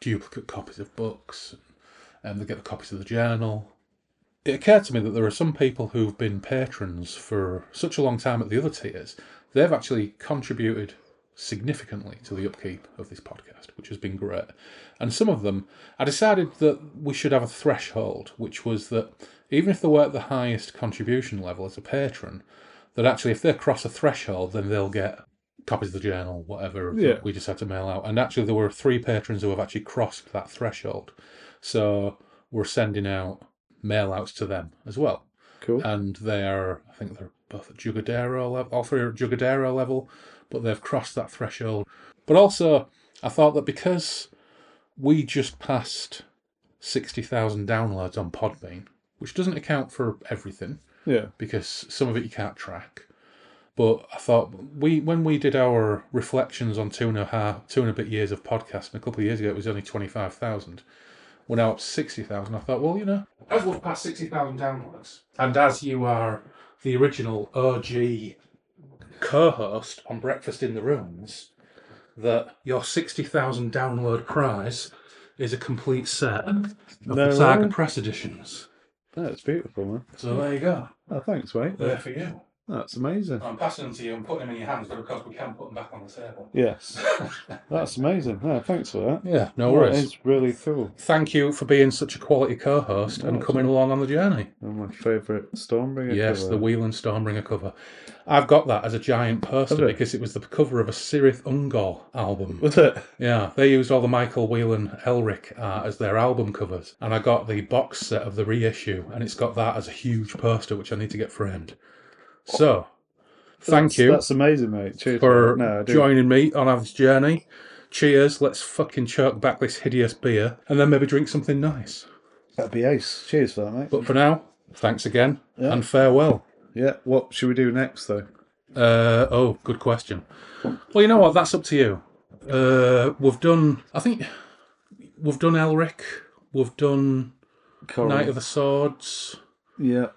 Speaker 1: duplicate copies of books, and they get the copies of the journal. It occurred to me that there are some people who've been patrons for such a long time at the other tiers, they've actually contributed significantly to the upkeep of this podcast, which has been great. And some of them, I decided that we should have a threshold, which was that even if they were at the highest contribution level as a patron, that actually if they cross a threshold, then they'll get copies of the journal, whatever
Speaker 2: Yeah.
Speaker 1: that we just had to mail out. And actually, there were three patrons who have actually crossed that threshold. So we're sending out mail outs to them as well.
Speaker 2: cool.
Speaker 1: And they are, I think they're both at Jugadero level, all three are at Jugadero level, but they've crossed that threshold. But also, I thought that because we just passed 60,000 downloads on Podbean, which doesn't account for everything,
Speaker 2: yeah.
Speaker 1: because some of it you can't track. But I thought we when we did our reflections on two and a half, two and a bit years of podcasting a couple of years ago, it was only twenty five thousand. We're now up to sixty thousand. I thought, well, you know, as we've passed sixty thousand downloads, and as you are the original OG co-host on Breakfast in the Rooms, that your sixty thousand download prize is a complete set of
Speaker 2: No.
Speaker 1: the Saga Press editions.
Speaker 2: That's beautiful, man.
Speaker 1: So there you go.
Speaker 2: Oh, thanks, mate.
Speaker 1: There for you.
Speaker 2: That's amazing.
Speaker 1: I'm passing them to you and putting them in your hands, but of course we can put them back on the table.
Speaker 2: Yes, that's amazing. Yeah, thanks for that.
Speaker 1: Yeah, no
Speaker 2: That
Speaker 1: worries.
Speaker 2: is really cool.
Speaker 1: Thank you for being such a quality co-host and
Speaker 2: That's
Speaker 1: coming along on the journey.
Speaker 2: And my favourite Stormbringer.
Speaker 1: Yes,
Speaker 2: cover.
Speaker 1: the Wheel and Stormbringer cover. I've got that as a giant poster
Speaker 2: Have it?
Speaker 1: because it was the cover of a Sirith Ungol album.
Speaker 2: Was it?
Speaker 1: Yeah, they used all the Michael Whelan Elric uh, as their album covers, and I got the box set of the reissue, and it's got that as a huge poster, which I need to get framed. So, thank
Speaker 2: That's-
Speaker 1: you
Speaker 2: That's amazing, mate. Cheers.
Speaker 1: for
Speaker 2: no, I do.
Speaker 1: joining me on our journey. Cheers! Let's fucking chirk back this hideous beer, and then maybe drink something nice.
Speaker 2: That'd be ace. Cheers for that, mate.
Speaker 1: But for now, thanks again
Speaker 2: Yeah.
Speaker 1: and farewell.
Speaker 2: yeah. What should we do next, though?
Speaker 1: Uh, oh, good question. Well, you know what? That's up to you. Uh, we've done. I think we've done Elric. We've done Knight of the Swords.
Speaker 2: Yeah.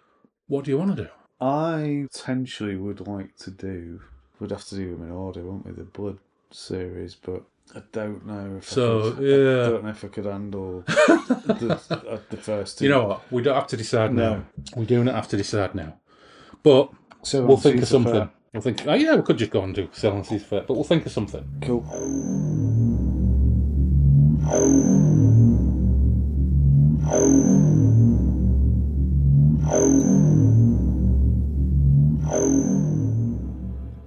Speaker 1: What do you want to do?
Speaker 2: I potentially would like to do. We'd have to do them in order, wouldn't we? The Blood series, but I don't know. If I
Speaker 1: So
Speaker 2: could, I
Speaker 1: yeah,
Speaker 2: don't know if I could handle the, uh, the first two.
Speaker 1: you know what? We don't have to decide
Speaker 2: No.
Speaker 1: now. We do not have to decide now. But
Speaker 2: so
Speaker 1: we'll
Speaker 2: on
Speaker 1: think of
Speaker 2: Season
Speaker 1: something.
Speaker 2: Fair.
Speaker 1: We'll think. Oh, yeah, we could just go and do selling these fair, but we'll think of something.
Speaker 2: Cool.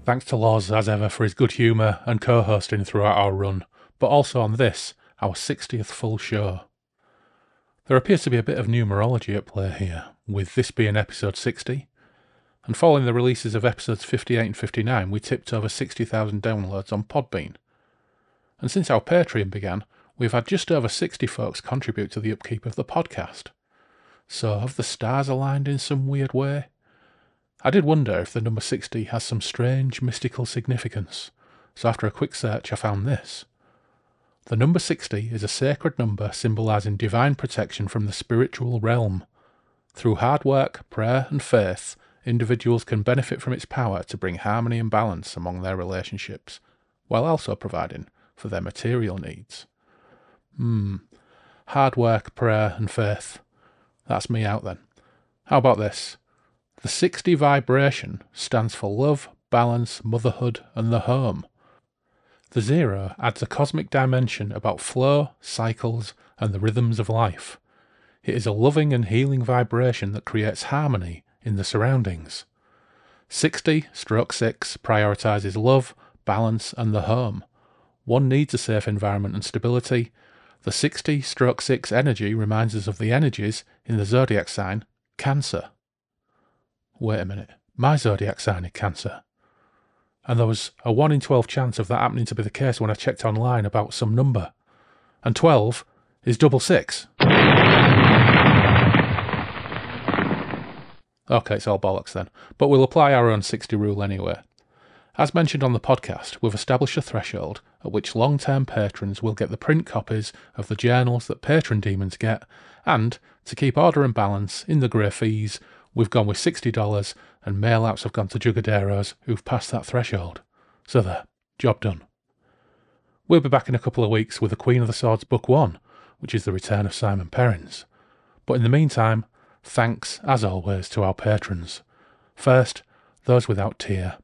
Speaker 1: Thanks to Laws as ever for his good humour and co-hosting throughout our run, but also on this our 60th full show. There appears to be a bit of numerology at play here, with this being episode 60. And following the releases of episodes 58 and 59, we tipped over 60,000 downloads on Podbean. And since our Patreon began, we've had just over 60 folks contribute to the upkeep of the podcast. So have the stars aligned in some weird way? I did wonder if the number 60 has some strange mystical significance, so after a quick search I found this. The number 60 is a sacred number symbolising divine protection from the spiritual realm. Through hard work, prayer, and faith, individuals can benefit from its power to bring harmony and balance among their relationships, while also providing for their material needs. Hmm. Hard work, prayer, and faith. That's me out then. How about this? The 60 vibration stands for love, balance, motherhood, and the home. The zero adds a cosmic dimension about flow, cycles, and the rhythms of life. It is a loving and healing vibration that creates harmony in the surroundings. 60 stroke 6 prioritizes love, balance, and the home. One needs a safe environment and stability. The 60 stroke 6 energy reminds us of the energies in the zodiac sign, Cancer wait a minute, my zodiac sign is Cancer. And there was a 1 in 12 chance of that happening to be the case when I checked online about some number. And 12 is double six. Okay, it's all bollocks then. But we'll apply our own 60 rule anyway. As mentioned on the podcast, we've established a threshold at which long term patrons will get the print copies of the journals that patron demons get, and to keep order and balance in the grey fees, we've gone with $60 and mail outs have gone to Jugaderos who've passed that threshold. So there, job done. We'll be back in a couple of weeks with the Queen of the Swords Book 1, which is the return of Simon Perrins. But in the meantime, thanks as always to our patrons. First, those without tear.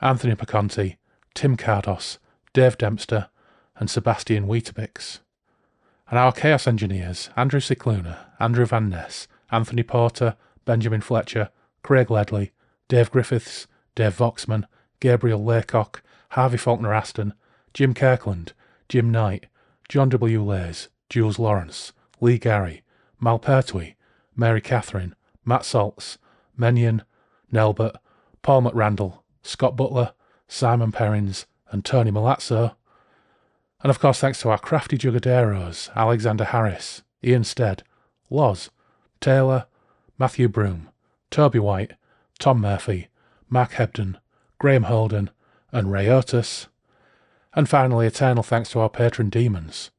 Speaker 1: Anthony Piconti, Tim Cardos, Dave Dempster, and Sebastian Wheatabix. And our chaos engineers, Andrew Cicluna, Andrew Van Ness, Anthony Porter, Benjamin Fletcher, Craig Ledley, Dave Griffiths, Dave Voxman, Gabriel Laycock, Harvey Faulkner Aston, Jim Kirkland, Jim Knight, John W. Lays, Jules Lawrence, Lee Gary, Mal Pertwee, Mary Catherine, Matt Saltz, Menyon, Nelbert, Paul McRandall, Scott Butler, Simon Perrins, and Tony Malazzo. And of course, thanks to our crafty jugaderos, Alexander Harris, Ian Stead, Loz, Taylor, Matthew Broom, Toby White, Tom Murphy, Mark Hebden, Graham Holden, and Ray Otis. And finally, eternal thanks to our patron demons.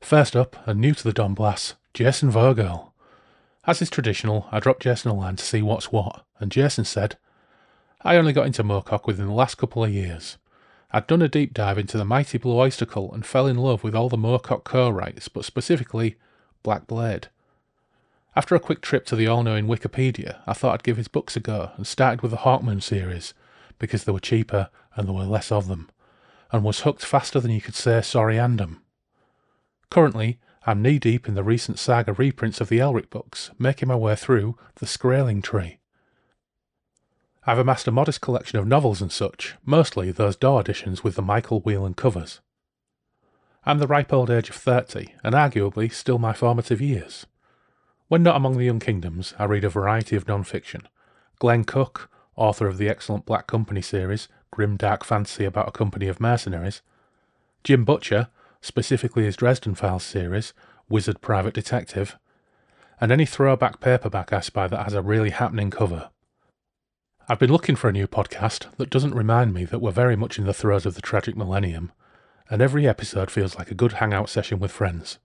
Speaker 1: First up, and new to the Don Blas, Jason Vogel. As is traditional, I dropped Jason a line to see what's what, and Jason said, I only got into Mocock within the last couple of years. I'd done a deep dive into the mighty Blue Oyster Cult and fell in love with all the Mocock co-writes, but specifically Black Blade. After a quick trip to the all knowing Wikipedia, I thought I'd give his books a go and started with the Hawkman series because they were cheaper and there were less of them, and was hooked faster than you could say sorryandum. Currently, I'm knee deep in the recent saga reprints of the Elric books, making my way through The Skraling Tree. I've amassed a modest collection of novels and such, mostly those door editions with the Michael Whelan covers. I'm the ripe old age of 30, and arguably still my formative years. When not among the Young Kingdoms, I read a variety of non fiction. Glenn Cook, author of the excellent Black Company series, Grim Dark Fantasy about a company of mercenaries, Jim Butcher, specifically his Dresden Files series, Wizard Private Detective, and any throwback paperback I spy that has a really happening cover. I've been looking for a new podcast that doesn't remind me that we're very much in the throes of the tragic millennium, and every episode feels like a good hangout session with friends.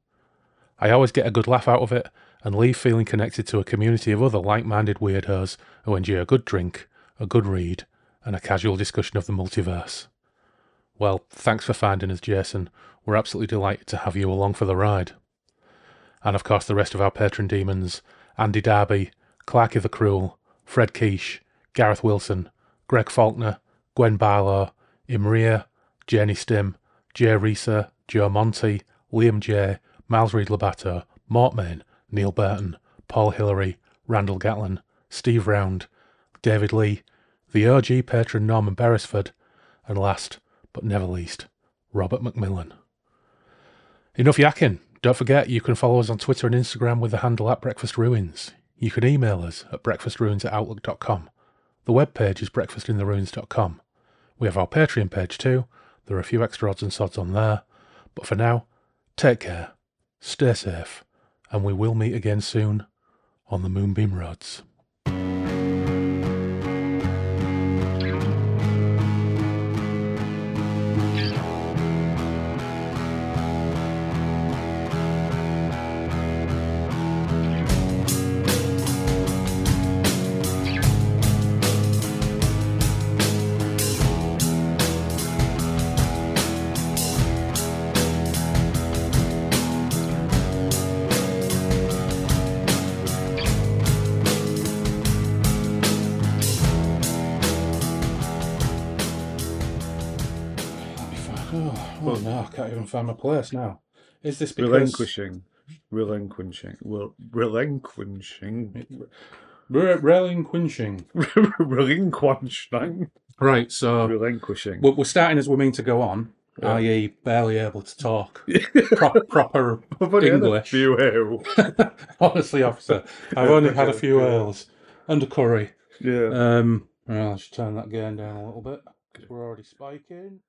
Speaker 1: I always get a good laugh out of it and leave feeling connected to a community of other like minded weirdos who enjoy a good drink, a good read, and a casual discussion of the multiverse. Well, thanks for finding us, Jason. We're absolutely delighted to have you along for the ride. And of course, the rest of our patron demons Andy Darby, Clarky the Cruel, Fred Quiche, Gareth Wilson, Greg Faulkner, Gwen Barlow, Imria, Jenny Stim, Jay Reeser, Joe Monty, Liam J, Miles Reed Labato, Mortmain, Neil Burton, Paul Hillary, Randall Gatlin, Steve Round, David Lee, the OG patron Norman Beresford, and last but never least, Robert Macmillan. Enough yakking. Don't forget you can follow us on Twitter and Instagram with the handle at Breakfast Ruins. You can email us at breakfastruins at outlook.com. The webpage is breakfastintheruins.com. We have our Patreon page too. There are a few extra odds and sods on there. But for now, take care, stay safe, and we will meet again soon on the Moonbeam Roads. That'd be fine. Oh, oh no, I can't even find my place now. Is this because
Speaker 2: Relinquishing. Relinquishing. Well, relinquishing.
Speaker 1: Re- relinquishing?
Speaker 2: relinquishing.
Speaker 1: Right. So
Speaker 2: Relinquishing.
Speaker 1: we're, we're starting as we mean to go on,
Speaker 2: Yeah.
Speaker 1: i.e., barely able to talk Pro- proper English.
Speaker 2: Few ale.
Speaker 1: Honestly, officer, I've only had a few ales and a curry.
Speaker 2: Yeah.
Speaker 1: Um, well, I should turn that game down a little bit because we're already spiking.